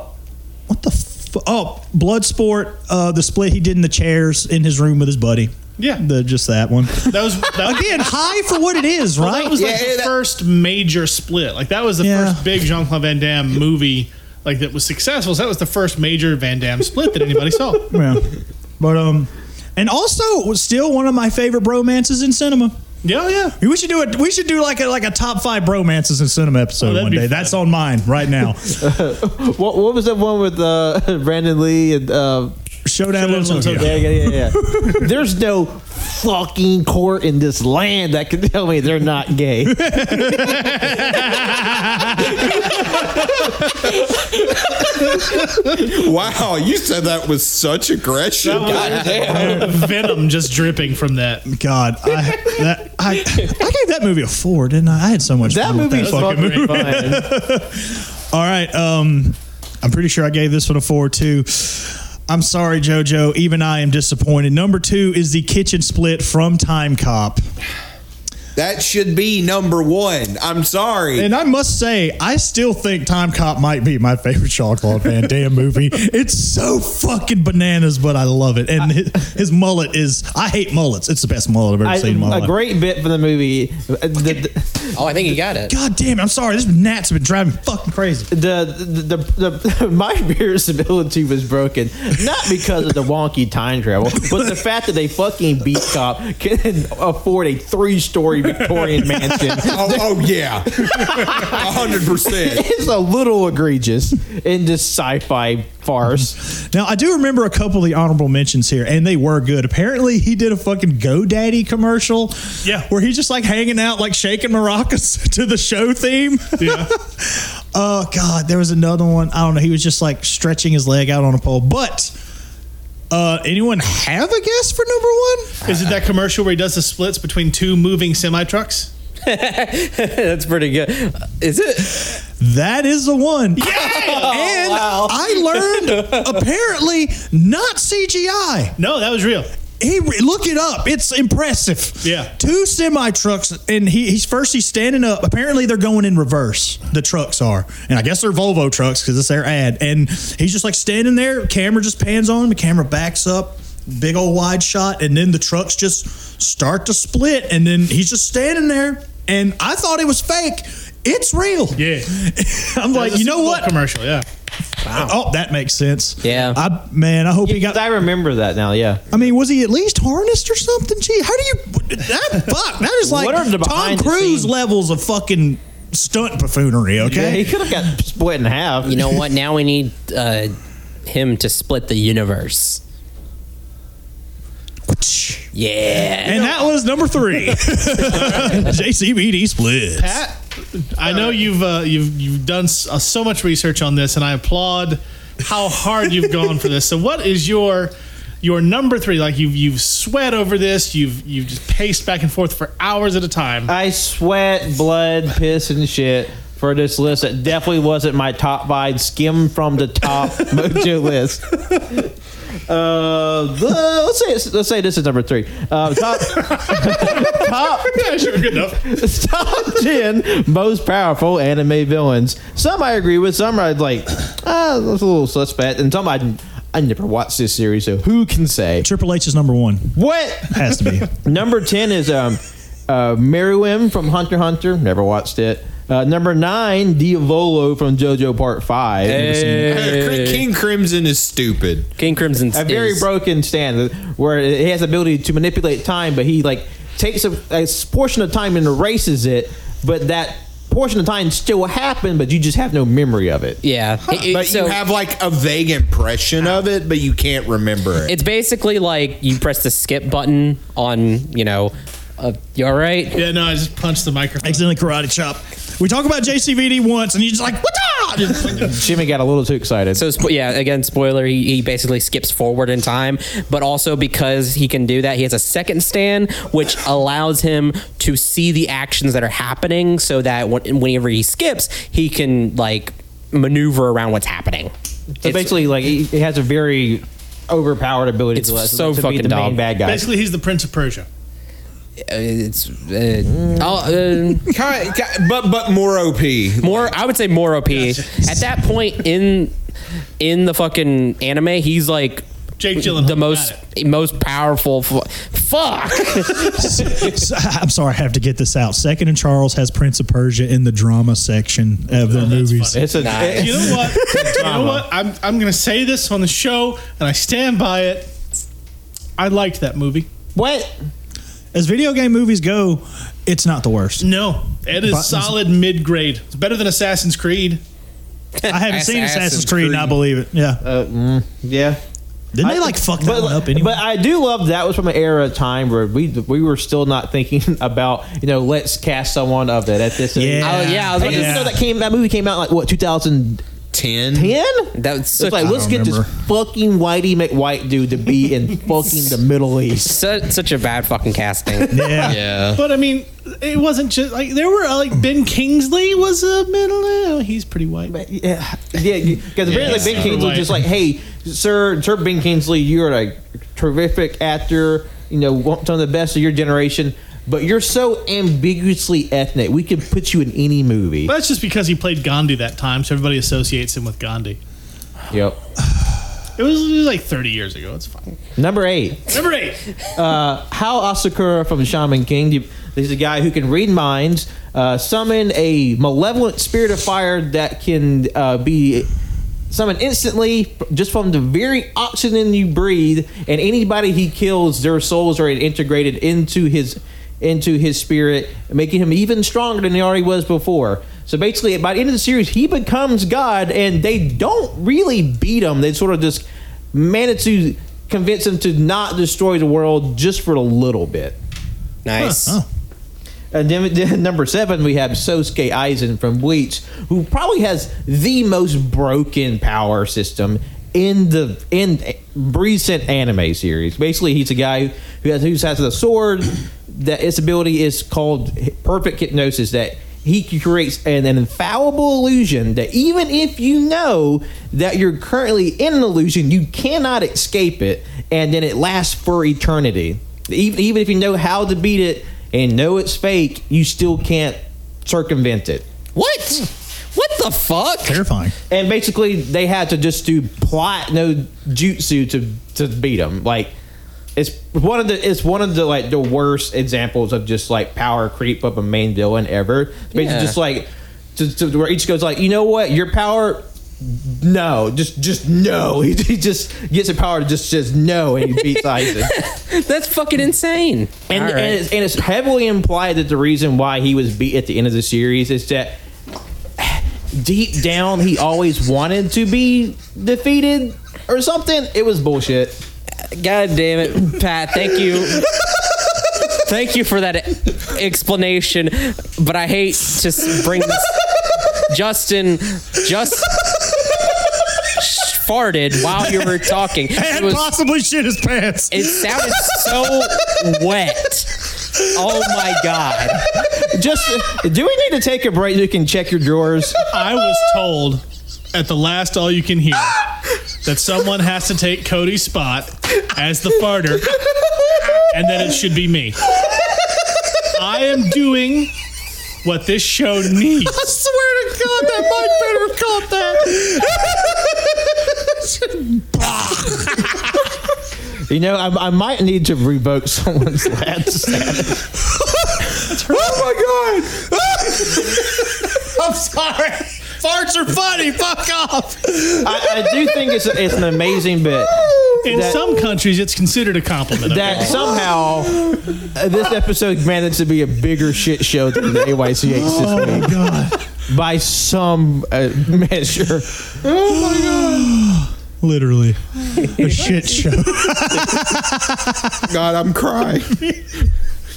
what the. F- oh, Bloodsport. Uh, the split he did in the chairs in his room with his buddy. Yeah. the, just that one. That was that, Again, high for what it is, right? That was like Yeah, the that- first major split. Like that was the Yeah. first big Jean Claude Van Damme movie like that was successful. So that was the first major Van Damme split that anybody saw. Yeah. But um, and also it was still one of my favorite bromances in cinema. Yeah, yeah. We should do it. We should do like a, like a top five bromances in cinema episode Oh, that'd one be day. That's on mine right now. What, what was that one with uh, Brandon Lee and uh, Showdown, Little Little Tokyo. yeah, yeah, yeah, yeah. There's no fucking court in this land that can tell me they're not gay. Wow, you said that with such aggression. Venom just dripping from that. God, I, that, I I gave that movie a four, didn't I? I had so much That fun with movie's that fucking fucking movie. fine. All right, um, I'm pretty sure I gave this one a four too. I'm sorry, JoJo. Even I am disappointed. Number two is the kitchen split from Time Cop. That should be number one. I'm sorry. And I must say, I still think Time Cop might be my favorite Sean Claude Van Damme movie. It's so fucking bananas, but I love it. And his, his mullet is—I hate mullets. It's the best mullet I've ever I, seen in my a life. great bit from the movie. uh, The, Oh, I think he got it. God damn it! I'm sorry. This gnat's been driving me fucking crazy. the, the, the, the, my irritability was broken, not because of the wonky time travel, but the fact that they fucking beat cop can afford a three story Victorian mansion. Oh, oh yeah, hundred percent. It's a little egregious in this sci fi farce. Now, I do remember a couple of the honorable mentions here, and they were good. Apparently, he did a fucking GoDaddy commercial. Yeah. Where he's just like hanging out, like shaking maracas to the show theme. Yeah. oh, God. There was another one. I don't know. He was just like stretching his leg out on a pole. But uh, anyone have a guess for number one? Is it that commercial where he does the splits between two moving semi trucks? That's pretty good. Uh, Is it? That is the one. Yeah. and wow. I learned apparently not CGI. No, that was real. He look it up. It's impressive. Yeah. Two semi trucks, and he, he's first he's standing up. Apparently they're going in reverse. The trucks are, and I guess they're Volvo trucks because it's their ad. And he's just like standing there. Camera just pans on him. The camera backs up. Big old wide shot, and then the trucks just start to split, and then he's just standing there. And I thought it was fake. It's real. Yeah. I'm That was like, a you Super know Bowl what? Commercial, yeah. Oh, that makes sense. Yeah. I man, I hope he got I remember that now, yeah. I mean, was he at least harnessed or something? Gee, how do you that fuck? That is like What are the Tom behind the Cruise scenes- levels of fucking stunt buffoonery. Yeah, Okay, he could have got split in half. You know what? Now we need uh, him to split the universe. Yeah. and that was number three. JCBD splits. Pat, I know you've uh, you've you've done s- uh, so much research on this, and I applaud how hard you've gone for this. So, what is your your number three? Like you've you've sweat over this. You've you've just paced back and forth for hours at a time. I sweat blood, piss, and shit for this list that definitely wasn't my top five. Skim from the top mojo list. Uh, the- let's say it's- let's say this is number three. Uh, top top Yeah, sure, good enough. top ten most powerful anime villains. Some I agree with. Some I like. Ah, that's a little suspect. And some I I never watched this series, so who can say Triple H is number one. what? Has to be. Number 10 is um, uh, Meruem from Hunter x Hunter. Never watched it. Uh, number 9, Diavolo from JoJo Part 5. King Crimson is stupid. King Crimson. A very is- broken stand where he has the ability to manipulate time, but he like takes a, a portion of time and erases it, but that portion of time still happened, but you just have no memory of it. Yeah. It- it- But so you have like a vague impression of it, but you can't remember it. it's basically like you press the skip button on, you know, uh, you all right? Yeah, no, I just punched the microphone. Accidentally karate chop. We talk about JCVD once, and you're just like, what? Jimmy got a little too excited. So spo- yeah, again, spoiler. He, he basically skips forward in time, but also because he can do that, he has a second stand, which allows him to see the actions that are happening, so that when, whenever he skips, he can like maneuver around what's happening. so basically, like he, he has a very overpowered ability It's to, uh, so to fucking be the main dumb. bad guy. Basically, he's the Prince of Persia. it's uh, oh, uh, Ki- ki- but but more op. more i would say more op at that point in in the fucking anime he's like Jake Gyllenhaal. the most most powerful. fu- fuck. So- I'm sorry, I have to get this out. Second and Charles has Prince of Persia in the drama section of their movies. It's a Nice. You know what? you know what? I'm I'm gonna say this on the show, and I stand by it. I liked that movie. what? As video game movies go, it's not the worst. No, it is Buttons. solid mid grade. It's better than Assassin's Creed. I haven't Ass- seen Assassin's Assassin's Creed, and I Creed. believe it. Yeah, Uh, Mm, Yeah. didn't they like fuck that But, one up anyway? but I do love that was from an era of time where we we were still not thinking about you know let's cast someone of it at this. Yeah. I was- Oh, Yeah, I was I like, didn't know that came that movie came out like what 2010. Ten. That was It's such, like let's don't get remember. this fucking whitey McWhite dude to be in fucking the Middle East. such, such a bad fucking casting. yeah. Yeah. But I mean, it wasn't just like there were uh, like Ben Kingsley was a middle. oh, He's pretty white. Yeah, yeah. Because apparently Yeah. Ben Kingsley Right. just like, hey, sir, sir Ben Kingsley, you're a terrific actor. You know, one- some of the best of your generation. But you're so ambiguously ethnic. We could put you in any movie. But that's just because he played Gandhi that time, so everybody associates him with Gandhi. Yep. It was, it was like 30 years ago. It's fine. Number eight, Number eight. Uh, Hal Asakura from Shaman King. You- He's a guy who can read minds, uh, summon a malevolent spirit of fire that can uh, be summoned instantly just from the very oxygen you breathe. And anybody he kills, their souls are integrated into his into his spirit, making him even stronger than he already was before. So basically, by the end of the series, he becomes God, and they don't really beat him. They sort of just manage to convince him to not destroy the world just for a little bit. Nice. And then, then number seven, we have Sosuke Eisen from Bleach, who probably has the most broken power system in the in recent anime series. Basically, he's a guy who has who has the sword that its ability is called perfect hypnosis. That he creates an, an infallible illusion that even if you know that you're currently in an illusion, you cannot escape it, and then it lasts for eternity. Even even if you know how to beat it and know it's fake, you still can't circumvent it. Hmm. What? What the fuck? Terrifying. And basically, they had to just do plot no jutsu to to beat them. Like it's one of the it's one of the like the worst examples of just like power creep of a main villain ever. Basically, Yeah. just like to, to where each goes like, you know what, your power. No, just just no. He, he just gets a power to just says no, and he beats Isaac. That's fucking insane. And, All right. and, it's, and it's heavily implied that the reason why he was beat at the end of the series is that deep down he always wanted to be defeated or something. It was bullshit. uh, God damn it, Pat. Thank you. thank you for that e-, explanation, but I hate to s- bring this. Justin just farted while you were talking. It, And was, possibly shit his pants. it sounded so wet. Oh my god. Just do we need to take a break? so You can check your drawers. I was told at the last All You Can Hear that someone has to take Cody's spot as the farter, and that it should be me. I am doing what this show needs. swear to God, that might better have caught that. you know, I, I might need to revoke someone's last status. Oh my god! I'm sorry. Farts are funny. Fuck off. I, I do think it's, it's an amazing bit In That- some countries, it's considered a compliment. that somehow uh, this episode managed to be a bigger shit show than the AYCH this Oh week my god. by some uh, measure. Literally, a shit show. God, I'm crying.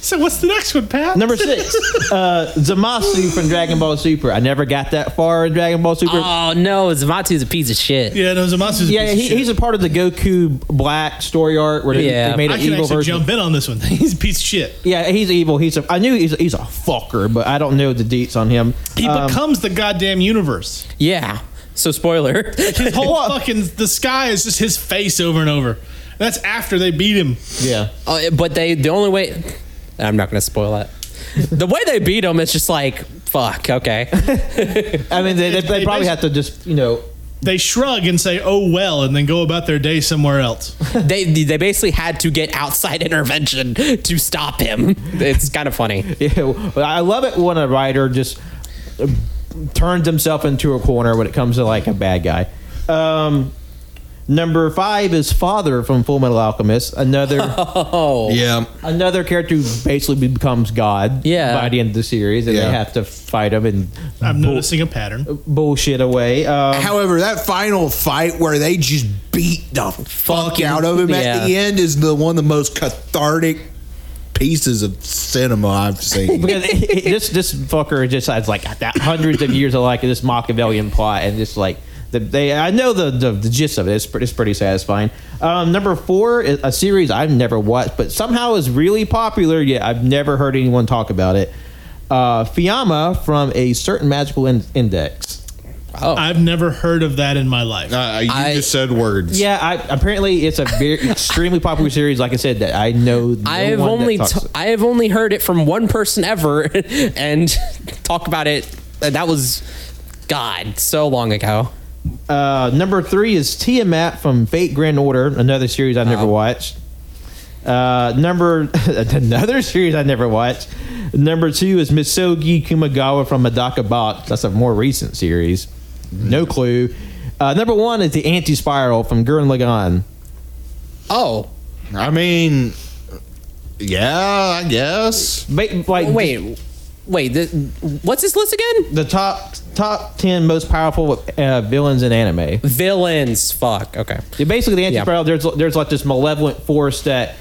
So what's the next one, Pat? Number six, uh, Zamasu from Dragon Ball Super. I never got that far in Dragon Ball Super. Oh no, Zamatsu's a piece of shit. yeah, those are monsters. yeah, he, he's a part of the Goku Black story arc where they, Yeah. they made I an can evil actually version. jump in on this one. He's a piece of shit. Yeah, he's evil. He's a. I knew he's a, he's a fucker, but I don't know the deets on him. Um, He becomes the goddamn universe. Yeah. So spoiler. His whole fucking the sky is just his face over and over. That's after they beat him. Yeah. Uh, but they the only way I'm not gonna spoil it. The way they beat him is just like fuck. Okay, I mean, they, they, they they probably basi- have to just you know They shrug and say, "Oh well," and then go about their day somewhere else. they they basically had to get outside intervention to stop him. It's kind of funny. Yeah, but I love it when a writer just uh, turns himself into a corner when it comes to like a bad guy. Um, number five is Father from Full Metal Alchemist, another Oh, Yeah. another character who basically becomes God. Yeah. by the end of the series, and Yeah. they have to fight him and I'm noticing a pattern. bullshit away. Um, However, that final fight where they just beat the fuck Fucking- out of him at yeah. the end is the one of the most cathartic pieces of cinema I've seen. because it, it- this this fucker just has like that hundreds of years of like this Machiavellian plot and just like the, they I know the, the the gist of it. It's, pre- it's pretty satisfying. Um, number four is a series I've never watched, but somehow is really popular. Yet I've never heard anyone talk about it. Uh, Fiamma from a certain magical in- index. Oh. I've never heard of that in my life. Uh, you I- just said words. Yeah, I, apparently it's a very extremely popular series. Like I said, that I know. no I have one that only talks- t- I have only heard it from one person ever, and talk about it. and That was God so long ago. Uh, number three is Tiamat from Fate Grand Order, another series I never watched. Uh, number another series I never watched. Number two is Misogi Kumagawa from Madaka Box. That's a more recent series. Mm. No clue. Uh, number one is the Anti Spiral from Gurren Lagann. Oh I mean, yeah, I guess. Ba- Like wait, wait. Th- what's this list again? the top top ten most powerful uh, villains in anime. Villains. Fuck. Okay. Yeah, basically, the Yeah. anti-spiral. There's there's like this malevolent force that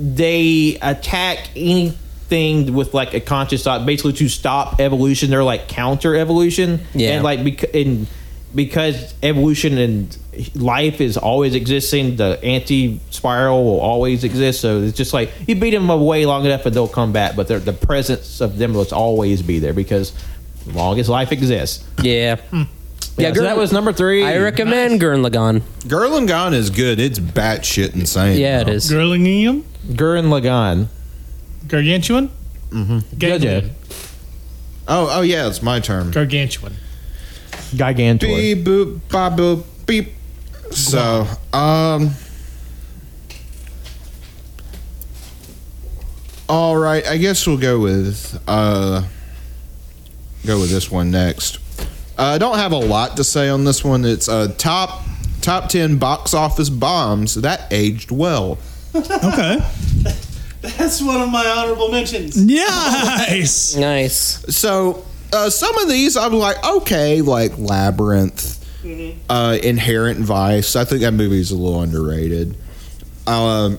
they attack anything with like a conscious thought, basically to stop evolution. They're like counter evolution, Yeah. And like bec- and because evolution and life is always existing, the anti-spiral will always exist. So it's just like you beat them away long enough, and they'll come back. But they're- the presence of them will always be there because as long as life exists. Yeah. Yeah, so that was number three. I recommend Gurren Lagann. Gurren Lagann is good. It's batshit insane. Yeah, it though. is. Girlingham, Gurren Lagann. gargantuan, Jojo. gargantuan, Oh, oh yeah, it's my turn. gargantuan. Gigantor. Beep boop ba boop beep. So, um. All right, I guess we'll go with uh go with this one next. Uh, I don't have a lot to say on this one. It's uh top top 10 box office bombs that aged well. Okay. That's one of my honorable mentions. Nice. Nice. So uh, some of these I'm like, okay, like Labyrinth, Mm-hmm. uh, Inherent Vice. I think that movie's a little underrated. Um,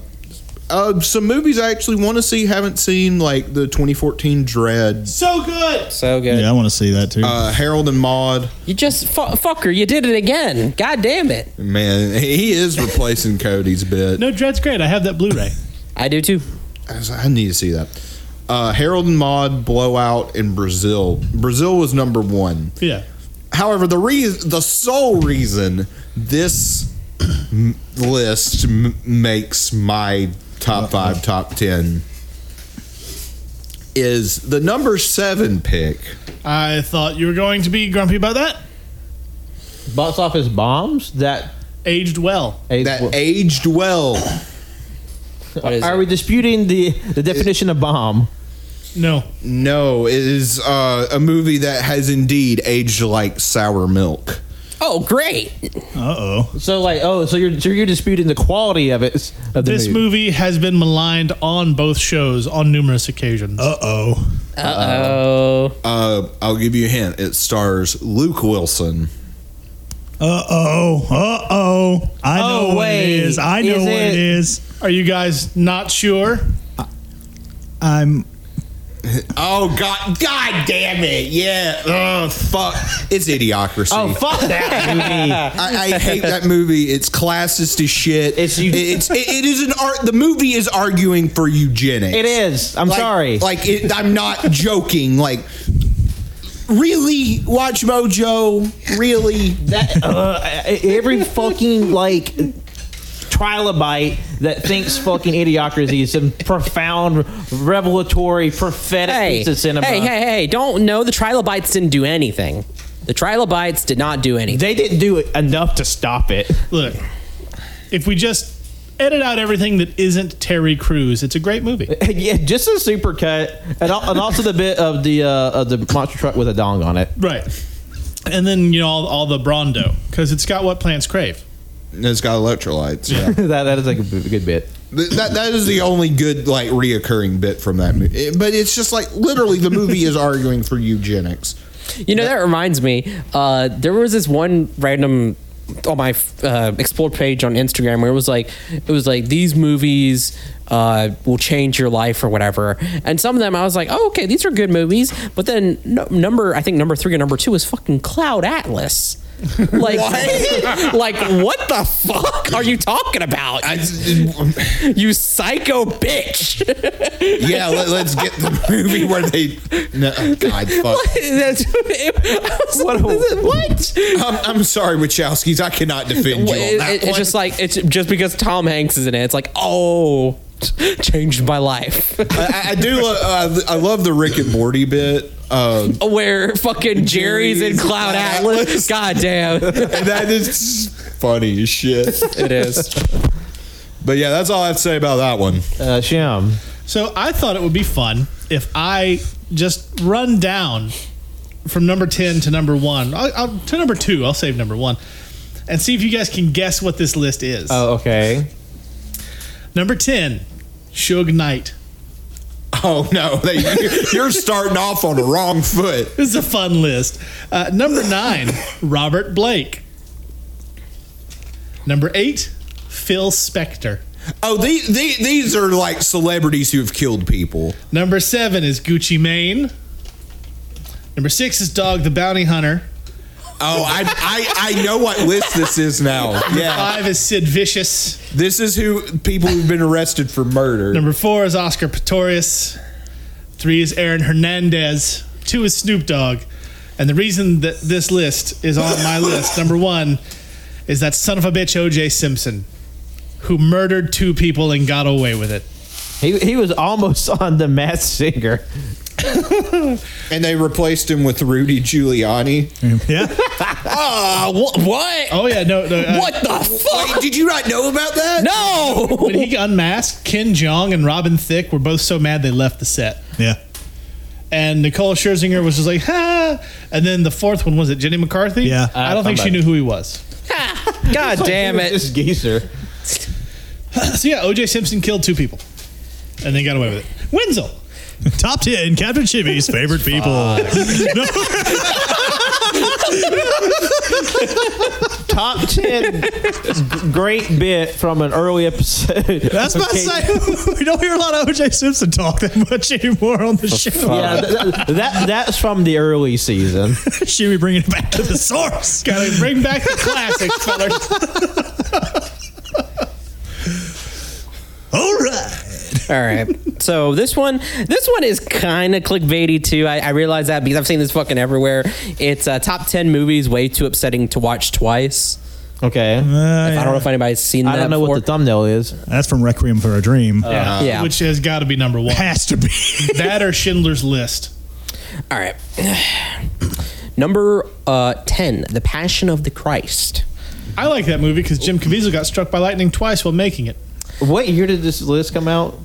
uh, some movies I actually want to see haven't seen, like the 2014 Dread, So good. So good. Yeah, I want to see that too. uh, Harold and Maude. You just fu- fucker. You did it again. God damn it. Man, he is replacing Cody's bit. No, Dread's great. I have that Blu-ray. I do too. I, was like, I need to see that. Uh, Harold and Maude blowout in Brazil. Brazil was number one. yeah. However, the reason, the sole reason this m- list m- makes my top five, top ten is the number seven pick. I thought you were going to be grumpy about that. box office bombs that Aged well. That aged well. What is are it? we disputing the the definition of bomb No. No, it is uh, a movie that has indeed aged like sour milk. Oh, great. Uh oh. so like oh so you're so you're disputing the quality of it of the This movie. movie has been maligned on both shows on numerous occasions. Uh oh. Uh oh. Uh, I'll give you a hint. It stars Luke Wilson. Uh oh. Uh oh. I know Oh, what wait. it is. I know Is what it- it is. Are you guys not sure? I'm. Oh god, god damn it! Yeah, Ugh, fuck. It's idiocracy. oh fuck that movie I, I hate that movie. It's classist as shit. It's eu- it's it, it is an art. The movie is arguing for eugenics. it is i'm Like- sorry Like it, I'm not joking. Like really, Watch Mojo. Really, that uh, every fucking like trilobite that thinks fucking idiocracy is some profound revelatory prophetic Hey. piece of cinema Hey, hey, hey. Don't know the trilobites didn't do anything. The trilobites did not do anything. They didn't do enough to stop it. Look, if we just edit out everything that isn't Terry Crews, it's a great movie. yeah, just a supercut, and, al- and also the bit of the uh, of the monster truck with a dong on it. Right. And then, you know, all, all the Brondo, because it's got what plants crave. It's got electrolytes. Yeah. that that is like a good good bit. Th- that that is the only good like reoccurring bit from that movie. It- but it's just like literally the movie is arguing for eugenics. You know, that reminds me. Uh, there was this one random on my uh, explore page on Instagram where it was like, it was like these movies uh, will change your life or whatever. And some of them I was like, oh, okay, these are good movies. But then no, number, I think number three and number two is fucking Cloud Atlas. like, like what the fuck are you talking about? you psycho bitch. Yeah, let, us get the movie where they. No, oh, God, fuck. That's- I was like, what? I'm, I'm sorry, Wachowskis. I cannot defend you on It- that it- it's one. just like it's just because Tom Hanks is in it. It's like oh, changed my life. I, I- I do. lo- Uh, I love the Rick and Morty bit. Um, Where fucking Jerry's in Jerry's Cloud Atlas. Atlas. God damn, and that is funny as shit. it is. But yeah, that's all I have to say about that one. Uh, Sham. So I thought it would be fun if I just run down from number 10 to number one, I, I'll, to number two, I'll save number one, and see if you guys can guess what this list is. Oh, okay. Number 10, Suge Knight. Oh no, they, you're- you're starting off on the wrong foot. This is a fun list. Uh, number nine, Robert Blake. Number eight, Phil Spector. Oh, the, the, these are like celebrities who have killed people. Number seven is Gucci Mane. Number six is Dog the Bounty Hunter. Oh, I, I, I know what list this is now. Yeah, Five is Sid Vicious. this is who people who've been arrested for murder. Number four is Oscar Pistorius. Three is Aaron Hernandez. Two is Snoop Dogg. And the reason that this list is on my list, number one, is that son of a bitch OJ Simpson, who murdered two people and got away with it. He, he was almost on the Masked Singer. And they replaced him with Rudy Giuliani. Yeah. Uh, Ah, wha- what? Oh yeah, no, no. uh, What the fuck? Wait, did you not know about that? No. When he got unmasked, Ken Jeong and Robin Thicke were both so mad they left the set. Yeah. And Nicole Scherzinger was just like, ha! And then the fourth one, was it Jenny McCarthy? Yeah. I don't think she knew who he was. God damn it. This geezer. So yeah, OJ Simpson killed two people and then got away with it. Wenzel. Top 10 Captain Chimmy's favorite people. No, Top 10 great bit from an early episode. that's my say. We don't hear a lot of OJ Simpson talk that much anymore on the show. Yeah, th- th- that that's from the early season. Should we bring it back to the source? Gotta bring back the classics, fellas. All right. All right. So this one, this one is kind of clickbaity too. I, I realize that because I've seen this fucking everywhere. It's uh, top ten movies way too upsetting to watch twice. Okay, Uh, I don't know if anybody's seen that. I don't know before. what the thumbnail is. That's from Requiem for a Dream. yeah. Which has got to be number one. Has to be. That or Schindler's List. All right. Number uh, 10, The Passion of the Christ. I like that movie because Jim Caviezel got struck by lightning twice while making it. What year did this list come out?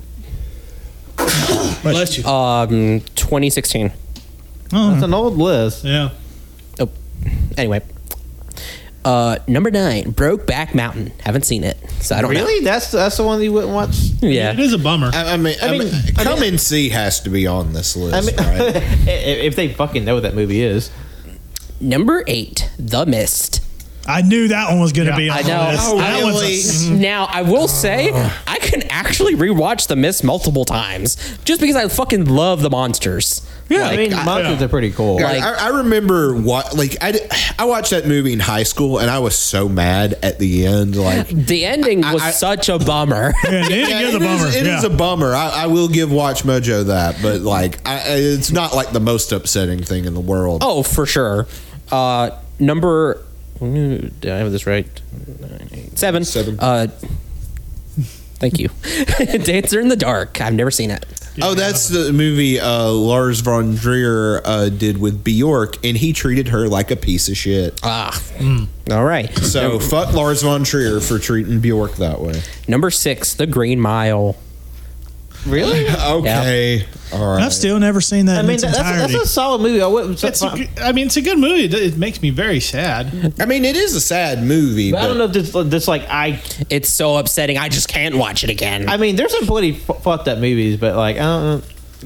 Bless you. Um, 2016. It's Oh. an old list. yeah. Oh, anyway. Uh, number nine, Brokeback Mountain. Haven't seen it, so I don't Really? That's that's the one you wouldn't watch. know. It Yeah. is a bummer. I, I mean, I mean, come and see has to be on this list, I mean, right? i- if they fucking know what that movie is. Number eight, The Mist. I knew that one was going to be on I the know. list. Oh, that one's a really? s- Now, I will say, I can actually rewatch The Mist multiple times just because I fucking love the monsters. Yeah, I mean, monsters are pretty cool. God, I, I remember what like I, di- I watched that movie in high school and I was so mad at the end like the ending was I- I- such a bummer. Yeah, the Yeah, ending it is is a bummer. it yeah. is a bummer. I, I will give Watch Mojo that, but like, I, I- it's not like the most upsetting thing in the world. Oh, for sure. Uh, number. Did I have this right? Nine, eight, Seven. Seven. Uh, thank you. Dancer in the Dark. I've never seen it. oh, that's the movie uh, Lars von Trier uh, did with Bjork, and he treated her like a piece of shit. Ah. All right. So fuck Lars von Trier for treating Bjork that way. Number six, The Green Mile. Really? Okay, all right. I've still never seen that I in mean, its that- that's, entirety. that's a solid movie. I wouldn't. It's a g- I mean, it's a good movie. It, it makes me very sad. I mean, it is a sad movie, I but don't know if this, this like I. It's so upsetting. I just can't watch it again. I mean, there's some bloody f- fucked up movies, but like I don't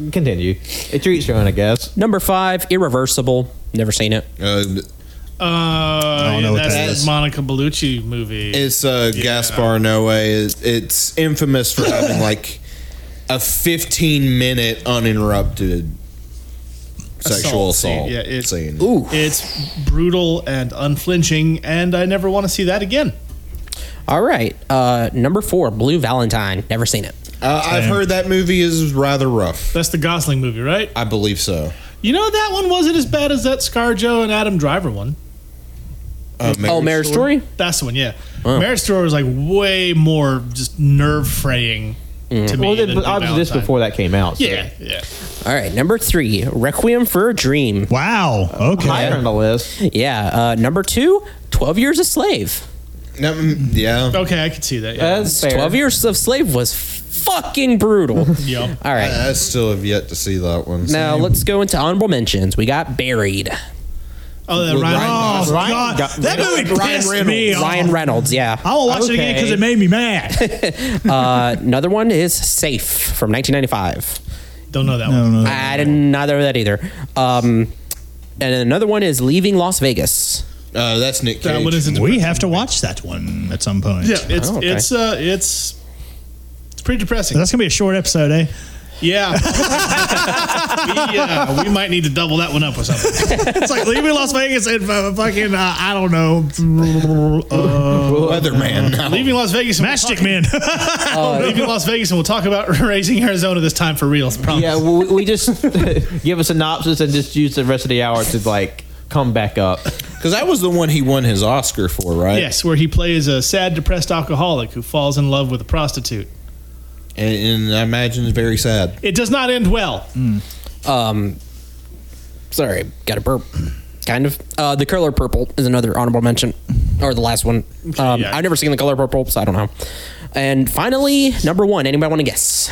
know. Continue. It's your each your own, I guess. Number five, Irreversible. Never seen it. uh, Uh, I don't know what that's that the is. Monica Bellucci movie. it's uh, Gaspar Noé. It's- It's infamous for having like a 15 minute uninterrupted sexual Assault scene, assault. yeah, it- scene. It's brutal and unflinching, and I never want to see that again. All right. Uh, number four, Blue Valentine. Never seen it. Uh, I've heard that movie is rather rough. That's the Gosling movie, right? I believe so. You know that one wasn't as bad as that ScarJo and Adam Driver one. Uh, oh, Marriage Story? That's the one, yeah. Oh. Marriage Story was like way more just nerve fraying to Mm. me. Well, then, than but Blue obviously this Valentine. before that came out. so- Yeah, yeah. All right. Number three, Requiem for a Dream. wow. Okay. Higher on the list. Yeah. Uh, number two, 12 Years a Slave. No, mm, yeah. Okay, I could see that. Yeah. That's fair. 12 Years of Slave was fucking brutal. Yup. All right. I, I still have yet to see that one. now let's go into honorable mentions. We got Buried. Oh, that With Ryan. Ryan Oh, God. That movie Ryan pissed me off. Ryan Reynolds. Yeah. Oh. I won't watch it again Okay. because it made me mad. Uh, another one is Safe from 1995. Don't know that I one. don't know. I didn't either that either. Um, and another one is Leaving Las Vegas. Uh, that's Nick Cage. That one isn't. We have to watch that one at some point. Yeah, it's Oh, okay. it's uh it's it's pretty depressing. That's gonna be a short episode, eh? Yeah. we, uh, we might need to double that one up or something. It's like leaving Las Vegas and uh, fucking uh, I don't know, uh, Weatherman. No. Leaving Las Vegas. and we'll Matchstick talk- Man. Leaving Las Vegas, and we'll talk about raising Arizona this time for real. Promise. Yeah, we, we just give a synopsis and just use the rest of the hour to like come back up. Because that was the one he won his Oscar for, right? Yes, where he plays a sad, depressed alcoholic who falls in love with a prostitute. And, and I imagine it's very sad. It does not end well. Um, sorry, got a burp. Kind of. Uh, the Color Purple is another honorable mention, or the last one. Um, yeah. I've never seen The Color Purple, so I don't know. And finally, number one. Anybody want to guess?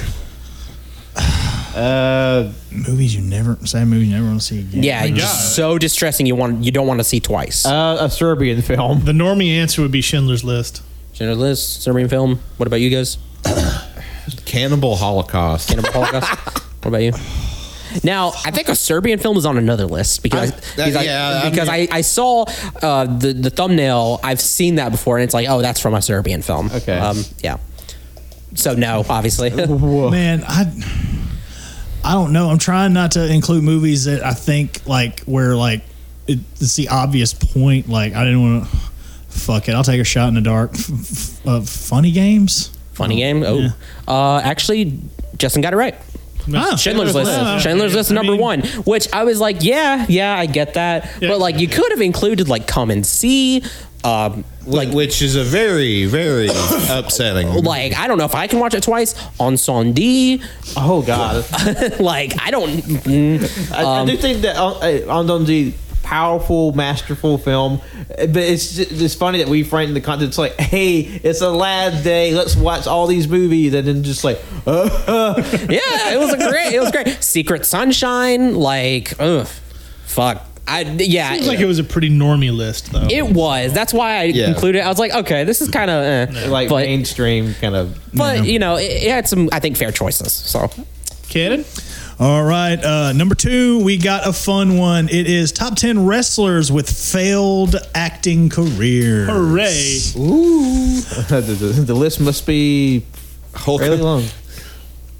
Uh, movies you never, sad movies you never want to see again. Yeah, it's just so distressing. You want you don't want to see twice. uh, a Serbian film. The normie answer would be Schindler's List. Schindler's List, Serbian film. What about you guys? Cannibal Holocaust. Cannibal Holocaust. what about you? Now, I think a Serbian film is on another list because that- because, yeah, I, I because I, mean- I, saw uh, the the thumbnail. I've seen that before, and it's like, oh, that's from a Serbian film. Okay. Um, yeah. So no, obviously. man, I, I don't know. I'm trying not to include movies that I think like where like it, it's the obvious point. Like I didn't want to. Fuck it, I'll take a shot in the dark. F- f- uh, funny games. Funny game. Oh, uh, actually, Justin got it right. Oh. Schindler's List. Yeah. Schindler's List I number mean- one, which I was like, yeah, yeah, I get that, Yeah. but like you could have included like Come and See. Um, Like, which is a very, very upsetting. like I don't know if I can watch it twice on Sondi. Oh God, like I don't. mm, I, I do think that uh, Andonzi powerful, masterful film. uh, But it's ju- it's funny that we framed the content. It's like, hey, it's a lad day. Let's watch all these movies, and then just like, yeah, it was a great. It was great. Secret Sunshine. Like, ugh, fuck. I yeah. Seems like it was a pretty normie list, though. it was. That's why I included. it. I was like, okay, this is kind of eh. like but, mainstream kind of. but you know, it, it had some I think fair choices. So Canon? All right, uh, number two, we got a fun one. It is top ten wrestlers with failed acting careers. Hooray. the, the- the list must be really long.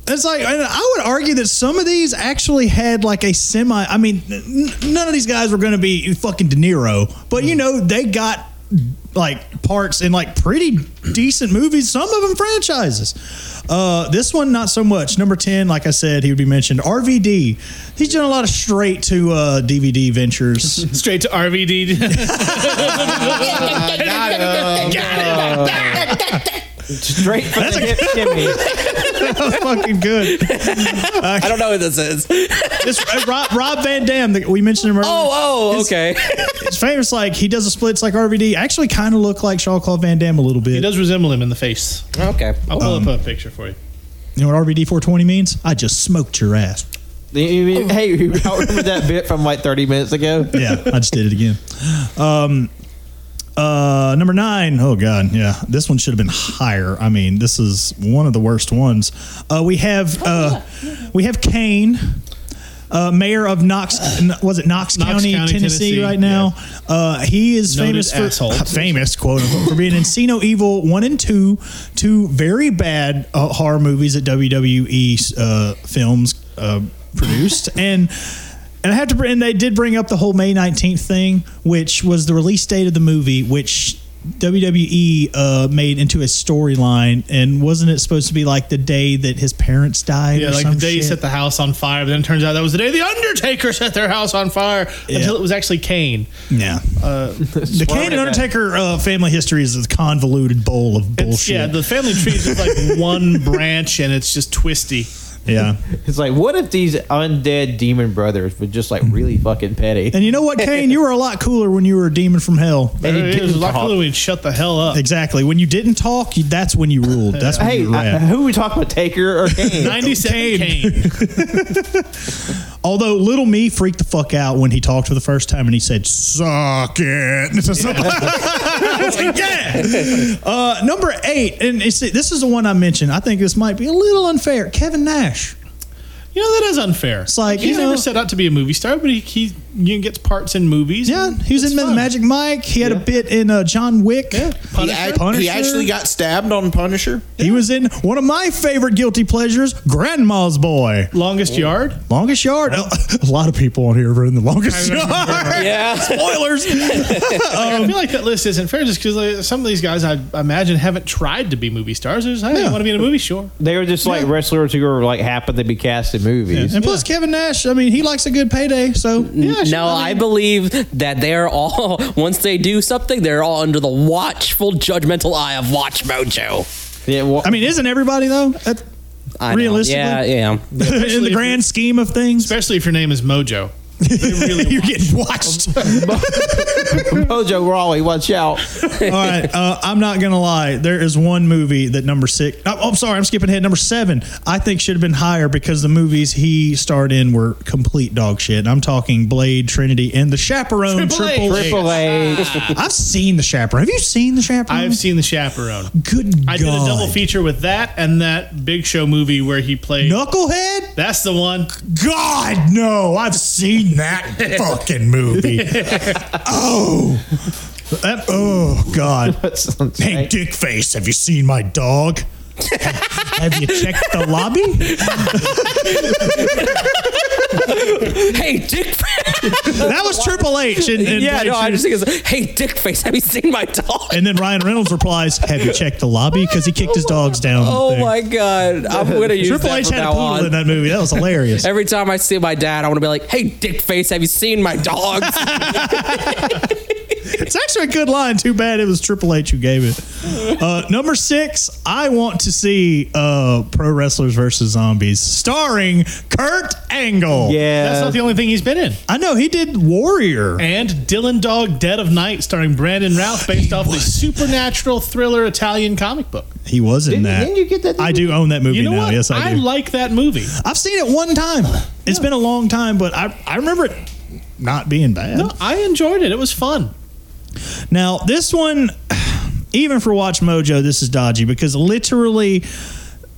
It's like and I would argue that some of these actually had like a semi. I mean, n- none of these guys were going to be fucking De Niro, but you know they got like parts in like pretty decent movies. Some of them franchises. Uh, this one not so much. Number ten, like I said, he would be mentioned. RVD. He's done a lot of straight to uh, DVD ventures. Straight to RVD. Straight from the hip, Jimmy. that was fucking good. I don't know who this is. This uh, Rob, Rob Van Dam, the, we mentioned him earlier. Oh, oh, His- okay. It's famous. Like he does the splits like RVD. Actually, kind of look like Shaw Claw Van Dam a little It bit. does resemble him in the face. okay. I'll Um, pull up a picture for you. You know what RVD 420 means? I just smoked your ass. You- you mean- hey, you remember that bit from like 30 minutes ago? Yeah, I just did it again. Um, uh, number nine. Oh god, yeah, this one should have been higher. I mean, this is one of the worst ones. Uh, we have uh, we have Kane. Uh, mayor of Knox, n- was it Knox, Knox County, County, Tennessee, Tennessee, right now? Uh, he is Noted famous for asshole. famous quote unquote for being in Sino Evil one and two, two very bad uh, horror movies that WWE uh, films uh, produced, and and I have to br- and they did bring up the whole May nineteenth thing, which was the release date of the movie, which. WWE uh, made into a storyline, and wasn't it supposed to be like the day that his parents died? Yeah, or like some the day he shit? set the house on fire, but then it turns out that was the day the Undertaker set their house on fire until it was actually Kane. Yeah. Uh, the Kane and Undertaker uh, family history is a convoluted bowl of It's- bullshit. yeah, the family tree is just like one branch and it's just twisty. yeah. It's like, what if these undead demon brothers were just like really fucking petty? And you know what, Kane? You were a lot cooler when you were a demon from hell. And he It was didn't like talk. Halloween, shut the hell up. Exactly. When you didn't talk, you, that's when you ruled. That's when Hey, you I, ran. who we talking about, Taker or Kane? 97 Kane. Although little me freaked the fuck out when he talked for the first time and he said, "Suck it." It's just- I was like, yeah. Uh, number eight, and it's, this is the one I mentioned. I think this might be a little unfair. Kevin Nash. You know, that is unfair. It's like, he's you know- never set out to be a movie star, but he, he you know, gets parts in movies. Yeah, and he was it's in the fun. Magic Mike. He had a bit in uh, John Wick. He, act- he actually got stabbed on Punisher. He was in one of my favorite guilty pleasures, Grandma's Boy. Longest Yard. Longest Yard. A lot of people on here were in the longest yard. Yeah. Spoilers. I um, feel like that list isn't fair just because like, some of these guys I imagine haven't tried to be movie stars. They're just, hey, I want to be in a movie, sure. They were just like wrestlers who were like happened to be cast in movies. and plus, Kevin Nash, I mean, he likes a good payday. So, yeah, sure, no, I believe that they're all once they do something, they're all under the watchful, judgmental eye of Watch Mojo. Yeah, well, I mean, isn't everybody, though? That- I know. Realistically? yeah, yeah. in the grand scheme of things, Especially if your name is Mojo. you're getting watched. Mojo Rawley, watch out. All right, uh, I'm not gonna lie. There is one movie that number six. Oh, I'm sorry, I'm skipping ahead. Number seven, I think should have been higher because the movies he starred in were complete dog shit. I'm talking Blade, Trinity, and The Chaperone. Triple, A. Triple H. I've seen The Chaperone. Have you seen The Chaperone? I've seen The Chaperone. Good God. I did a double feature with that and that Big Show movie where he played. Knucklehead? That's the one. God, no! I've seen that fucking movie. oh, That- oh God! Hey, Dickface, have you seen my dog? have, have you checked the lobby? Hey, Dick. That was Triple H. And, and, yeah, no, I just think it's hey, Dick Face. Have you seen my dog? and then Ryan Reynolds replies, "Have you checked the lobby?" Because he kicked his dogs down. the Oh thing. my god, I'm gonna use Triple that H from had a now poodle in on. that movie. That was hilarious. Every time I see my dad, I want to be like, "Hey, Dick Face, have you seen my dog?" It's actually a good line. Too bad it was Triple H who gave it. Uh, number six, I want to see uh, pro wrestlers versus zombies, starring Kurt Angle. That's Yeah. not the only thing he's been in. I know he did Warrior. And Dylan Dog Dead of Night, starring Brandon Routh, based off the supernatural thriller Italian comic book. He was Didn't- in that. didn't you get that I do own that movie You know now. what? Yes, I, do. like that movie. I've seen it one time. It's been a long time, but I I remember it not being bad. No, I enjoyed it. It was fun. Now, this one, even for Watch Mojo, this is dodgy because literally,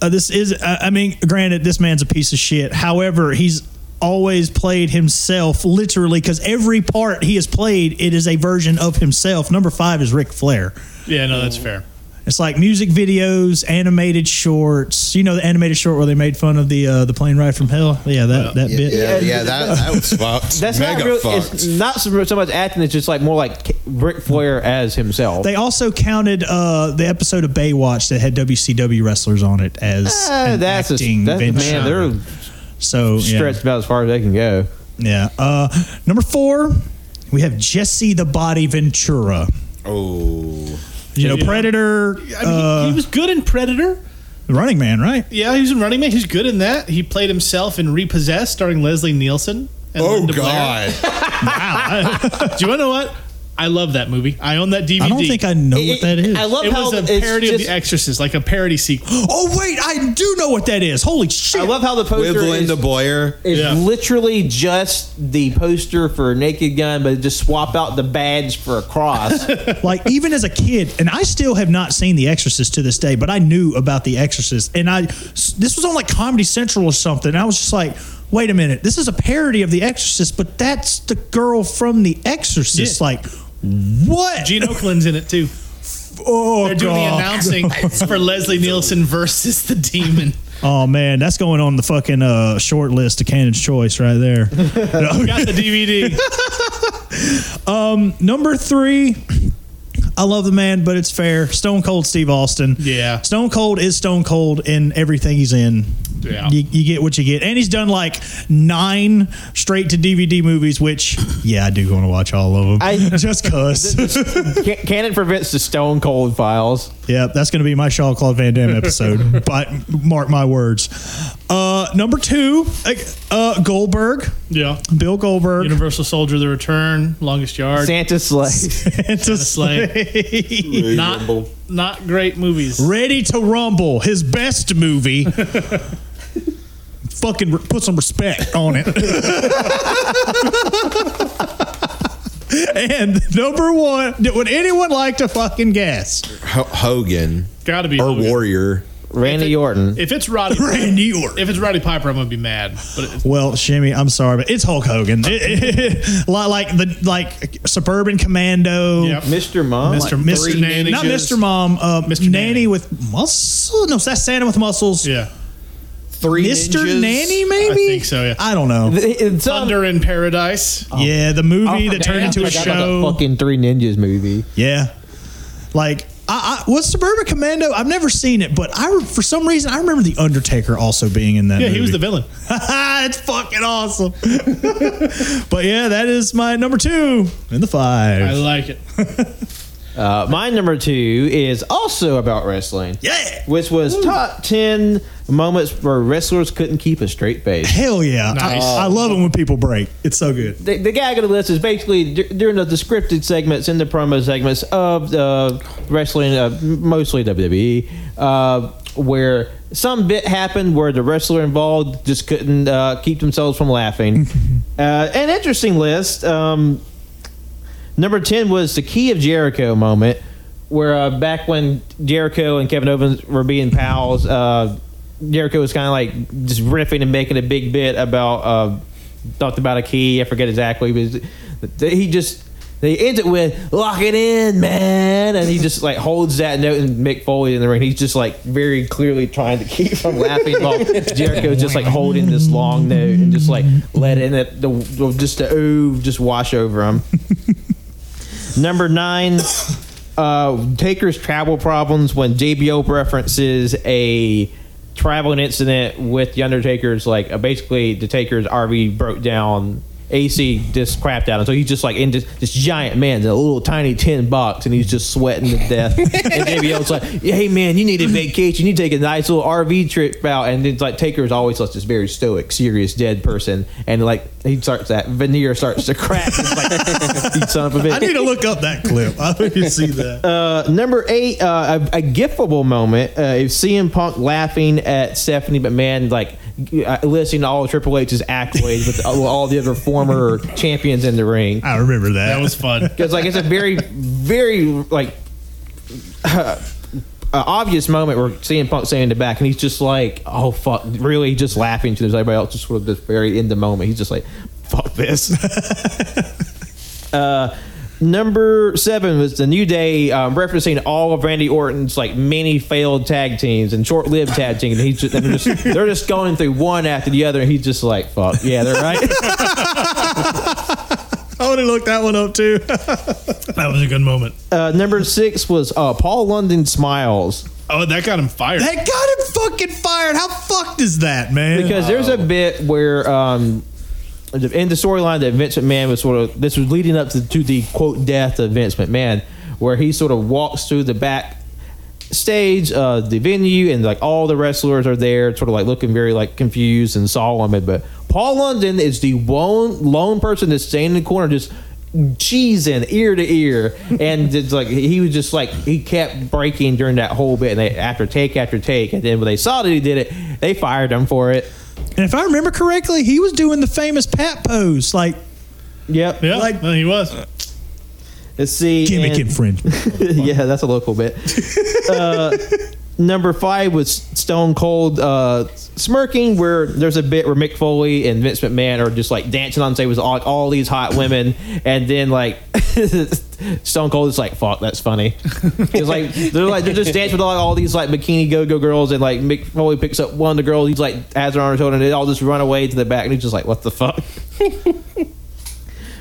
uh, this is, uh, I mean, granted, this man's a piece of shit. However, he's always played himself literally because every part he has played, it is a version of himself. Number five is Ric Flair. Yeah, no, that's fair. It's like music videos, animated shorts. You know the animated short where they made fun of the uh, the plane ride from hell. Yeah, that that bit. yeah, that, that was fucked. That's not real. It's not so so much acting. It's just like more like Ric Flair as himself. They also counted uh, the episode of Baywatch that had WCW wrestlers on it as Uh, an that's a, acting that's man. venture. They're so yeah. stretched about as far as they can go. Yeah. Uh, number four, we have Jesse the Body Ventura. oh, You know, Predator. uh, I mean, he- he was good in Predator. Running Man, right? Yeah, he was in Running Man. He's good in that. He played himself in Repossessed, starring Leslie Nielsen. And Oh, Linda Blair. God. wow. Do you want to know what? I love that movie. I own that DVD. I don't think I know what that is. I love it how was a it's parody of just- The Exorcist, like a parody sequel. oh wait, I do know what that is. Holy shit! I love how the with poster is, Linda Blair. is Yeah. literally just the poster for Naked Gun, but just swap out the badge for a cross. like even as a kid and i still have not seen the exorcist to this day but i knew about the exorcist and i this was on like comedy central or something and i was just like wait a minute this is a parody of the exorcist but that's the girl from the exorcist Yeah. like what Gene Oakland's in it too. oh, They're doing God. the announcing for Leslie Nielsen versus the demon. oh man that's going on the fucking uh, short list of canon's choice right there Got the DVD. Number three, I love the man, but it's fair. Stone Cold Steve Austin. Yeah. Stone Cold is Stone Cold in everything he's in. Yeah. You, you get what you get. And he's done like nine straight to DVD movies, which, yeah, I do want to watch all of them. I- Just cuss. can, can it prevents the Stone Cold files? Yep, that's going to be my Shaw Claude Van Damme episode. but mark my words. Uh, number two, uh, Goldberg. Yeah. Bill Goldberg. Universal Soldier: The Return, Longest Yard, Santa Slay. Santa Slay. not not great movies. Ready to Rumble, his best movie. Fucking re- put some respect on it. and number one, would anyone like to fucking guess? Ho- Hogan Got to be or Hogan. Warrior. Randy Orton. If it's Roddy, Randy Orton. if it's Roddy Piper, I'm gonna be mad. But it- Well, Shimmy, I'm sorry, but it's Hulk Hogan. It- it- li- like the like Suburban Commando. Yep. Mr. Mom. Like, Mr. Mr. Nanny Mr. Nanny, not just- Mr. Mom, uh, Mr. Mr. Nanny, Nanny. with muscle. No, that's Santa with muscles. yeah, Three Mr. Ninjas. Nanny, maybe. think so, yeah. I don't know. th- it's on- Thunder in Paradise. yeah, the movie that turned damn, into a I forgot about show. the fucking Three Ninjas movie. Yeah. Like I, I was Suburban Commando. I've never seen it, but I for some reason I remember the Undertaker also being in that. Yeah, he was the movie. villain. it's fucking awesome. but yeah, that is my number two in the five. I like it. Uh, my number two is also about wrestling. yeah, Which was top 10 moments where wrestlers couldn't keep a straight face. hell yeah! Nice. I, I love it when people break. It's so good. the, the gag of the list is basically dur- during the, the scripted segments and the promo segments of the wrestling, uh, mostly WWE, uh, where some bit happened where the wrestler involved just couldn't uh, keep themselves from laughing. uh, an interesting list. Um, number 10 was the Key of Jericho moment, where uh, back when Jericho and Kevin Owens were being pals, uh, Jericho was kind of like just riffing and making a big bit about, uh, talked about a key, I forget exactly, but th- he just. They ends it with "Lock it in, man," and he just like holds that note and Mick Foley in the ring. He's just like very clearly trying to keep from laughing while Jericho's just like holding this long note and just like letting it the, the just the ooh just wash over him. Number nine, uh, Taker's travel problems when JBO references a traveling incident with the Undertaker's, like uh, basically the Taker's RV broke down. AC just crapped out, and so he's just like in this, this giant man, a little tiny tin box, and he's just sweating to death. and JBL's like, "Hey man, you need a vacation. You take a nice little RV trip out." And it's like Taker's always like this very stoic, serious, dead person, and like he starts that veneer starts to crack. It's like, "You son of a bitch." I need to look up that clip. I need to see that. Uh, number eight, uh, a, a giftable moment uh, is CM Punk laughing at Stephanie McMahon, like uh, listing all of Triple H's accolades with all, all the other former champions in the ring. I remember that. That was fun. Because like it's a very, very like uh, obvious moment where CM Punk's saying in the back, and he's just like, "Oh fuck," really just laughing to everybody else, just sort of this very in the moment. He's just like, "Fuck this." uh, number seven was the New Day, um, referencing all of Randy Orton's like many failed tag teams and short-lived tag teams. And he's just, and they're just they're just going through one after the other, and he's just like, "Fuck yeah, they're right." I want to look that one up too. that was a good moment. uh, number six was uh, Paul London smiles. Oh, that got him fired. That got him fucking fired. How fucked is that, man? because there's a bit where um, in the storyline that Vince McMahon was sort of this was leading up to, to the quote death of Vince McMahon, where he sort of walks through the back stage, uh, the venue, and like all the wrestlers are there, sort of like looking very like confused and solemn. But Paul London is the one lone person that's standing in the corner, just cheesing ear to ear, and it's like he was just like he kept breaking during that whole bit, and they after take after take, and then when they saw that he did it, they fired him for it. And if I remember correctly, he was doing the famous pat pose, like Yep. Yeah, no, he was. Let's see. gimmick and- and fringe. yeah, that's a local bit. uh, number five was Stone Cold uh, smirking, where there's a bit where Mick Foley and Vince McMahon are just like dancing on stage with all, all these hot women, and then like Stone Cold is like, "Fuck, that's funny." It's like they're like they're just dancing with all, all these like bikini go go girls, and like Mick Foley picks up one of the girls, he's like has her on her shoulder, and they all just run away to the back, and he's just like, "What the fuck."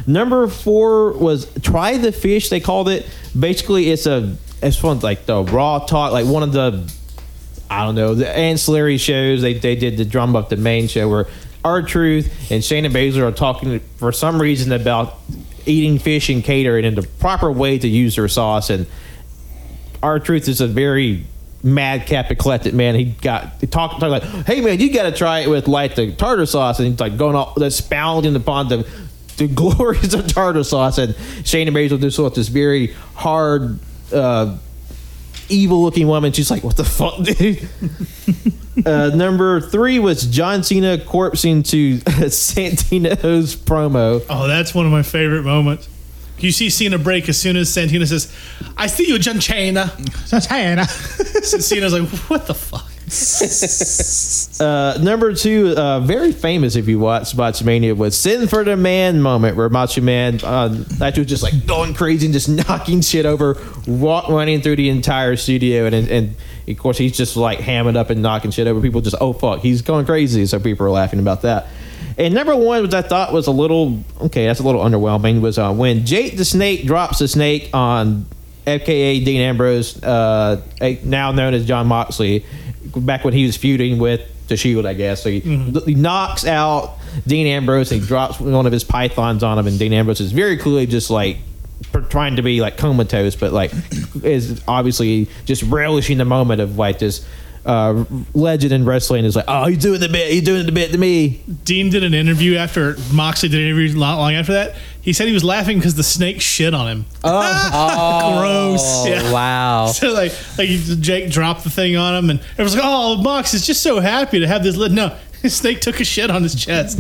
Number four was try the fish. They called it. Basically, it's a it's from like the raw talk, like one of the I don't know the ancillary shows. They they did the drum up the main show where our truth and Shayna Baszler are talking for some reason about eating fish and catering and the proper way to use their sauce and our truth is a very madcap eclectic man he got he talked talk like hey man you got to try it with like the tartar sauce and he's like going all expounding upon the the glories of tartar sauce and Shayna Baszler just sort of this very hard uh evil looking woman she's like what the fuck dude uh, number three was John Cena corpsing to Santino's promo Oh, that's one of my favorite moments. You see Cena break as soon as Santina says, I see you, John Cena. Cena's like, what the fuck? Uh, number two, uh, very famous if you watch Botchmania, was "Sin for the Man" moment where Macho Man uh, actually was just like going crazy and just knocking shit over, walk, running through the entire studio, and and of course he's just like hamming up and knocking shit over. People just oh fuck, he's going crazy, so people are laughing about that. And number one, which I thought was a little okay, that's a little underwhelming, was uh, when Jake the Snake drops the snake on FKA Dean Ambrose, uh, a- now known as John Moxley, back when he was feuding with the Shield, I guess. So he, he knocks out Dean Ambrose and he drops one of his pythons on him, and Dean Ambrose is very clearly just like pr- trying to be like comatose, but like is obviously just relishing the moment of like this. Uh, legend in wrestling is like, oh, he's doing the bit, he's doing the bit to me. Dean did an interview after Moxley did an interview not long after that. He said he was laughing because the snake shit on him. Gross. Yeah. Oh. Wow. So like, like Jake dropped the thing on him, and it was like, "Oh, Mox is just so happy to have this." Li-. No, his snake took a shit on his chest.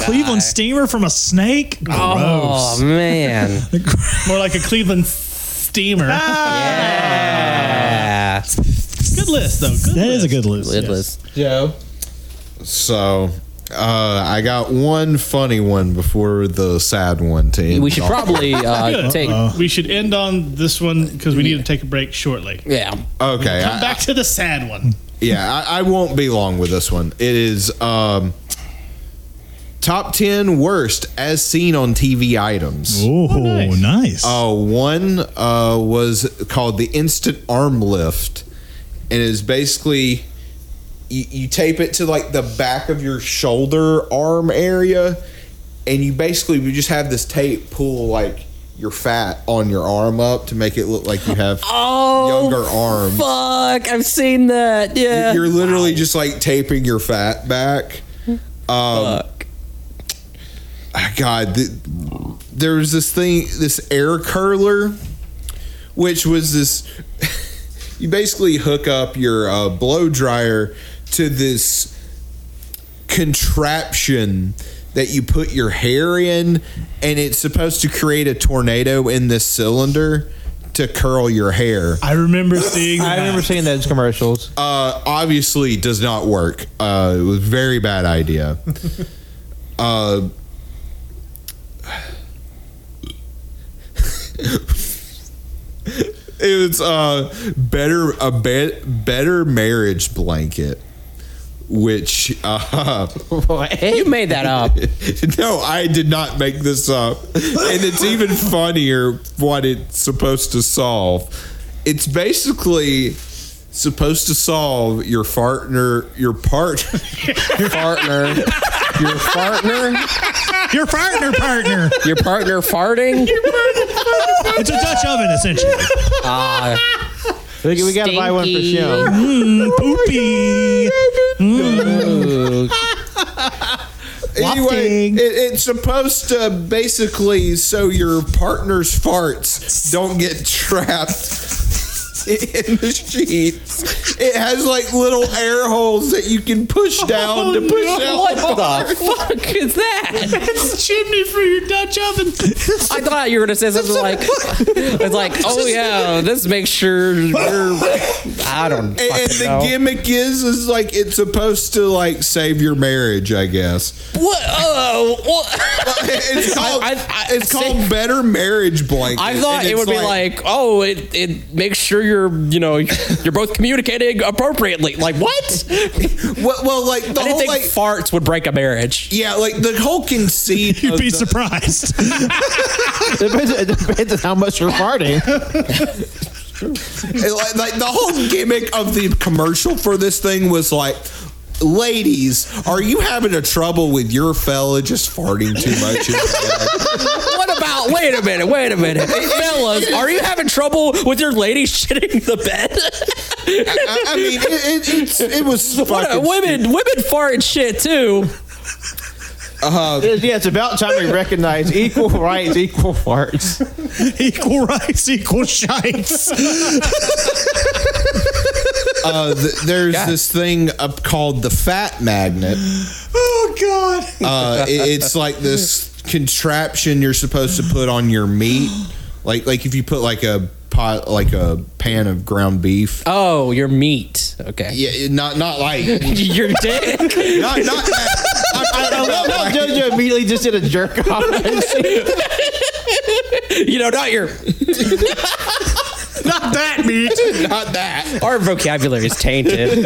Cleveland steamer from a snake. Oh man. More like a Cleveland steamer. Ah. yeah. Good list though. Good That list. is a good list. Good yes. list. Joe, So uh, I got one funny one before the sad one to end. We should on. probably uh, take. We should end on this one because we need to take a break shortly. Yeah. Okay, Uh, Come I- back to the sad one. yeah, I, I won't be long with this one. It is um, top ten worst as seen on TV items. Oh, nice. nice. Uh, one uh, was called the instant arm lift, and is basically you, you tape it to like the back of your shoulder arm area, and you basically you just have this tape pull like your fat on your arm up to make it look like you have younger arms. Oh, Fuck! I've seen that. Yeah. You're literally just like taping your fat back. Um, Fuck. ah, God, th- there was this thing, this air curler, which was this. you basically hook up your uh, blow dryer to this contraption that you put your hair in, and it's supposed to create a tornado in this cylinder to curl your hair. I remember seeing. I that. remember seeing those commercials. uh, obviously does not work. Uh, it was a very bad idea. uh, it was uh, better a be- better marriage blanket, which uh, You made that up. no, I did not make this up. And it's even funnier what it's supposed to solve. It's basically supposed to solve your partner, your part, your partner, your partner, Your partner, partner. Your partner farting. it's a Dutch oven, essentially. Ah, We, we gotta buy one for Stinky. show. Mm, poopy. Anyway, Wafting. it, it's supposed to basically so your partner's farts don't get trapped in the sheets. It has like little air holes that you can push down to push out. the Oh, What the fuck is that? It's a chimney for your Dutch oven. I thought you were gonna say something like, "It's like, oh yeah, this makes sure you're." I And, and don't fucking the know. gimmick is is like it's supposed to like save your marriage, I guess. What? Oh, what? It's called I- I- it's see- called better marriage blanket. I and thought it it's would be like, oh, it it makes sure you're you know you're both communicating appropriately. Like what? well, well, like the I didn't whole think like farts would break a marriage. yeah, like the whole conceit. You'd of be the- surprised. depends, it depends on how much you're farting. And, like, like the whole gimmick of the commercial for this thing was like ladies are you having a trouble with your fella just farting too much in bed?" What about? Wait a minute. Wait a minute, hey, fellas. Are you having trouble with your lady shitting the bed? I, I mean it, it, it's, it was What, fucking women, women fart and shit too. yeah, it's about time we recognize equal rights, equal farts. equal rights, equal shites. uh, th- there's this thing up called the fat magnet Oh God. uh, it- it's like this contraption you're supposed to put on your meat like like if you put like a pot like a pan of ground beef Oh, your meat. Okay. yeah it- not not like Your dick. not not that. I, I don't know. No, JoJo immediately just did a jerk off. you know, not your. Not that meat. not that. Our vocabulary is tainted.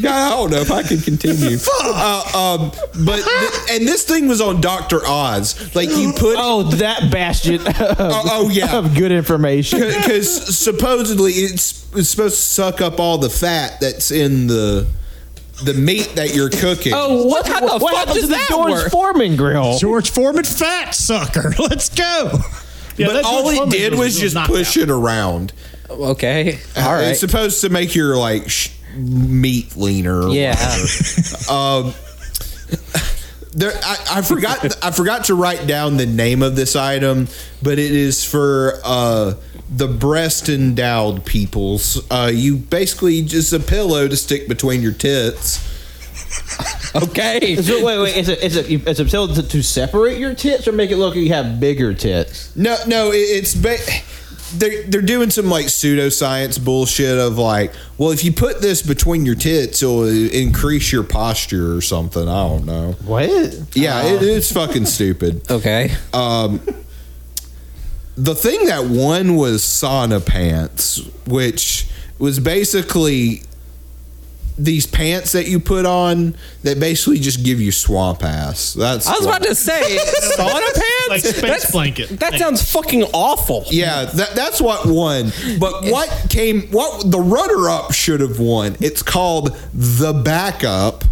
Yeah, I don't know if I can continue. Uh, um, but th- and this thing was on Doctor Oz. Like you put. Oh, Oh, that bastion of, oh, yeah. of good information. Because supposedly it's, it's supposed to suck up all the fat that's in the the meat that you're cooking. Oh, what, how the What fuck happened does to the that George work? Foreman grill? George Foreman, fat sucker. Let's go. Yeah, but that's all what it Foreman did does, was he just knocked push out. it around. Okay. All right. It's supposed to make your like sh- meat leaner. or yeah. There, I, I forgot. I forgot to write down the name of this item, but it is for uh, the breast endowed peoples. Uh, you basically just a pillow to stick between your tits. Okay. So wait, wait, is it is it is it pill to, to separate your tits or make it look like you have bigger tits? No, no, it, it's ba- they're they're doing some like pseudoscience bullshit of like, well, if you put this between your tits, it'll increase your posture or something. I don't know. What? Yeah, it, it's fucking stupid. Okay. the thing that won was sauna pants, which was basically these pants that you put on that basically just give you swamp ass. That's I was what- about to say sauna pants. Like space That's- blanket. That Like- sounds fucking awful. yeah, that, that's what won. But what came, what the runner up should have won? It's called the backup,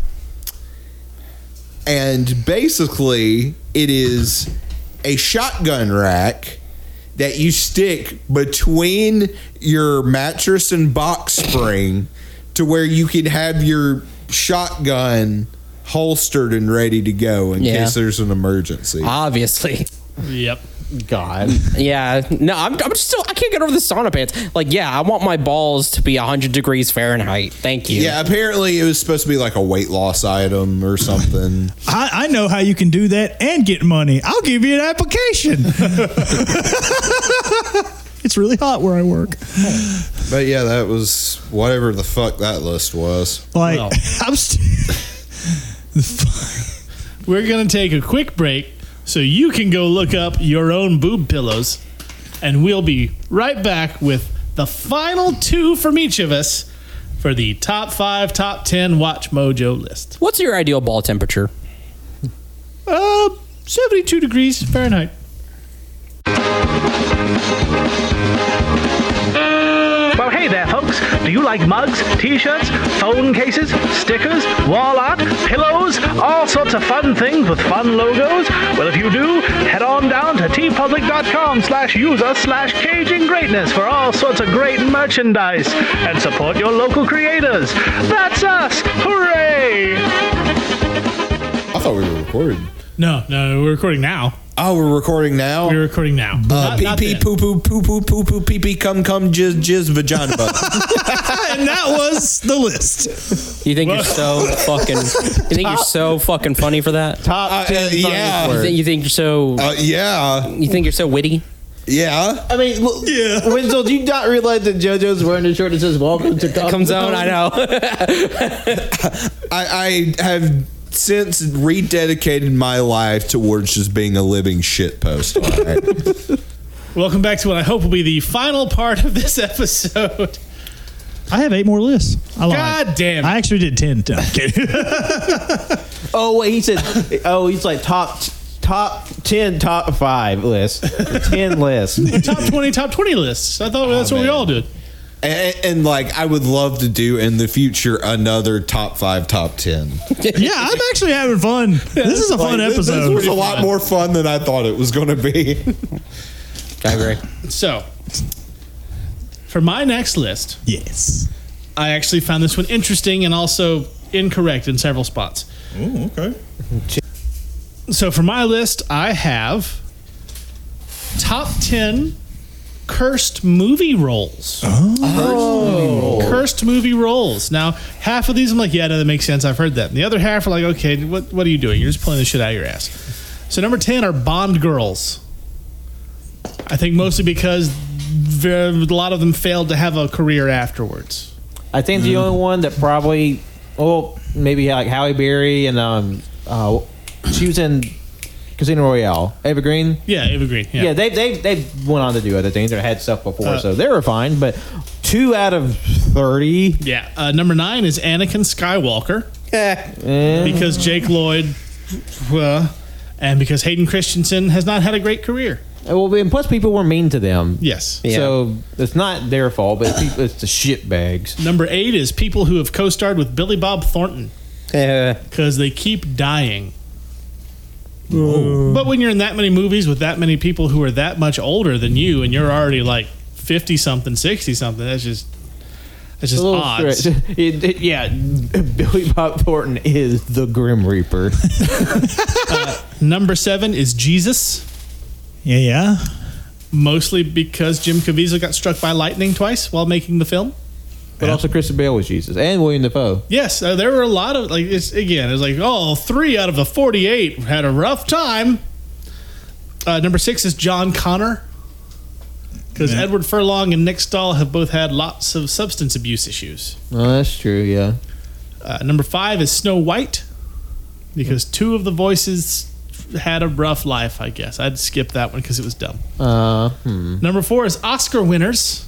and basically it is a shotgun rack that you stick between your mattress and box spring to where you can have your shotgun holstered and ready to go in Yeah. case there's an emergency. Obviously. Yep. God. Yeah. No, I'm, I'm just still, I can't get over the sauna pants. Like, yeah, I want my balls to be 100 degrees Fahrenheit. Thank you. Yeah, apparently it was supposed to be like a weight loss item or something. I, I know how you can do that and get money. I'll give you an application. it's really hot where I work. but yeah, that was whatever the fuck that list was. Like Well. I'm. St- We're going to take a quick break so you can go look up your own boob pillows. And we'll be right back with the final two from each of us for the top five, top 10 Watch Mojo list. What's your ideal ball temperature? Uh, 72 degrees Fahrenheit. Well, hey there, folks. Do you like mugs, t-shirts, phone cases, stickers, wall art, pillows, all sorts of fun things with fun logos? Well, if you do, head on down to tpublic.com slash user slash caging greatness for all sorts of great merchandise and support your local creators. That's us! Hooray! I thought we were recording. No, no, we're recording now. Oh, we're recording now. We're recording now. Uh, pee pee poo poo poo poo poo poo pee pee cum cum jizz jizz vagina butt. and that was the list. You think you're so fucking? You think you're so fucking funny for that? Top ten yeah. You think, you think you're so? Uh, yeah. You think you're so witty? Yeah. I mean, look, yeah. Winslow, do you not realize that JoJo's wearing a shirt that says "Welcome to Comes, Comes on, I know. I, I have since rededicated my life towards just being a living shit post. all right? Welcome back to what I hope will be the final part of this episode. I have eight more lists. I lied. God damn it. I actually did ten. No, I'm kidding. Oh wait, he said. oh, he's like top top ten, top five list, ten list. top 20, top 20 lists. I thought that's what we all did. and, and like I would love to do in the future another top five, top ten. yeah, I'm actually having fun. this is a fun Like, this- episode. This was a lot more fun than I thought it was going to be. I agree. So, for my next list, Yes. I actually found this one interesting and also incorrect in several spots. Ooh, okay. So, for my list, I have top 10 cursed movie roles. Cursed movie roles. Now, half of these I'm like, yeah, no, that makes sense. I've heard that. And the other half are like, okay, what, what are you doing? You're just pulling this shit out of your ass. So, number 10 are Bond girls. I think mostly because very, a lot of them failed to have a career afterwards. I think the only one that probably, well, maybe like Halle Berry and um, uh, she was in Casino Royale. Ava Green. Yeah, Ava Green. Yeah. Yeah, they they they went on to do other things or had stuff before, Uh, so they were fine. But two out of thirty. Yeah, uh, number nine is Anakin Skywalker. because Jake Lloyd, uh, and because Hayden Christensen has not had a great career. Well, and plus people were mean to them. Yes. So it's not their fault, but it's, it's the shit bags. Number eight is people who have co-starred with Billy Bob Thornton because they keep dying. But when you're in that many movies with that many people who are that much older than you, and you're already like fifty something, sixty something, that's just that's just odd. It- it- yeah, Billy Bob Thornton is the Grim Reaper. Number seven is Jesus, Yeah, yeah. mostly because Jim Caviezel got struck by lightning twice while making the film. But also Christian Bale was Jesus and William Dafoe. Yes, uh, there were a lot of like it's again. It's like oh, three out of the forty-eight had a rough time. Uh, number six is John Connor because Yeah. Edward Furlong and Nick Stahl have both had lots of substance abuse issues. Oh, that's true. Yeah. Uh, number five is Snow White because two of the voices had a rough life. I guess I'd skip that one because it was dumb. Uh, hmm. Number four is Oscar winners.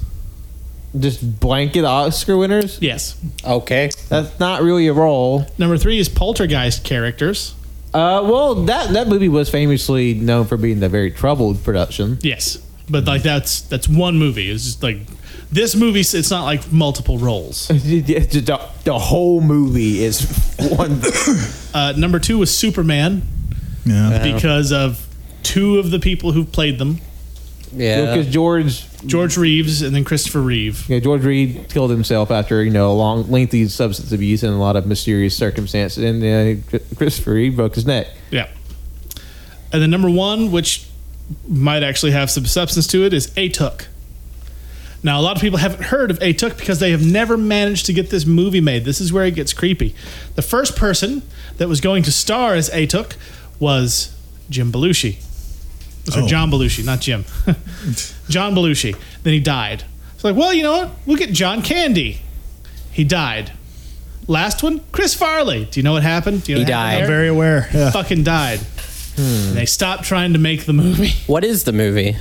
Just blanket Oscar winners. Yes. Okay. That's not really a role. Number three is poltergeist characters. Uh, well, that that movie was famously known for being a very troubled production. Yes, but like that's that's one movie. It's just like this movie. It's not like multiple roles. the, the whole movie is one. Uh, number two was Superman Yeah. because of two of the people who played them, Because George George Reeves and then Christopher Reeve. Yeah, George Reed killed himself after you know a long, lengthy substance abuse and a lot of mysterious circumstances, and uh, Christopher Reed broke his neck. Yeah, and then number one, which might actually have some substance to it, is Atuk. Now, a lot of people haven't heard of Atuk because they have never managed to get this movie made. This is where it gets creepy. The first person that was going to star as Atuk was Jim Belushi. So Oh. John Belushi, not Jim. John Belushi. Then he died. It's like, well, you know what? We'll get John Candy. He died. Last one, Chris Farley. Do you know what happened? Do you know He what happened died. there? Very aware. Yeah. Hmm. Fucking died. And They stopped trying to make the movie. What is the movie?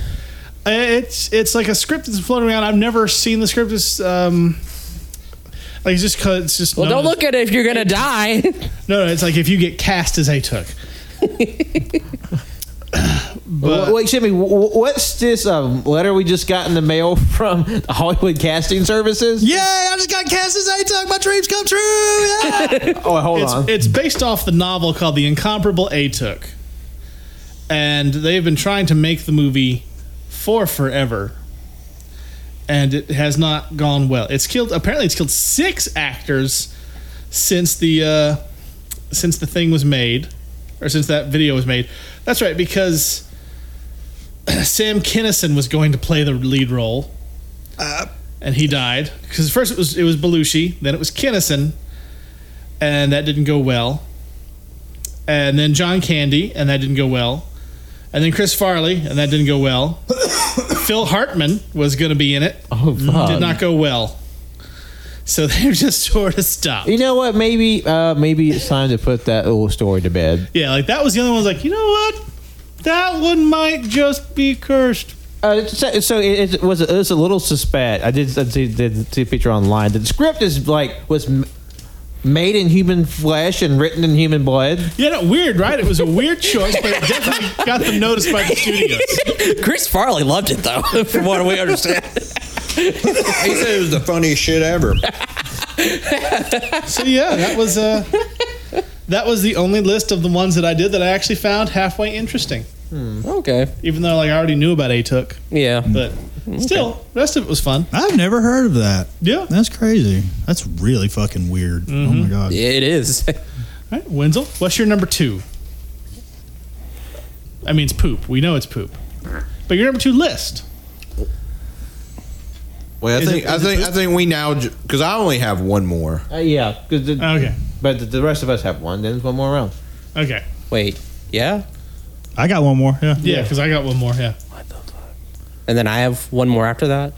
It's it's like a script that's floating around. I've never seen the script. It's um, like it's just 'cause it's just Well, known don't as- look at it if you're gonna die. No, no, it's like if you get cast as A Took. But wait, Jimmy, wh- what's this um, letter we just got in the mail from Hollywood Casting Services? Yay! I just got cast as Atok. My dreams come true. Yeah! oh, hold it's, on. It's based off the novel called The Incomparable Atuk. And they've been trying to make the movie for forever. And it has not gone well. It's killed apparently it's killed six actors since the uh, since the thing was made or since that video was made. That's right because Sam Kinison was going to play the lead role. and he died because first it was it was Belushi, then it was Kinison, and that didn't go well. And then John Candy, and that didn't go well. And then Chris Farley, and that didn't go well. Phil Hartman was going to be in it. Oh, fuck. Did not go well. So they've just sort of stopped. You know what? Maybe uh, maybe it's time to put that little story to bed. Yeah, like that was the only one. I was like, you know what? That one might just be cursed. Uh, so so it, it was it was a little suspect. I did, I did, did see a picture online. The script is like was m- made in human flesh and written in human blood. Yeah, no, weird, right? It was a weird choice, but it definitely got them noticed by the studios. Chris Farley loved it though, from what we understand. he said it was the funniest shit ever. so yeah, that was uh, that was the only list of the ones that I did that I actually found halfway interesting. Okay. Even though like I already knew about A Took. Yeah. But still, rest of it was fun. I've never heard of that. Yeah, that's crazy. That's really fucking weird. Oh my god, it is. All right, Wenzel, what's your number two? I mean, it's poop. We know it's poop. But your number two list. Wait, I Is think it- I is it think I poop? think we now because I only have one more. Uh, yeah, 'cause the, okay. But the, the rest of us have one. Then it's one more round. Okay. Wait. Yeah. I got one more. Yeah. Yeah, because I got one more. Yeah. And then I have one more after that.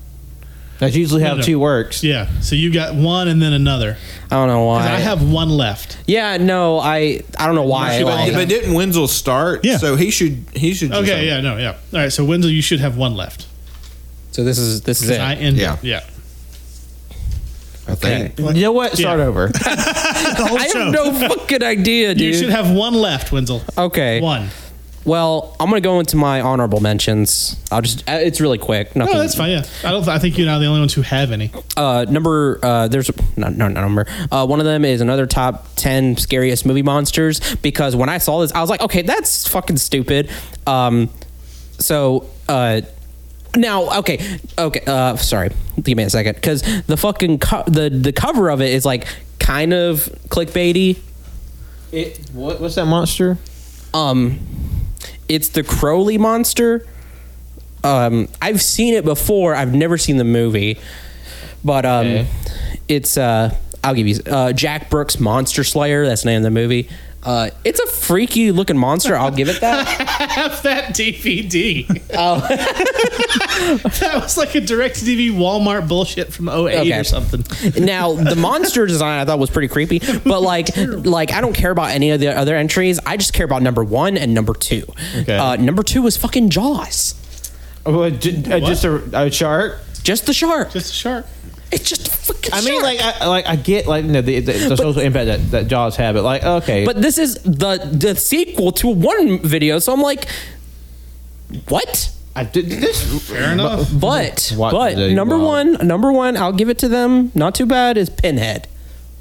I usually have two works. Yeah. So you got one and then another. I don't know why. I have one left. Yeah. No. I. I don't know why. She- like- but didn't Wenzel start? Yeah. So he should he should. just- Okay. Yeah. No. Yeah. All right. So Wenzel, you should have one left. So this is this is it. I ended. Yeah. Yeah. yeah. Okay. You know what? Start over. I have no fucking idea, dude. You should have one left, Wenzel. Okay. One. Well, I'm gonna go into my honorable mentions. I'll just. uh, It's really quick. Nothing. No, that's fine. Yeah. I don't. I think you and I are the only ones who have any. Uh, number uh, there's no no not number. Uh, one of them is another top ten scariest movie monsters because when I saw this, I was like, okay, that's fucking stupid. Um, so uh, now okay, okay, uh, sorry, give me a second because the fucking co- the the cover of it is like kind of clickbaity. It, what, what's that monster? Um, it's the Crowley monster. Um, I've seen it before. I've never seen the movie, but um, it's uh, I'll give you uh, Jack Brooks Monster Slayer. That's the name of the movie. Uh, it's a freaky looking monster. I'll give it that. I have that DVD. Oh. that was like a direct TV Walmart bullshit from 08 Okay. or something. now the monster design I thought was pretty creepy, but like like I don't care about any of the other entries. I just care about number one and number two. Uh, number two was fucking Jaws. Oh, uh, ju- uh, What? just a, a shark. Just the shark. Just a shark. It's just a fucking. I mean, like, I, like I get like you know, the, the, the social impact that, that Jaws have, but like, okay, But this is the the sequel to one video, so I'm like, what? I did this. Fair enough. But What but the number wow. one, number one, I'll give it to them. Not too bad is Pinhead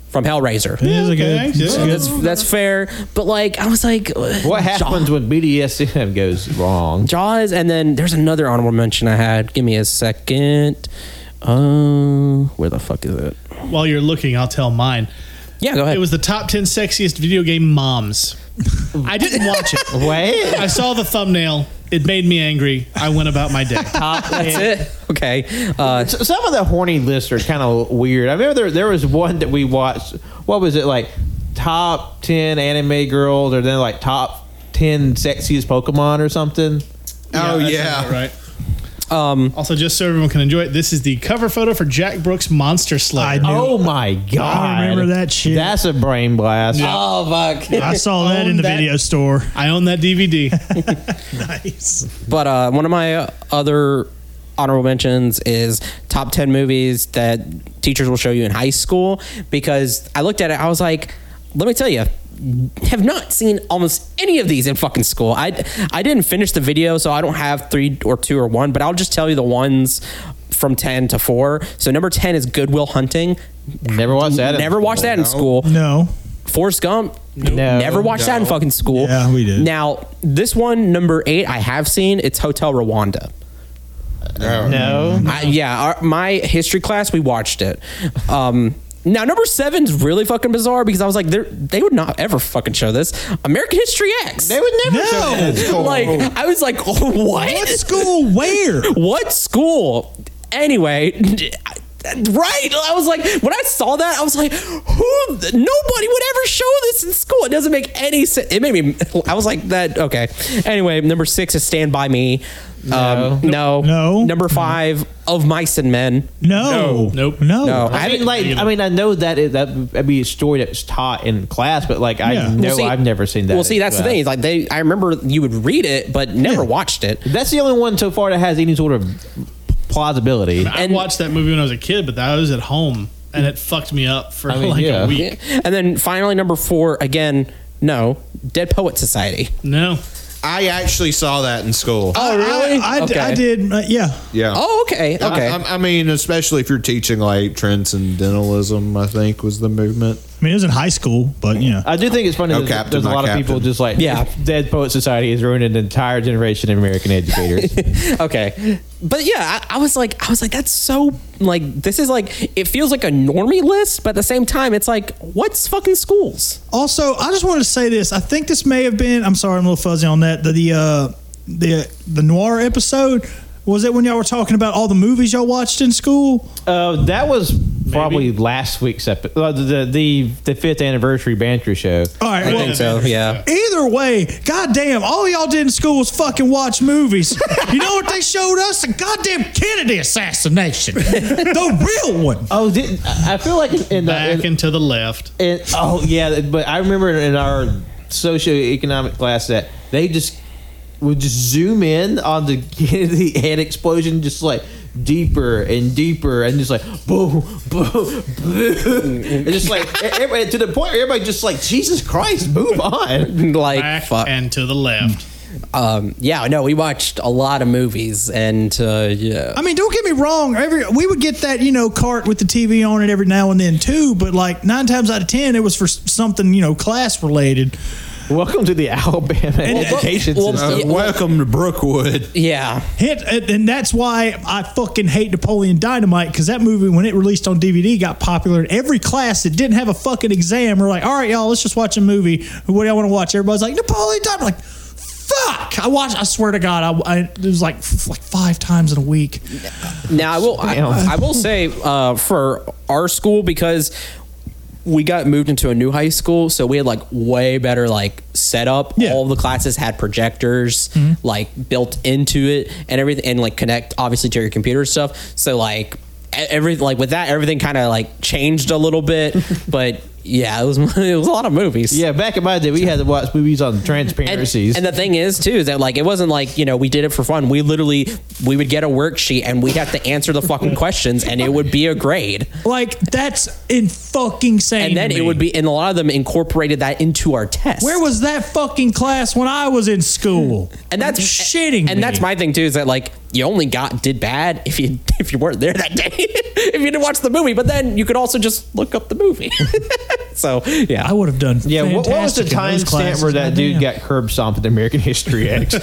from Hellraiser. It is a good. it's a That's good. that's fair. But like, I was like, uh, what happens when BDSM goes wrong? Jaws, and then there's another honorable mention I had. Give me a second. Uh, where the fuck is it? While you're looking, I'll tell mine. Yeah, go ahead. It was the top 10 sexiest video game moms. I didn't watch it. Wait. I saw the thumbnail. It made me angry. I went about my day. Uh, That's it. Okay. Uh, S- Some of the horny lists are kind of weird. I remember there, there was one that we watched. What was it like? Top ten anime girls, or then like top ten sexiest Pokemon or something. Oh that yeah. sounds about right. um, Also, just so everyone can enjoy it, this is the cover photo for Jack Brooks Monster Slayer. Oh my god! I remember that shit. That's a brain blast. oh fuck. I saw that in Own the that- video store. I own that DVD. Nice. But uh, one of my other honorable mentions is top 10 movies that teachers will show you in high school because I looked at it, I was like, let me tell you, have not seen almost any of these in fucking school. I I didn't finish the video, so I don't have three or two or one, but I'll just tell you the ones from ten to four. So number ten is Goodwill Hunting. Never watched that. in Never watched school. that in school. No. Forrest Gump. No. Never watched that in No. fucking school. Yeah, we did. Now this one, number eight, I have seen. It's Hotel Rwanda. Oh. No. I, yeah, our, my history class we watched it. Um, now number seven's really fucking bizarre because I was like, they're- they would not ever fucking show this. American History X. They would never. show that in school. like I was like, what? What school? Where? What school? Anyway. Right, I was like, when I saw that, I was like, "Who? Nobody would ever show this in school. It doesn't make any sense." It made me. I was like, "That okay." Anyway, number six is "Stand by Me." No, um, no, No. Number five of Mice and Men. Oh, No. Nope. No. No, I mean, like, I mean, I know that it, that that'd be a story that's taught in class, but like, I Yeah. know Well, see- I've never seen that. Well, see, in that's the class. thing. It's Like they, I remember you would read it, but never watched it. That's the only one so far that has any sort of plausibility. I watched that movie when I was a kid, but that was at home, and it fucked me up for I mean, like yeah. a week. And then finally, number four again. No, Dead Poet Society. No, I actually saw that in school. Oh, really? I, I, I, Okay. did. Uh, yeah. Yeah. Oh, okay, okay. I, I- I mean, especially if you're teaching like transcendentalism, I think was the movement. I mean, it was in high school, but you know. I do think it's funny. Oh, that Captain, there's a my lot of people Captain. just like, Yeah. Dead Poet Society has ruined an entire generation of American educators. okay, but yeah, I, I was like, I was like, that's so like this is like it feels like a normie list, but at the same time, it's like what's fucking schools? Also, I just wanted to say this. I think this may have been. I'm sorry, I'm a little fuzzy on that. The the uh, the the noir episode was it when y'all were talking about all the movies y'all watched in school? uh, that was probably last week's episode, uh, the, the the fifth anniversary banter show. All right. well, Oh, yeah. Either way, goddamn, all y'all did in school was fucking watch movies. you know what they showed us? The goddamn Kennedy assassination, the real one. Oh, did, I I feel like in, in the, back in, and to the left. in- oh yeah, but I remember in our socioeconomic class that they just would just zoom in on the Kennedy head explosion, just like deeper and deeper, and just like boom, boom, boom, and just like everybody, to the point where everybody just like Jesus Christ, move on. Like Back fuck. and to the left. um, yeah, no, we watched a lot of movies, and uh, yeah, I mean, don't get me wrong. Every we would get that you know cart with the TV on it every now and then too, but like nine times out of ten, it was for s- something you know class related. Welcome to the Alabama education well, Uh, system. yeah, Welcome to Brookwood. yeah. Hit, and and that's why I fucking hate Napoleon Dynamite because that movie, when it released on DVD, got popular. And every class that didn't have a fucking exam were like, all right, y'all, let's just watch a movie. What do y'all want to watch? Everybody's like, Napoleon Dynamite. Like, fuck. I watched, I swear to God, I, I, it was like, f- like five times in a week. Now I will I, I will say uh, for our school because we got moved into a new high school, so we had like way better like setup. Yeah. All of the classes had projectors like built into it and everything, and like connect obviously to your computer and stuff. So like e- every like with that, everything kind of like changed a little bit, but yeah, it was it was a lot of movies. yeah, back in my day, we had to watch movies on transparencies. And the thing is, too, is that like it wasn't like you know we did it for fun. We literally we would get a worksheet and we'd have to answer the fucking questions, and it would be a grade. Like, that's in fucking sane. And then to it me. would be, and a lot of them incorporated that into our test. Where was that fucking class when I was in school? and that's You're shitting. And me. that's my thing too is that like you only got did bad if you if you weren't there that day if you didn't watch the movie. But then you could also just look up the movie. so yeah, I would have done. yeah, what, what was the fantastic in time those stamp classes, where that dude goddamn. got curb stomped in American History X?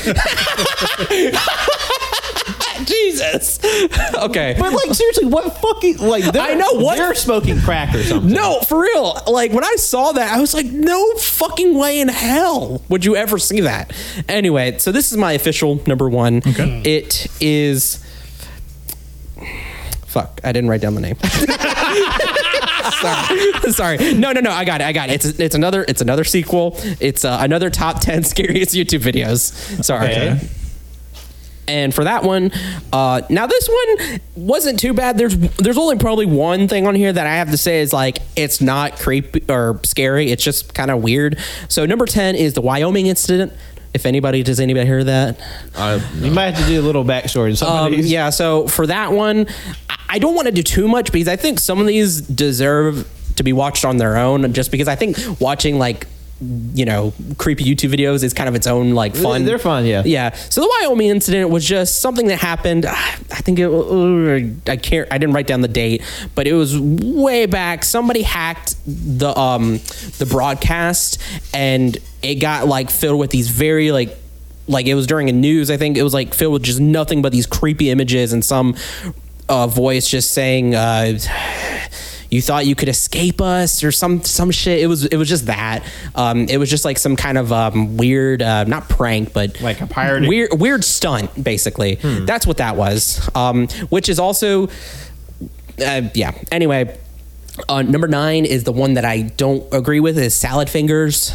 Jesus. okay. But like seriously, what fucking like they're- I know, what- they're smoking crack or something. No, for real. Like when I saw that, I was like, no fucking way in hell would you ever see that. Anyway, so this is my official number one. Okay. It is. Fuck, I didn't write down the name. Sorry. Sorry. No, no, no. I got it. I got it. It's it's another it's another sequel. It's uh, another top 10 scariest YouTube videos. Sorry. Okay. And for that one, uh, now this one wasn't too bad. There's there's only probably one thing on here that I have to say is like it's not creepy or scary. It's just kind of weird. So number ten is the Wyoming incident. If anybody does anybody hear that? You might have to do a little backstory. to Some Um, of these. yeah. So for that one, I- I don't want to do too much because I think some of these deserve to be watched on their own, just because I think watching like you know creepy YouTube videos is kind of its own like fun. They're fun, yeah. Yeah. So the Wyoming incident was just something that happened. I think it. I can't. I didn't write down the date, but it was way back. Somebody hacked the um the broadcast, and it got like filled with these very like like it was during a news. I think it was like filled with just nothing but these creepy images and some uh, voice just saying. Uh, you thought you could escape us or some some shit. It was it was just that. Um, it was just like some kind of um, weird, uh, not prank, but like a Hmm. parody. weird weird stunt. Basically, that's what that was. Um, which is also, uh, yeah. Anyway, uh, number nine is the one that I don't agree with. Is salad fingers.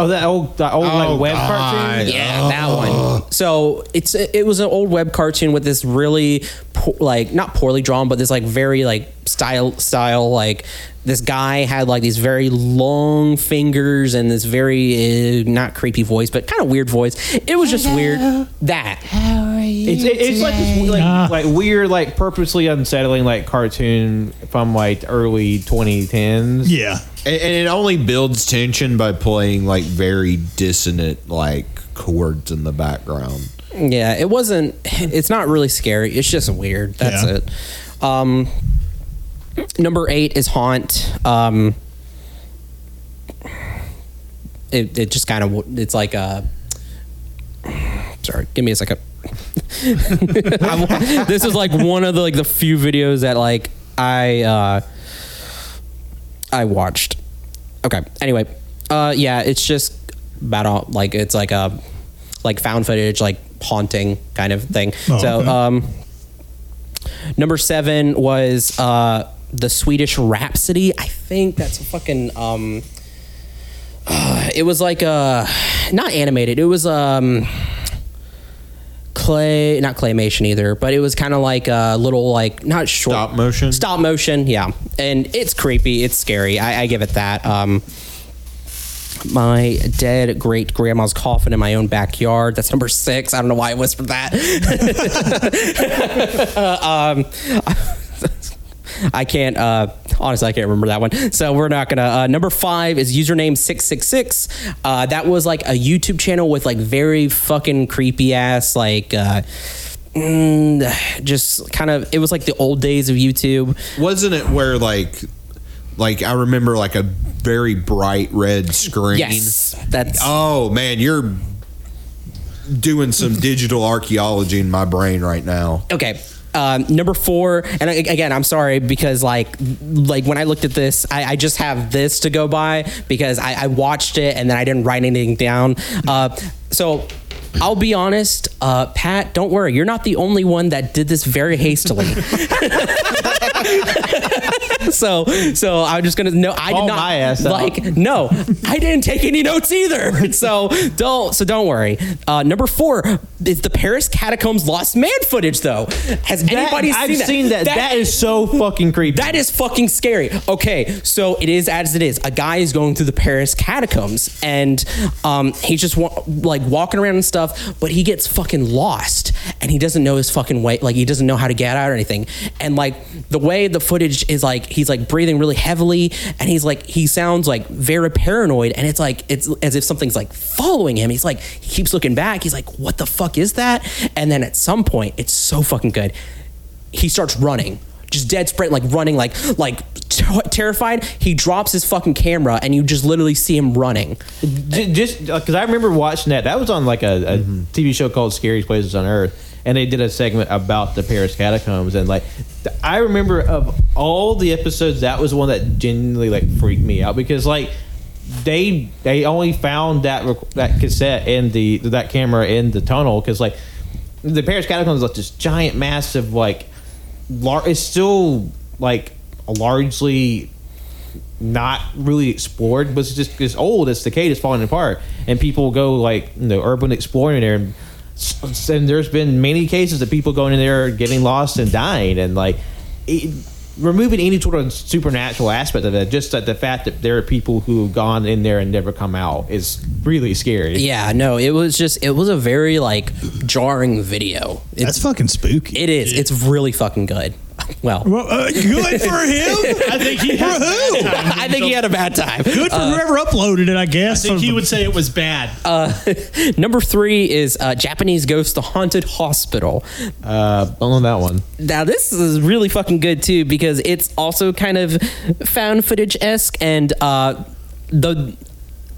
Oh, that old, that old like web cartoon. Yeah, that one. So it's it was an old web cartoon with this really po- like not poorly drawn, but this like very like style style like this guy had like these very long fingers and this very uh, not creepy voice, but kind of weird voice. It was just weird. That It's, it, it's like this we- like, Ah. like weird, like purposely unsettling, like cartoon from like early 2010s. Yeah, And, and it only builds tension by playing like very dissonant like chords in the background. Yeah, it wasn't. It's not really scary. It's just weird. That's Yeah. it. Um, number eight is haunt. Um, it it just kind of it's like a. Sorry, give me a second. I- this is like one of the like the few videos that like I uh I watched. Okay. Anyway, uh yeah, it's just about all, like it's like a like found footage like haunting kind of thing. Oh, so okay. um number 7 was uh the Swedish Rhapsody. I think that's a fucking um it was like uh not animated. It was um clay not claymation either but it was kind of like a little like not short stop motion stop motion yeah and it's creepy it's scary i, I give it that um my dead great grandma's coffin in my own backyard. That's number six. I don't know why I whispered that. um, I can't. Uh, honestly, I can't remember that one. So we're not gonna. Uh, number five is username six six six. Uh, That was like a YouTube channel with like very fucking creepy ass like. Uh, mm, just kind of it was like the old days of YouTube. Wasn't it where like like I remember like a very bright red screen. Yes, that's. Oh man, you're doing some digital archaeology in my brain right now. Okay. Um, number four, and I, again, I'm sorry because like, like when I looked at this, I, I just have this to go by because I, I watched it and then I didn't write anything down. Uh, so I'll be honest, uh, Pat, don't worry, you're not the only one that did this very hastily. so, so I'm just gonna no, I did not like no, I didn't take any notes either. So don't, so don't worry. Uh, number four is the Paris catacombs lost man footage though. Has anybody I've seen that? seen that. That is so fucking creepy. That is fucking scary. Okay, so it is as it is. A guy is going through the Paris catacombs and um, he's just wa- like walking around and stuff, but he gets fucking lost and he doesn't know his fucking way. Like he doesn't know how to get out or anything. And like the way the footage is like he's like breathing really heavily and he's like he sounds like very paranoid and it's like it's as if something's like following him. He's like he keeps looking back. He's like, what the fuck is that? And then at some point, it's so fucking good he starts running just dead sprint like running like like ter- terrified he drops his fucking camera and you just literally see him running J- just because I remember watching that. That was on like a, a TV show called Scariest Places on Earth, and they did a segment about the Paris catacombs. And like, th- I remember of all the episodes, that was one that genuinely like freaked me out because like they they only found that rec- that cassette in the that camera in the tunnel because like the Paris catacombs is like this giant, massive like lar- it's still like largely not really explored, but it's just it's old. It's decayed. It's falling apart, and people go like you know urban exploring there, and, s- and there's been many cases of people going in there getting lost and dying, and like it, removing any sort of supernatural aspect of that. Just that the fact that there are people who've gone in there and never come out is really scary. yeah no it was just it was a very like jarring video it's, that's fucking spooky it is it's really fucking good Well, uh, good for him. I think he for had a who? bad time. I think he had a bad time. Good for Uh, whoever uploaded it, I guess. I think he would say it was bad. Uh, number three is uh, Japanese Ghost: The Haunted Hospital. Uh, don't know that one. Now this is really fucking good too because it's also kind of found footage esque and uh, the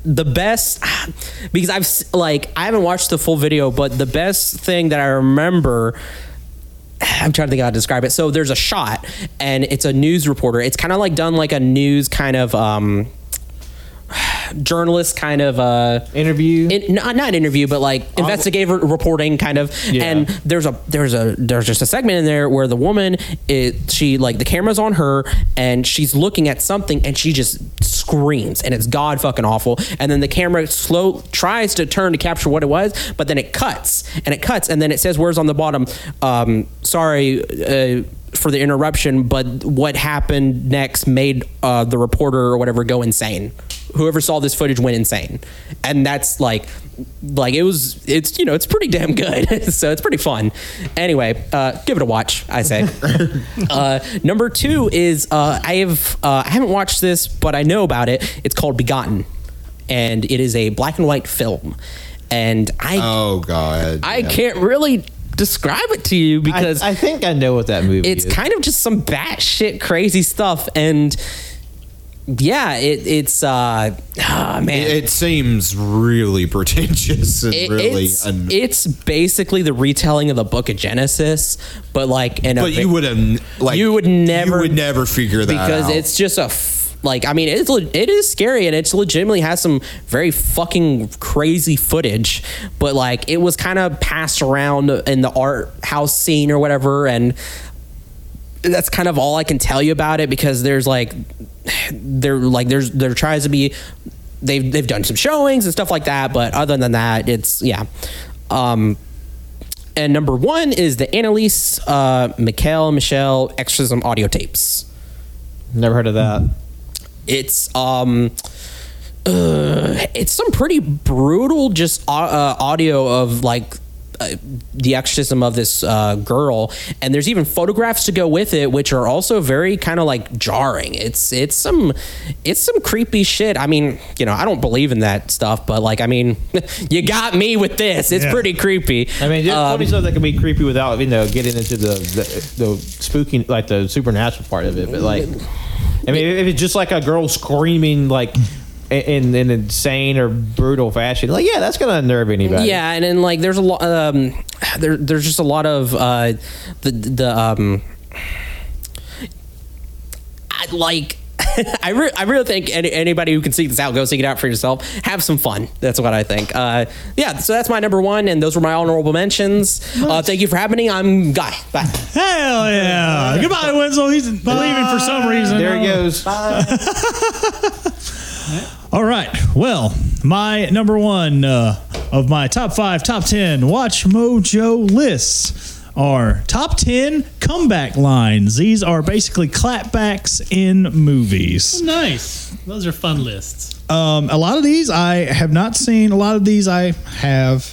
the best because I've s- like I haven't watched the full video but the best thing that I remember I'm trying to think how to describe it. So there's a shot and it's a news reporter. It's kind of like done like a news kind of um journalist kind of uh interview in, not, not interview but like investigative reporting kind of and there's a there's a there's just a segment in there where the woman it she like the camera's on her and she's looking at something and she just screams and it's god fucking awful and then the camera slow tries to turn to capture what it was but then it cuts and it cuts and then it says words on the bottom um sorry uh for the interruption, but what happened next made uh, the reporter or whatever go insane. Whoever saw this footage went insane, and that's like, like it was. It's you know, it's pretty damn good. so it's pretty fun. Anyway, uh, give it a watch. I say. uh, number two is uh, I have uh, I haven't watched this, but I know about it. It's called Begotten, and it is a black and white film. And I oh god, I can't really describe it to you because I think I know what that movie it's is. kind of just some batshit crazy stuff, and yeah, it, it's uh, ah, man, It, it seems really pretentious and It- really. it's, un- it's basically the retelling of the Book of Genesis, but like in a but big- you would have n- like you would never you would never figure that because out. it's just a f- like I mean it's le- it is scary and it's legitimately has some very fucking crazy footage, but like it was kind of passed around in the art house scene or whatever, and that's kind of all I can tell you about it because there's like there like there's there tries to be they've they've done some showings and stuff like that, but other than that, it's yeah. Um, and number one is the Annalise uh, Mikhail Michelle exorcism audio tapes. Never heard of that. It's um, uh, it's some pretty brutal just au- uh, audio of like uh, the exorcism of this uh, girl, and there's even photographs to go with it, which are also very kind of like jarring. It's it's some it's some creepy shit. I mean, you know, I don't believe in that stuff, but like, I mean, you got me with this. It's Yeah. pretty creepy. Um, I mean, there's plenty of stuff that can be creepy without you know getting into the the, the spooky like the supernatural part of it. But like, I mean, if it's just like a girl screaming like in in an insane or brutal fashion, like yeah, that's gonna unnerve anybody. Yeah, and then like there's a lot. Um, there, there's just a lot of uh, the the um, I, like. I, re- I really think any, anybody who can seek this out, go seek it out for yourself. Have some fun. That's what I think. Uh, yeah, so that's my number one, and those were my honorable mentions. Uh, thank you for happening. I'm Guy. Bye. Hell yeah! Goodbye, Wenzel. He's leaving for some reason. There he goes. All right. Well, my number one uh, of my top five, top ten Watch Mojo lists are top ten comeback lines. These are basically clapbacks in movies. Nice. Those are fun lists. Um, a lot of these I have not seen. A lot of these I have.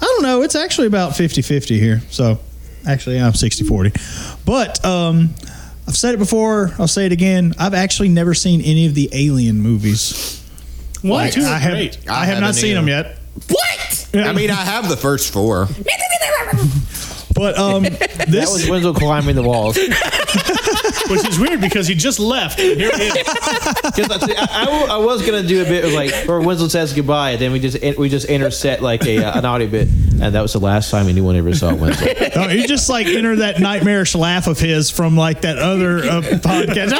I don't know. It's actually about 50 50 here. So actually, I'm 60 40. But um, I've said it before. I'll say it again. I've actually never seen any of the Alien movies. One, Like, two, I are have, great. I, have not haven't seen either. them yet. What? I mean, I have the first four. But um, That this was Wenzel climbing the walls. Which is weird because he just left. Here he is. 'Cause I, I, I was gonna do a bit of like where Wenzel says goodbye, then we just we just intercept like a uh, an audio bit, and that was the last time anyone ever saw Wenzel. no, Oh, he just like entered that nightmarish laugh of his from like that other uh, podcast.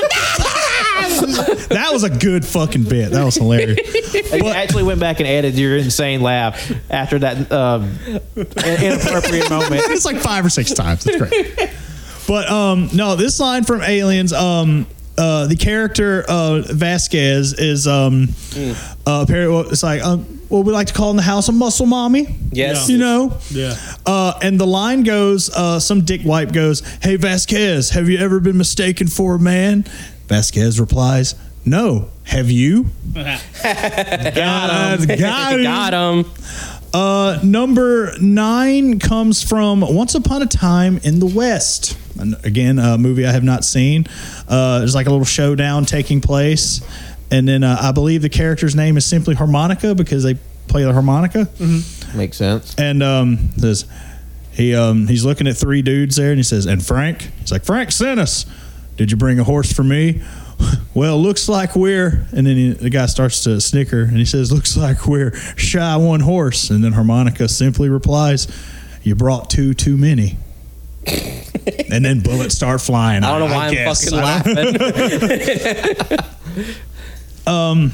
that was a good fucking bit. That was hilarious. Like, I actually went back and added your insane laugh after that um, in- inappropriate moment. it's like five or six times. It's great. But um, no, this line from Aliens, um, uh, the character uh, Vasquez is um, uh, apparently well, it's like um, what we like to call in the house a muscle mommy. Yes. you know. Yeah. Uh, and the line goes, uh, some dick wipe goes, "Hey Vasquez, have you ever been mistaken for a man?" Vasquez replies, "No. Have you?" Got got him. him. Um, Got him. Uh, number nine comes from Once Upon a Time in the West. An- Again, a movie I have not seen. Uh, there's like a little showdown taking place, and then uh, I believe the character's name is simply harmonica because they play the harmonica. Makes sense. And um, says he um, he's looking at three dudes there, and he says, "And Frank." He's like, "Frank sent us. Did you bring a horse for me?" Well, looks like we're, and then he, the guy starts to snicker, and he says, "Looks like we're shy one horse." And then harmonica simply replies, "You brought two too many." and then bullets start flying. I don't know why I'm guess. fucking I don't- laughing. Um,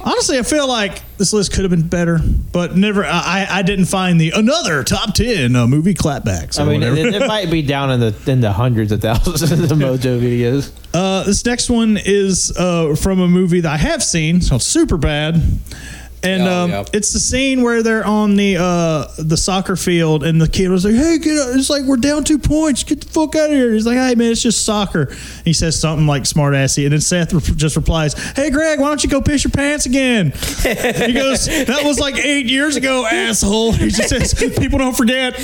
honestly, I feel like this list could have been better, but never. I, I- I didn't find the another top ten uh, movie clapbacks. or I mean, whatever. it, it might be down in the in the hundreds of thousands of the Mojo videos. Uh, this next one is uh, from a movie that I have seen. It's called Super Bad. And um, it's the scene where they're on the uh, the soccer field, and the kid was like, "Hey, get out!" It's like we're down two points. Get the fuck out of here! He's like, "Hey, man, it's just soccer." He says something like smartassy, and then Seth re- just replies, "Hey, Greg, why don't you go piss your pants again?" he goes, "That was like eight years ago, asshole." He just says, "People don't forget."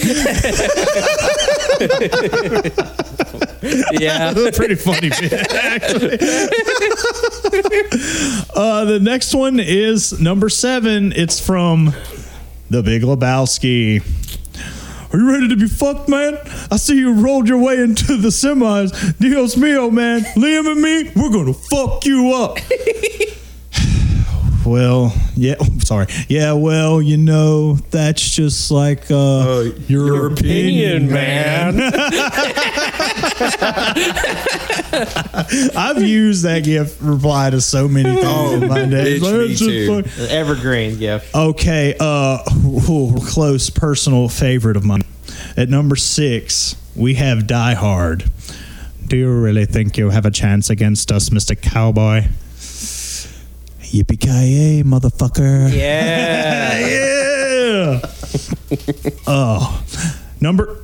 yeah, pretty funny. bit, Actually. uh, the next one is number seven. It's from The Big Lebowski. Are you ready to be fucked, man? I see you rolled your way into the semis. Dios mio, man. Liam and me, we're gonna fuck you up. well, yeah. oh, Sorry. Yeah. Well, you know, that's just like uh, your, opinion, man. I've used that gift reply to so many things in my day. It's like, it's just like- The evergreen gift. Okay, uh, ooh, close personal favorite of mine. At number six, we have Die Hard. Do you really think you have a chance against us, Mr. Cowboy? Yippee ki motherfucker! Yeah, yeah. oh, number.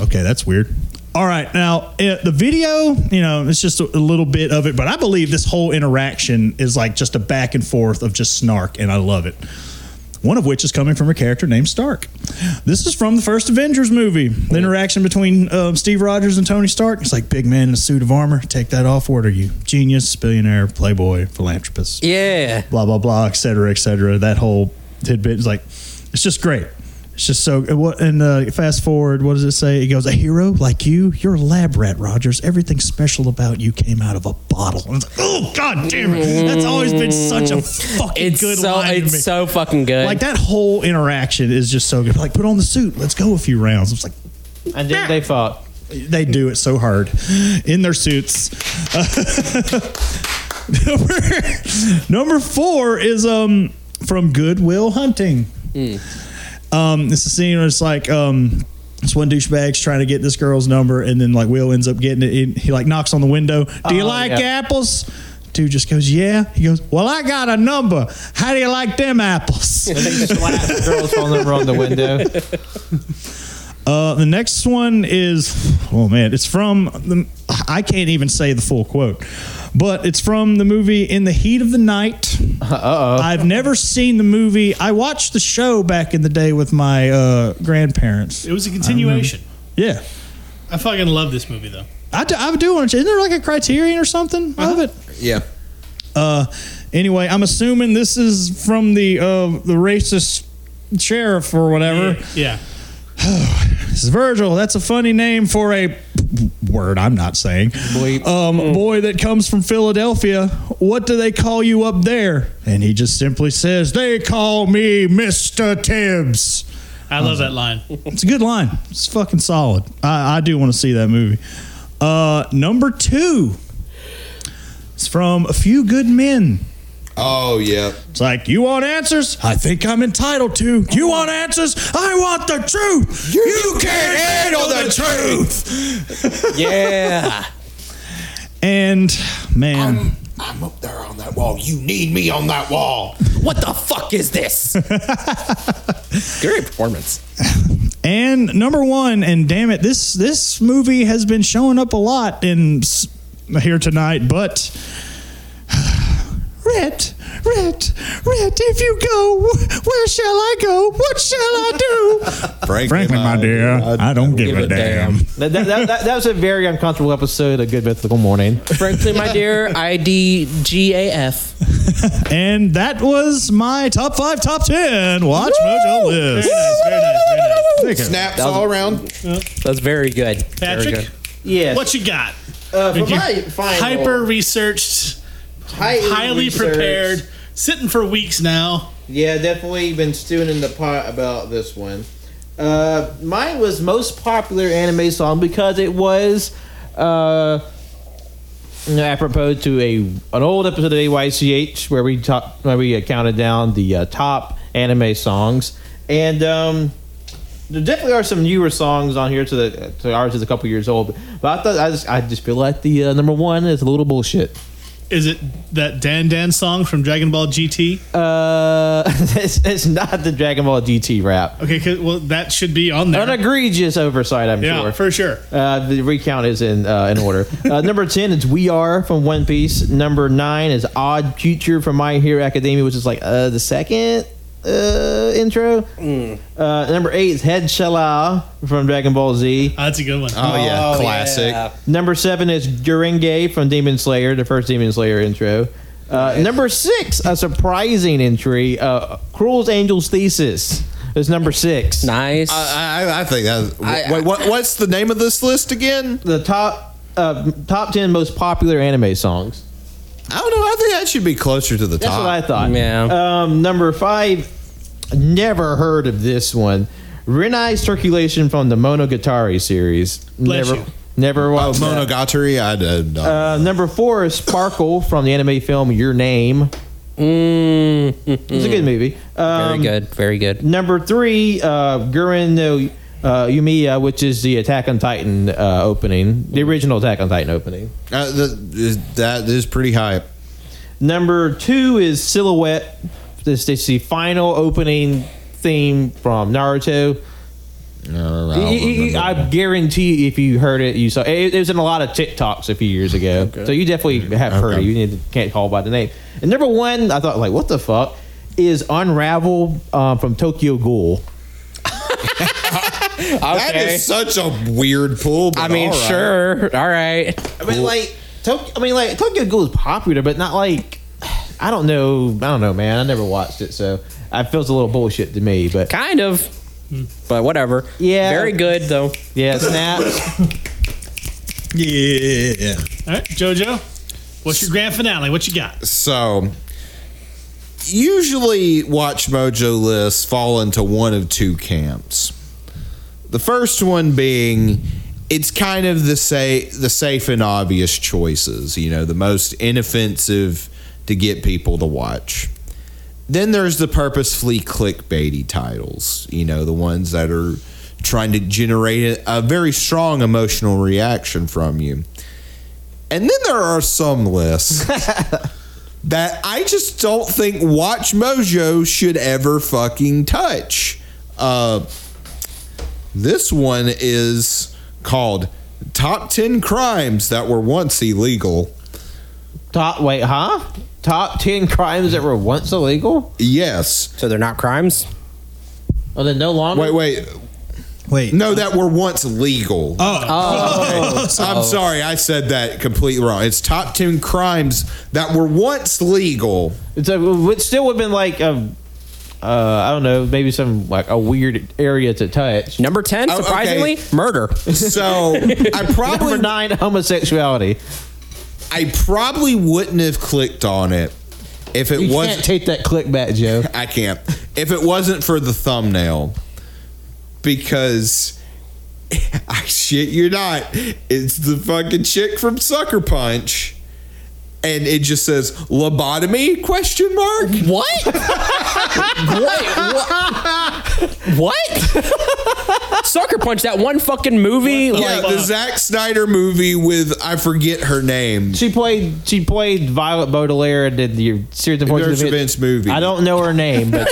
Okay, that's weird. All right, now eh, the video, you know, it's just a, a little bit of it, but I believe this whole interaction is like just a back and forth of just snark, and I love it. One of which is coming from a character named Stark. This is from the first Avengers movie. The interaction between um, Steve Rogers and Tony Stark. It's like big man in a suit of armor. Take that off. What are you? Genius, billionaire, playboy, philanthropist yeah. blah blah blah, et cetera, et cetera. That whole tidbit is like, it's just great. It's just so. and What and uh, fast forward, what does it say? It goes, a hero like you, you're a lab rat, Rogers. Everything special about you came out of a bottle. And it's like, oh god damn it! That's always been such a fucking it's good so, line. to It's me. so fucking good. Like that whole interaction is just so good. Like put on the suit, let's go a few rounds. It's like And then they fought. they do it so hard in their suits. number, number four is um from Goodwill Hunting. Um, it's a scene where it's like um. This one douchebag's trying to get this girl's number, and then like Will ends up getting it. He, he, like knocks on the window. Do you Oh, like yeah. apples? Dude just goes, yeah. He goes, well, I got a number. How do you like them apples? And they slapped the girl's phone number on the window. Uh, the next one is, oh man, it's from the. I can't even say the full quote, but it's from the movie In the Heat of the Night. Uh-oh. I've never seen the movie. I watched the show back in the day with my uh, grandparents. It was a continuation. Yeah. I, fucking love this movie though. I do, I do want to. Isn't there like a criterion or something of it? Yeah. Uh, anyway, I'm assuming this is from the uh, the racist sheriff or whatever. Yeah. This is Virgil. That's a funny name for a word I'm not saying. Um, Boy that comes from Philadelphia. What do they call you up there? And he just simply says, They call me Mr. Tibbs. I love that line. It's a good line. It's fucking solid. I, I do want to see that movie. Uh, number two is from A Few Good Men. Oh yeah. It's like, you want answers? I think I'm entitled to. You want answers? I want the truth. You, can't handle the truth. yeah. And man, Um, I'm up there on that wall. You need me on that wall. What the fuck is this? Great performance. and number one, and damn it, this this movie has been showing up a lot in s- here tonight, but. Red, Rhett, Rhett, if you go, wh- where shall I go? What shall I do? Frankly, uh, my dear, I, don't give, Oh, a, damn. That, that, that, that, that was a very uncomfortable episode of Good Mythical Morning. Frankly, my dear, I D G A F. and that was my top five, top ten Watch Mojo list. Snaps all around. That's very good. Patrick? Yes. What you got? Uh, Did for you- my final- hyper researched, Highly highly, researched. prepared, sitting for weeks now. Yeah, definitely been stewing in the pot about this one. Uh, mine was most popular anime song because it was uh, you know, apropos to a an old episode of AYCH where we talked where we uh, counted down the uh, top anime songs, and um, there definitely are some newer songs on here to the to ours is a couple years old. But I thought I just I just feel like the uh, number one is a little bullshit. Is it that Dan Dan song from Dragon Ball GT? Uh, it's, it's not the Dragon Ball GT rap. Okay, 'cause- well, that should be on there. An egregious oversight, I'm Yeah, sure. for sure. Uh, the recount is in uh, in order. uh, number ten is We Are from One Piece. Number nine is Odd Future from My Hero Academia, which is like uh, the second uh, intro. Hmm. Uh, number eight is Head Shala from Dragon Ball Z. Ah, that's a good one. Oh, yeah. Classic. Number seven is Durenge from Demon Slayer, the first Demon Slayer intro. Uh, Number six, a surprising entry, uh, Cruel's Angel's Thesis is number six. Nice. I, I, I think that's. wait, what, what's the name of this list again? The top uh, top ten most popular anime songs. I don't know. I think that should be closer to the That's top. what I thought. Yeah. Um, number five, never heard of this one. Renai's Circulation from the Monogatari series. Bless never, you. never Oh, watched. that. Monogatari. I uh, no. Uh, number four is Sparkle from the anime film Your Name. It's a good movie. Um, very Mm, good. Very good. Number three, uh, Gurren no uh, Yumiya, which is the Attack on Titan uh, opening, the original Attack on Titan opening. Uh, the, is- that is pretty high. Number two is Silhouette. This is the final opening theme from Naruto. No, Uh, I You- don't you- you- remember. I guarantee if you heard it, you saw it. It was in a lot of TikToks a few years ago, so you definitely have heard it. You need to- can't call by the name. And number one, I thought like, what the fuck is Unravel uh, from Tokyo Ghoul? That is such a weird pull. but I mean, all right. sure. All right. I mean, like Tokyo. I mean, like Tokyo Ghoul is popular, but not like I don't know. I don't know, man. I never watched it, so it feels a little bullshit to me. But Kind of. But whatever. Yeah. Very good though. Yeah. Snaps. yeah. All right, JoJo, what's your grand finale? What you got? So, usually Watch Mojo lists fall into one of two camps. The first one being it's kind of the say the safe and obvious choices, you know, the most inoffensive to get people to watch. Then there's the purposefully clickbaity titles, you know, the ones that are trying to generate a, a very strong emotional reaction from you. And then there are some lists that I just don't think Watch Mojo should ever fucking touch. Uh, this one is called Top 10 Crimes That Were Once Illegal. Top. Wait, huh? Top ten crimes that were once illegal. Yes. So they're not crimes? Oh, then no longer. Wait, wait. Wait. No, that were once legal. Oh. I'm sorry, I said that completely wrong. It's top 10 crimes that were once legal. So it still would have been like a. Uh, I don't know, maybe some like a weird area to touch. Number ten, Oh, okay. surprisingly, murder. So I probably Number nine, homosexuality. I probably wouldn't have clicked on it if it You wasn't can't take that click back, Joe. I can't. If it wasn't for the thumbnail, because I shit you not, it's the fucking chick from Sucker Punch, and it just says lobotomy question mark. What? what? Sucker Punch, that one fucking movie. Yeah, like, the Zack Snyder movie with I forget her name. She played. She played Violet Baudelaire and did the series of Nurse Events movie. I don't know her name, but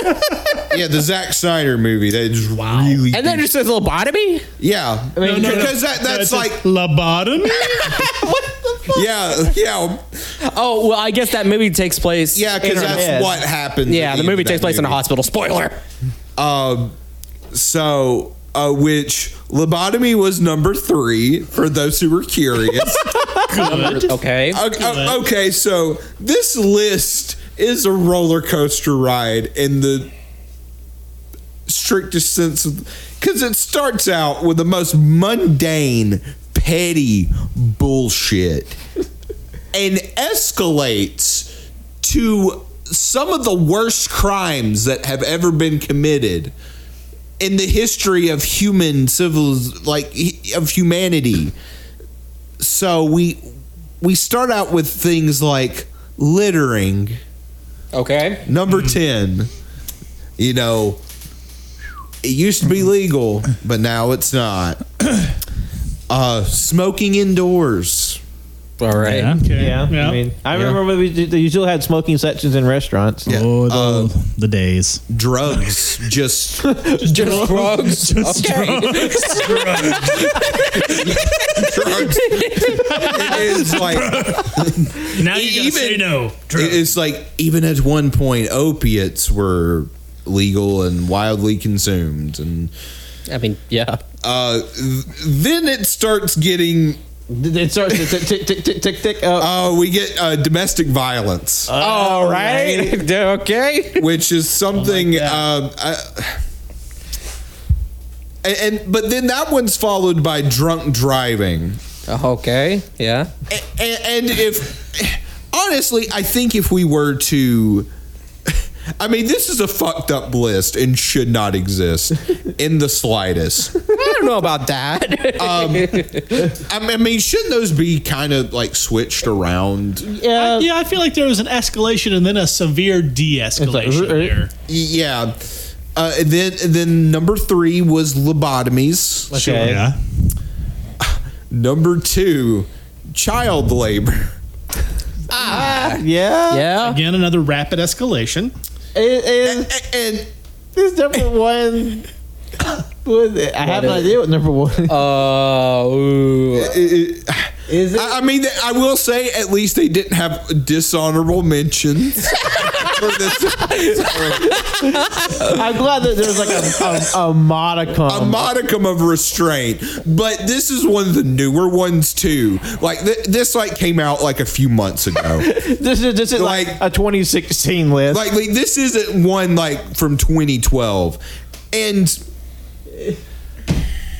yeah, the Zack Snyder movie. That is really. and then it just says lobotomy? yeah, mean, No, no, no. because that No, it that's says like lobotomy. yeah yeah Oh well, I guess that movie takes place. Yeah, because in her that's head. what happens. Yeah, at the end movie of that takes place in a movie. hospital. Spoiler. Um, so, uh, which lobotomy was number three for those who were curious. Okay, Okay. o- okay, so this list is a roller coaster ride in the strictest sense of because it starts out with the most mundane, petty bullshit and escalates to some of the worst crimes that have ever been committed in the history of human civils like hu- of humanity so we we start out with things like littering okay number Mm-hmm. 10 you know it used to be legal but now it's not uh smoking indoors all right Yeah. Yeah. I mean, I remember when we did- they usually had smoking sections in restaurants. Oh, the, the days. Uh, Drugs. Just, just drugs. okay. drugs. it is like now you even say no. It's like even at one point, opiates were legal and wildly consumed, and I mean, yeah. Uh, th- then it starts getting. It starts tick tick tick tick tick. Oh, we get uh, domestic violence. All right. okay. Which is something. um, I- and, and but then that one's followed by drunk driving. Uh, Okay. Yeah. And, and if honestly, I think if we were to, I mean, this is a fucked up list and should not exist in the slightest. I don't know about that. Um, I mean- I mean, shouldn't those be kind of like switched around? Yeah. I, yeah, I feel like there was an escalation and then a severe de-escalation there. Yeah. Uh, and then and then number three was lobotomies. Okay. Sure, yeah. Number two, child labor. Ah, yeah. Yeah. Again, another rapid escalation. It is. And this number one. was- I have no idea what number one. Oh. Is it? I, I mean, I will say at least they didn't have dishonorable mentions. for this. I'm glad that there's like a, a, a modicum. a modicum of restraint. But this is one of the newer ones too. Like th- this, like came out like a few months ago. this is this is like, a 2016 list. like, like this isn't one like from 2012, and.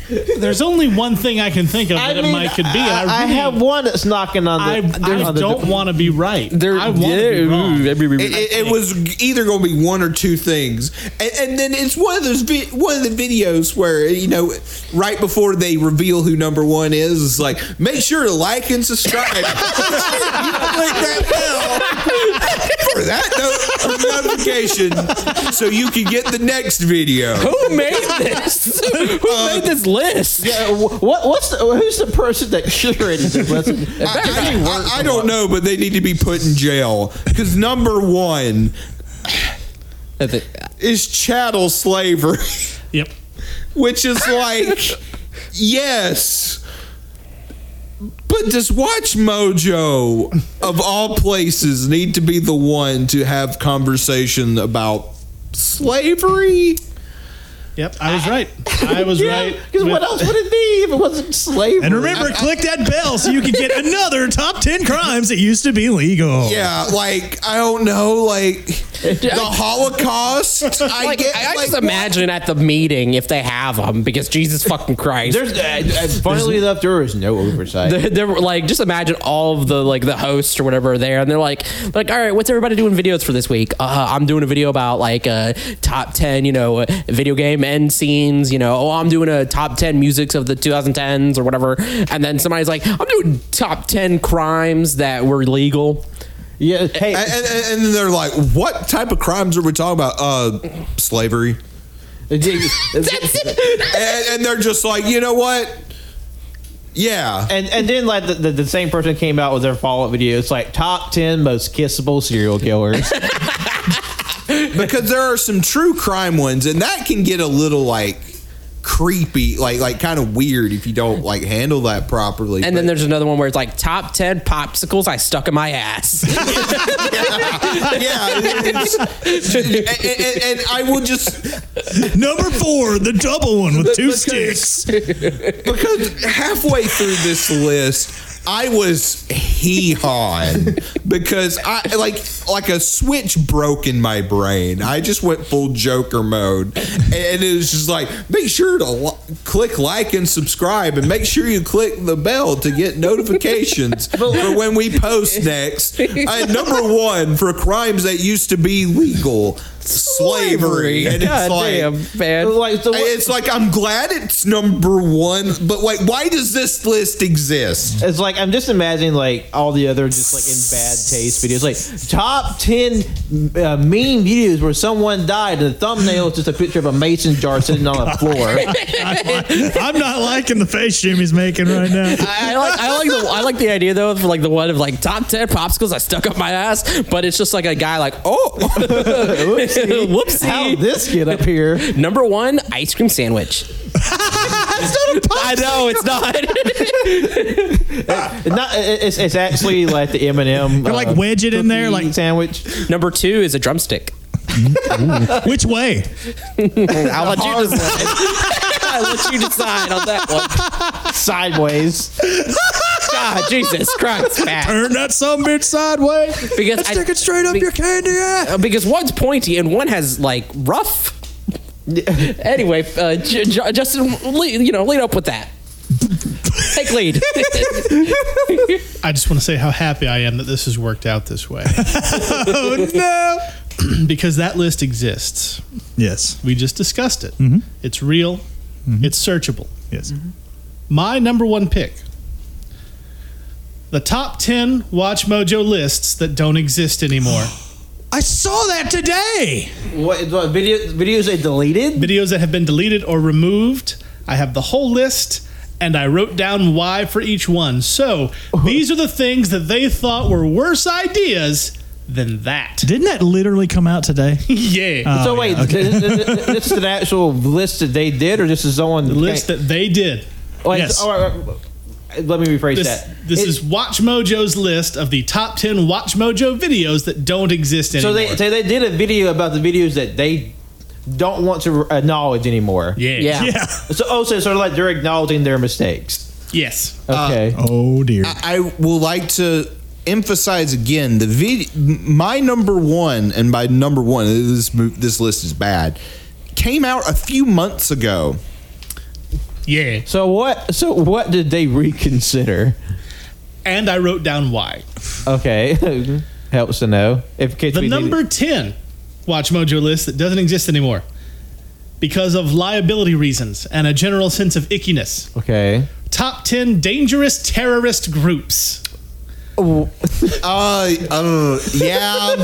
There's only one thing I can think of that it might could be. and I, I really- have one that's knocking on I, the. I on the- don't want to be right. I want to be It- wrong. It, it was either going to be one or two things, and, and then it's one of those vi- one of the videos where you know right before they reveal who number one is, it's like make sure to like and subscribe. Click that bell for that no- for notification, so you can get the next video. Who made this? Who made this list? Yeah, wh- what what's the, who's the person that curated this list? I, I- I don't know, but they need to be put in jail because number one is chattel slavery. Yep. Which is like, yes, but does Watch Mojo of all places need to be the one to have conversation about slavery? Yep, I was right. I was right. Because what else would it be if it wasn't slavery? And remember, click that bell so you can get another top 10 crimes that used to be legal. Yeah, like I don't know, like the Holocaust. I like, get. I, I like, just imagine at the meeting if they have them because Jesus fucking Christ. There's, uh, uh, funnily enough, there is no oversight. They're, they're, like, just imagine all of the like the hosts or whatever are there, and they're like, like, all right, what's everybody doing videos for this week? Uh, I'm doing a video about like uh, top ten, you know, uh, video game end scenes. You know, oh, I'm doing a top ten musics of the 2010s or whatever. And then somebody's like, I'm doing top ten crimes that were legal. Yeah, hey, uh, and, and, and then they're like, "What type of crimes are we talking about? Uh, slavery." and, and they're just like, you know what? Yeah. And and then like the, the, the same person came out with their follow up video. It's like top ten most kissable serial killers. because there are some true crime ones, and that can get a little like creepy, like like kind of weird if you don't like handle that properly. And then there's another one where it's like top ten popsicles I stuck in my ass. yeah, it's- and, and- and I will just Number four, the double one with two sticks. because halfway through this list. I was hee hawing because I like like a switch broke in my brain. I just went full Joker mode, and it was just like make sure to li- click like and subscribe, and make sure you click the bell to get notifications for when we post next. Uh, number one for crimes that used to be legal. Slavery, and it's God like, damn, man. Like, the- it's like I'm glad it's number one, but like, why does this list exist? It's like I'm just imagining like all the other just like in bad taste videos, like top ten uh, meme videos where someone died, and the thumbnail is just a picture of a mason jar sitting on the floor. I'm not liking the face Jimmy's making right now. I, I like I like the I like the idea though of like the one of like top ten popsicles I stuck up my ass, but it's just like a guy like oh whoopsie, How'd this get up here? Number one ice cream sandwich. it's not a I know it's not. Not, it- it's, it's actually like the M and M. uh, like, wedge it in there, like- sandwich. Number two is a drumstick. Which way? I'll let you decide. I'll let you decide on that one. Sideways. God, Jesus Christ, Pat. Turn that some bitch sideways. Because I- stick it straight up be- your candy ass. Uh, because one's pointy and one has like rough. anyway, uh, J- J- Justin, lead, you know, lead up with that. Take lead. I just want to say how happy I am that this has worked out this way. oh no! because that list exists. Yes. We just discussed it. Mm-hmm. It's real. It's searchable. Yes. My number one pick. The top 10 Watch Mojo lists that don't exist anymore. I saw that today. What, what videos? Videos they deleted? Videos that have been deleted or removed. I have the whole list and I wrote down why for each one. So Uh-huh. these are the things that they thought were worse ideas than that. Didn't that literally come out today? yeah. Oh, so yeah, wait, okay. th- th- th- this is an actual list that they did, or this is someone the list that they did? Wait, Yes. all right, let me rephrase This, that. this is Watch Mojo's list of the top 10 Watch Mojo videos that don't exist anymore. So they, so they did a video about the videos that they don't want to acknowledge anymore. Yeah. Yeah. Yeah. So oh, so it's sort of like they're acknowledging their mistakes. Yes. Okay. oh dear. I, I will like to emphasize again the vid- my number one and by number one this mo- this list is bad came out a few months ago. Yeah. So what? So what did they reconsider? And I wrote down why. Okay, helps to know. If in case The we needed- number 10 Watch Mojo list that doesn't exist anymore because of liability reasons and a general sense of ickiness. Okay. Top 10 dangerous terrorist groups. Uh, uh yeah,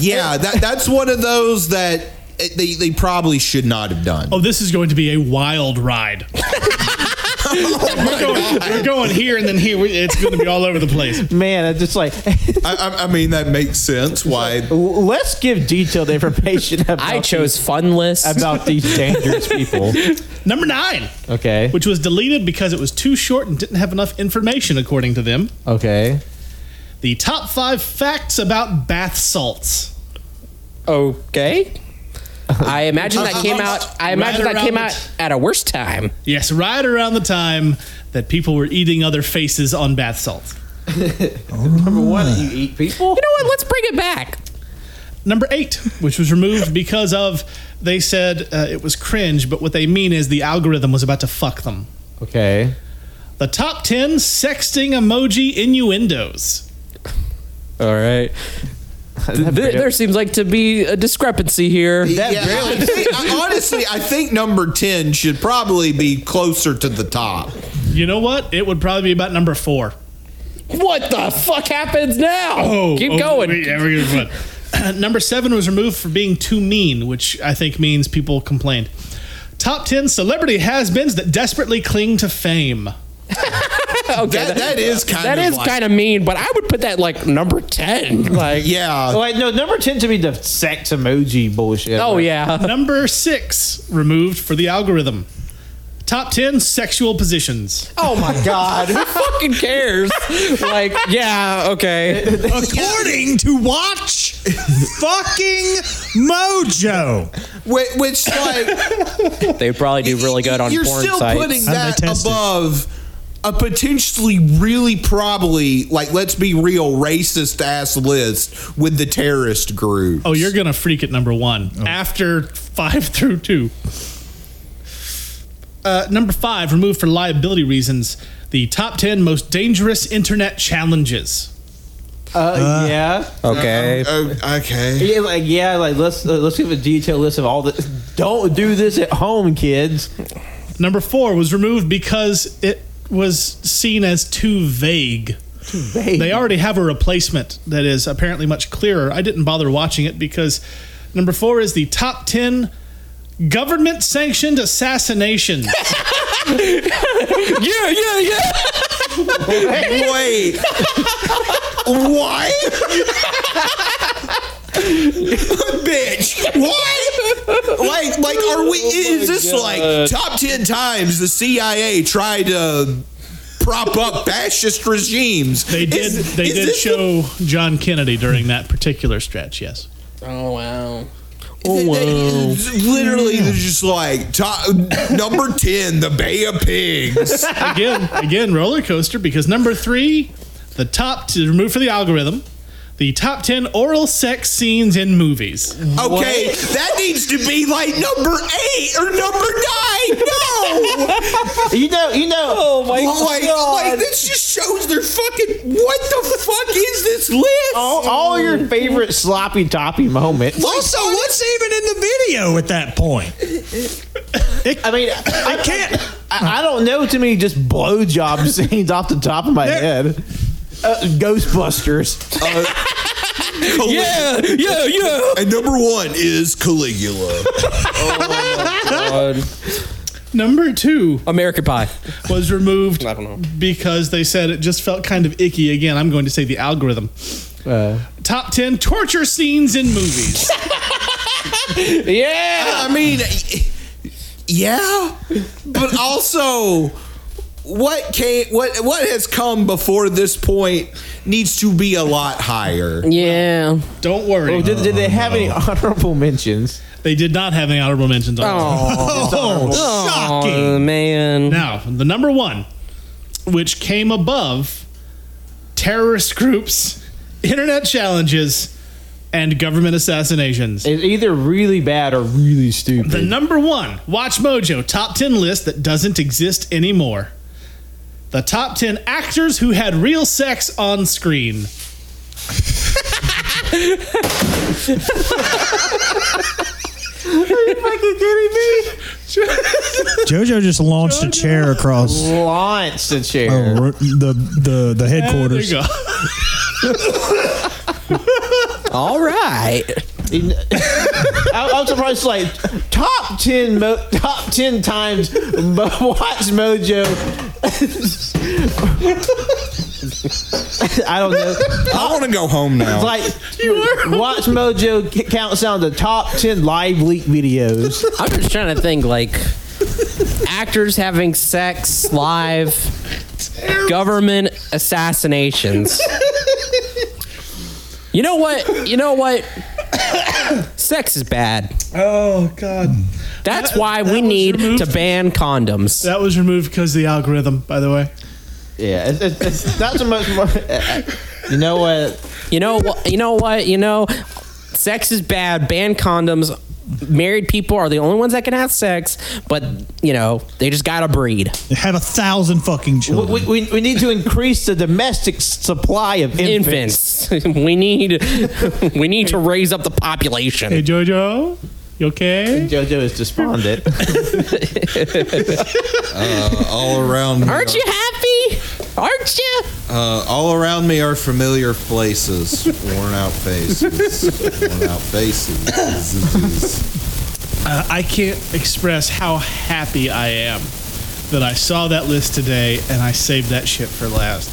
yeah. That that's one of those that eh, they they probably should not have done. Oh, this is going to be a wild ride. we're, going, we're going here and then here. We- It's going to be all over the place. Man, it's just like I, I, I mean that makes sense. Why? let's give detailed information. About I chose fun list about these dangerous people. Number nine, Okay. which was deleted because it was too short and didn't have enough information, according to them. Okay. The top five facts about bath salts. Okay. I imagine that came out. I imagine Uh-huh. Right that came around out at a worse time. Yes, right around the time that people were eating other faces on bath salts. Number one, you eat people. You know what? Let's bring it back. Number eight, which was removed because of they said uh, it was cringe, but what they mean is the algorithm was about to fuck them. Okay. The top ten sexting emoji innuendos. All right. There, there seems like to be a discrepancy here. yeah, I think- I- honestly, I think number ten should probably be closer to the top. You know what? It would probably be about number four. What the fuck happens now? Keep oh, going. wait, yeah, we're good. Uh, Number seven was removed for being too mean, which I think means people complained. Top 10 celebrity has beens that desperately cling to fame. that, that is kind that of is like- kind of mean, but I would put that like number ten. Like yeah, Wait, no, number 10 to be the sex emoji bullshit. oh, Oh, right? Number six removed for the algorithm. Top ten sexual positions. Oh my god, who fucking cares? Like, yeah, okay. According to Watch fucking Mojo. Which, which like They probably do really good on you're porn still sites. putting that above a potentially really probably like let's be real racist ass list with the terrorist group. Oh, you're gonna freak at number one after five through two. Uh, number five removed for liability reasons. The top ten most dangerous internet challenges. Uh, yeah. Okay. Oh, okay. Yeah, like yeah, like let's uh, let's give a detailed list of all the. Don't do this at home, kids. Number four was removed because it was seen as too vague. Too vague. They already have a replacement that is apparently much clearer. I didn't bother watching it because number four is the top 10 government sanctioned assassinations. yeah, yeah, yeah. Wait. what? Bitch. What? Like like are we Oh is my this God. like top 10 times the CIA tried to prop up fascist regimes? They did Is- they is did this show John Kennedy during that particular stretch, yes. Oh wow. Oh wow. Literally they're just like top number 10 the Bay of Pigs. again, again, roller coaster because number three, the top to remove for the algorithm, the top ten oral sex scenes in movies. Okay, that needs to be like number eight or number nine. No, you know, you know. Oh my like, God. Like this just shows they're fucking. What the fuck is this list? All, all your favorite sloppy toppy moments. Also, what's even in the video at that point? I mean, I can't. I, I don't know too many just blowjob scenes off the top of my head. Uh, Ghostbusters. yeah, yeah, yeah. And number one is Caligula. Number two, American Pie, was removed. I don't know. because they said it just felt kind of icky. Again, I'm going to say the algorithm. Uh, Top ten torture scenes in movies. yeah. I mean, yeah, but also, what came? What what has come before this point needs to be a lot higher. Yeah. Don't worry. Oh, did, did they have any honorable mentions? They did not have any honorable mentions. On Oh. this. Oh, shocking. man. Now, the number one, which came above terrorist groups, internet challenges, and government assassinations. It's either really bad or really stupid. The number one Watch Mojo top 10 list that doesn't exist anymore. The top 10 actors who had real sex on screen. Are you fucking kidding me? Jojo just launched a chair across Launched a chair. oh, r- the, the, the headquarters. There you go. All right. I, I'm surprised. Like top ten, mo- top ten times, mo- watch Mojo. I don't know. I want to go home now. Like watch Mojo c- counts down the top ten live leak videos. I'm just trying to think like actors having sex live, government assassinations. You know what? You know what? Sex is bad. Oh, God. That's That- why that we was need to removed. ban condoms. That was removed because of the algorithm, by the way. Yeah, it's, it's, it's not so much more. You know what? You know what? You know what? You know, sex is bad. Ban condoms. Married people are the only ones that can have sex, but you know they just gotta breed. Have a thousand fucking children. We, we, we need to increase the domestic supply of infants. Infants. we need. We need to raise up the population. Hey, Jojo, you okay? Jojo is despondent. Uh, all around. me Aren't are- you happy? Aren't you? Uh, all around me are familiar places, worn out faces, worn out faces. Uh, I can't express how happy I am that I saw that list today and I saved that shit for last.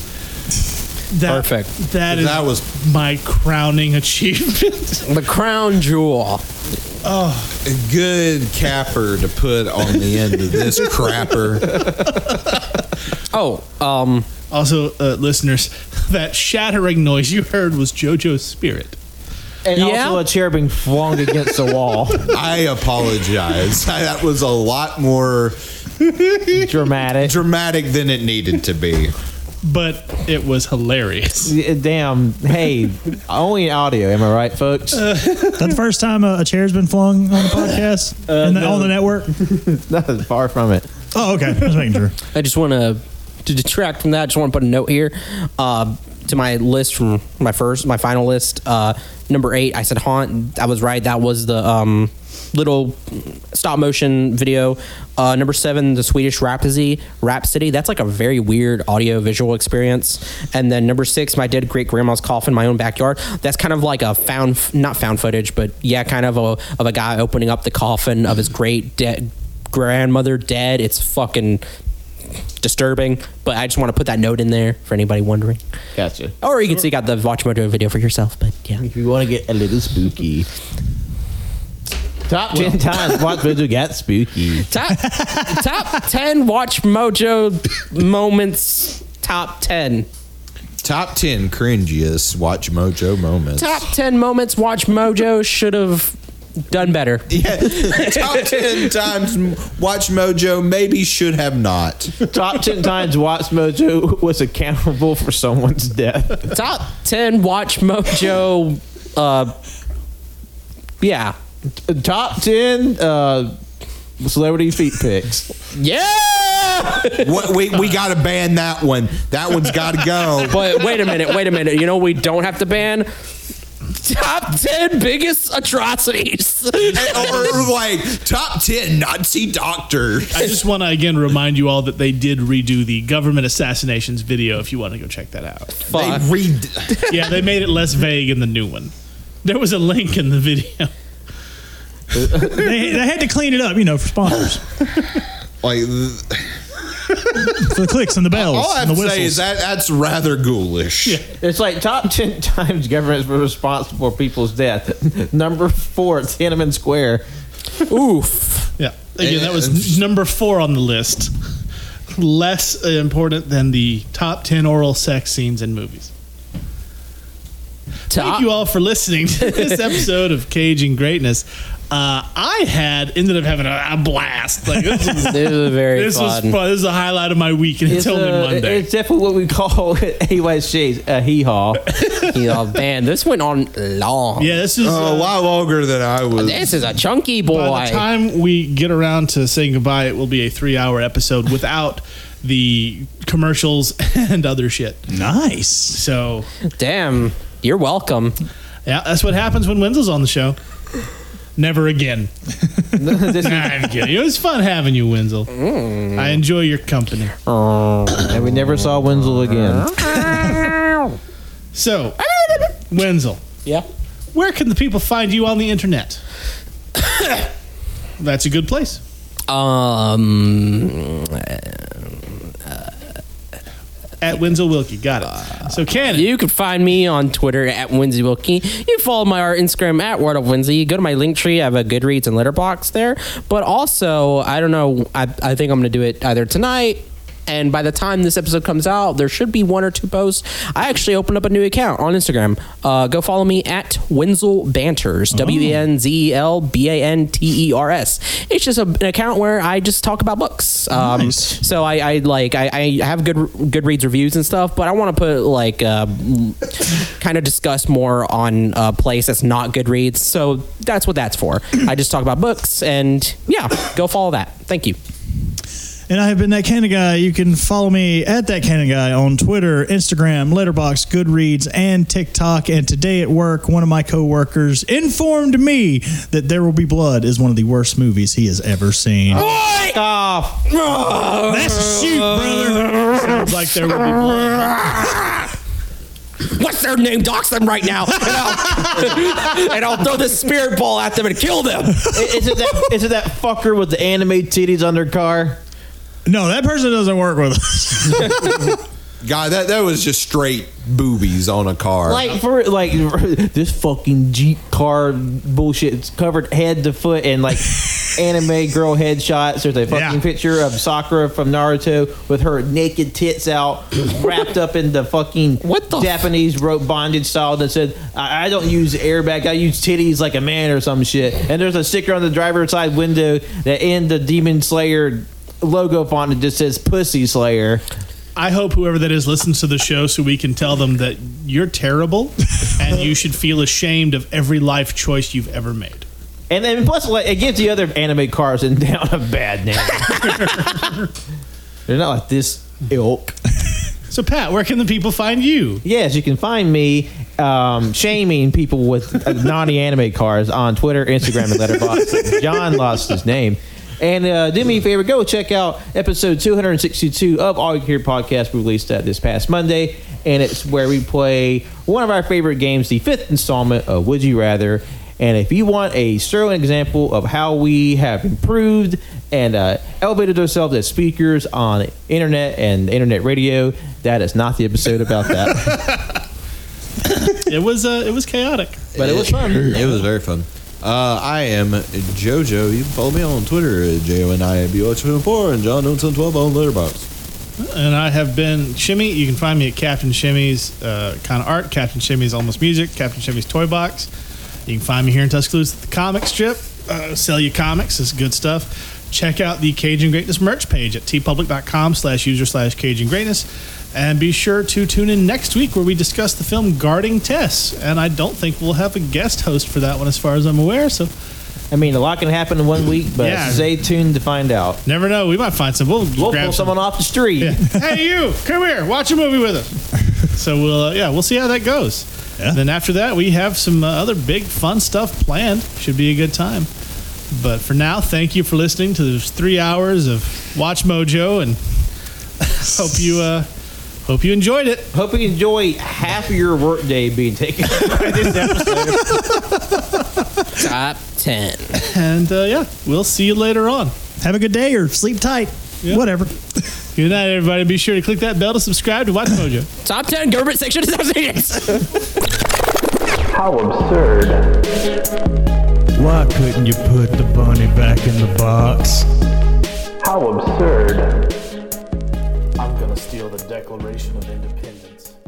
That, Perfect. That is That was- my crowning achievement. The crown jewel. Oh, A good capper to put on the end of this crapper. Oh, um. Also, uh, listeners, that shattering noise you heard was JoJo's spirit. And also a chair being flung against the wall. I apologize. That was a lot more dramatic, dramatic than it needed to be. But it was hilarious. Damn. Hey, only audio. Am I right, folks? that the first time a, a chair's been flung on the podcast Uh, and the- on the network? Nothing far from it. Oh, okay. Just making sure. I just want to to detract from that. I just want to put a note here uh, to my list from my first, my final list. Uh, number eight, I said haunt. I was right. That was the um, little stop motion video. Uh, number seven, the Swedish Rhapsody. Rhapsody. That's like a very weird audio visual experience. And then number six, my dead great grandma's coffin, in my own backyard. That's kind of like a found, not found footage, but yeah, kind of a of a guy opening up the coffin of his great dead grandmother dead. It's fucking disturbing, but I just want to put that note in there for anybody wondering. Gotcha. Or you can see out the Watch Mojo video for yourself. But yeah, if you want to get a little spooky, top ten times what video got spooky. top top ten Watch Mojo moments. Top ten. Top 10 cringiest Watch Mojo moments. Top ten moments Watch Mojo should have done better. Top 10 times Watch Mojo maybe should have not. Top ten times Watch Mojo was accountable for someone's death. Top ten Watch Mojo. Uh, yeah. Top ten uh, celebrity feet pics. Yeah. What, we we got to ban that one. That one's got to go. But wait a minute, wait a minute. You know what we don't have to ban top ten biggest atrocities. or like top ten Nazi doctors. I just want to again remind you all that they did redo the government assassinations video. If you want to go check that out, Fuck. They yeah, they made it less vague in the new one. There was a link in the video. They, they had to clean it up, you know, for sponsors. Like for the clicks and the bells. all I and have the to say whistles. is that that's rather ghoulish. It's like top ten times governments were responsible for people's death. Number four, Tiananmen Square. Oof. Yeah. Again, that was n- number four on the list. Less uh, important than the top 10 oral sex scenes in movies. Ah. Thank you all for listening to this episode of Caging Greatness. Uh, I had ended up having a, a blast. Like this was, This was very this was fun. This is the highlight of my week, and it's, only uh, Monday. It's definitely what we call AYC's a hee haw. oh man, this went on long. Yeah, this is, Oh, a uh, lot longer than I was. This is a chunky boy. By the time we get around to saying goodbye, it will be a three-hour episode without the commercials and other shit. Nice. So, damn, you're welcome. Yeah, that's what happens when Wenzel's on the show. Never again. nah, I'm kidding. It was fun having you, Wenzel. I enjoy your company. and we never saw Wenzel again. So, Wenzel. Yeah. Where can the people find you on the internet? That's a good place. Um. At Wenzel Wilkie, got it. So Cannon, you can find me on Twitter at Winsy Wilkie. You can follow my art Instagram at Word of Winsy. Go to my link tree. I have a Goodreads and Letterbox there. But also, I don't know. I, I think I'm gonna do it either tonight. And by the time this episode comes out, there should be one or two posts. I actually opened up a new account on Instagram. Uh, go follow me at Wenzel Banters. W E N Z E L B A N T E R S. It's just a, an account where I just talk about books. Um, So I, I like I, I have good Goodreads reviews and stuff, but I want to put like uh, kind of discuss more on a place that's not Goodreads. So that's what that's for. I just talk about books, and yeah, go follow that. Thank you. And I have been that kind of guy. You can follow me at that kind of guy on Twitter, Instagram, Letterbox, Goodreads, and TikTok. And today at work, one of my coworkers informed me that There Will Be Blood is one of the worst movies he has ever seen. Oh. That's shoot, brother. Sounds like there will be What's their name? Dox them right now, and I'll, and I'll throw this spirit ball at them and kill them. is, it that, is it that fucker with the anime titties on their car? No, that person doesn't work with us. God, that, that was just straight boobies on a car. Like for like this fucking Jeep car bullshit. It's covered head to foot and like anime girl headshots. There's a fucking picture of Sakura from Naruto with her naked tits out, wrapped up in the fucking what the Japanese rope bondage style that said, I, "I don't use airbag. I use titties like a man or some shit." And there's a sticker on the driver's side window that in the Demon Slayer logo font it just says "Pussy Slayer." I hope whoever that is listens to the show so we can tell them that you're terrible and you should feel ashamed of every life choice you've ever made. And then plus, like, it gives the other anime cars in down a bad name. They're not like this ilk. So, Pat, where can the people find you? Yes, you can find me um, shaming people with uh, naughty anime cars on Twitter, Instagram, and Letterboxd. John lost his name. And uh, do me a favor, go check out episode 262 of All You Hear podcast. We released that this past Monday, and it's where we play one of our favorite games, the fifth installment of Would You Rather. And if you want a sterling example of how we have improved and uh, elevated ourselves as speakers on internet and internet radio, that is not the episode about that. It was uh, it was chaotic, But it was fun. It was very fun. Uh, I am JoJo. You can follow me on Twitter at J O N I B O H M four and John Johnson twelve on Letterboxd. and I have been Shimmy. You can find me at Captain Shimmy's uh, kind of art, Captain Shimmy's almost music, Captain Shimmy's toy box. You can find me here in Tuscaloosa at the comic strip. Uh, sell you comics. It's good stuff. Check out the Cajun Greatness merch page at tpublic.com slash user slash Cajun Greatness. And be sure to tune in next week where we discuss the film Guarding Tess. And I don't think we'll have a guest host for that one as far as I'm aware. So I mean, a lot can happen in one week, but Yeah. stay tuned to find out. Never know. We might find some. We'll, we'll pull someone off the street. hey, you, come here, watch a movie with us. So we'll, uh, yeah, we'll see how that goes. Then after that, we have some uh, other big fun stuff planned. Should be a good time. But for now, thank you for listening to those three hours of Watch Mojo, and hope you uh, hope you enjoyed it. Hope you enjoy half of your workday being taken. Top 10. And uh, yeah, we'll see you later on. Have a good day or sleep tight. Whatever. Good night, everybody. Be sure to click that bell to subscribe to Watch Mojo. Top 10 government section assassinations. How absurd. Why couldn't you put the bunny back in the box? How absurd. I'm gonna steal the Declaration of Independence.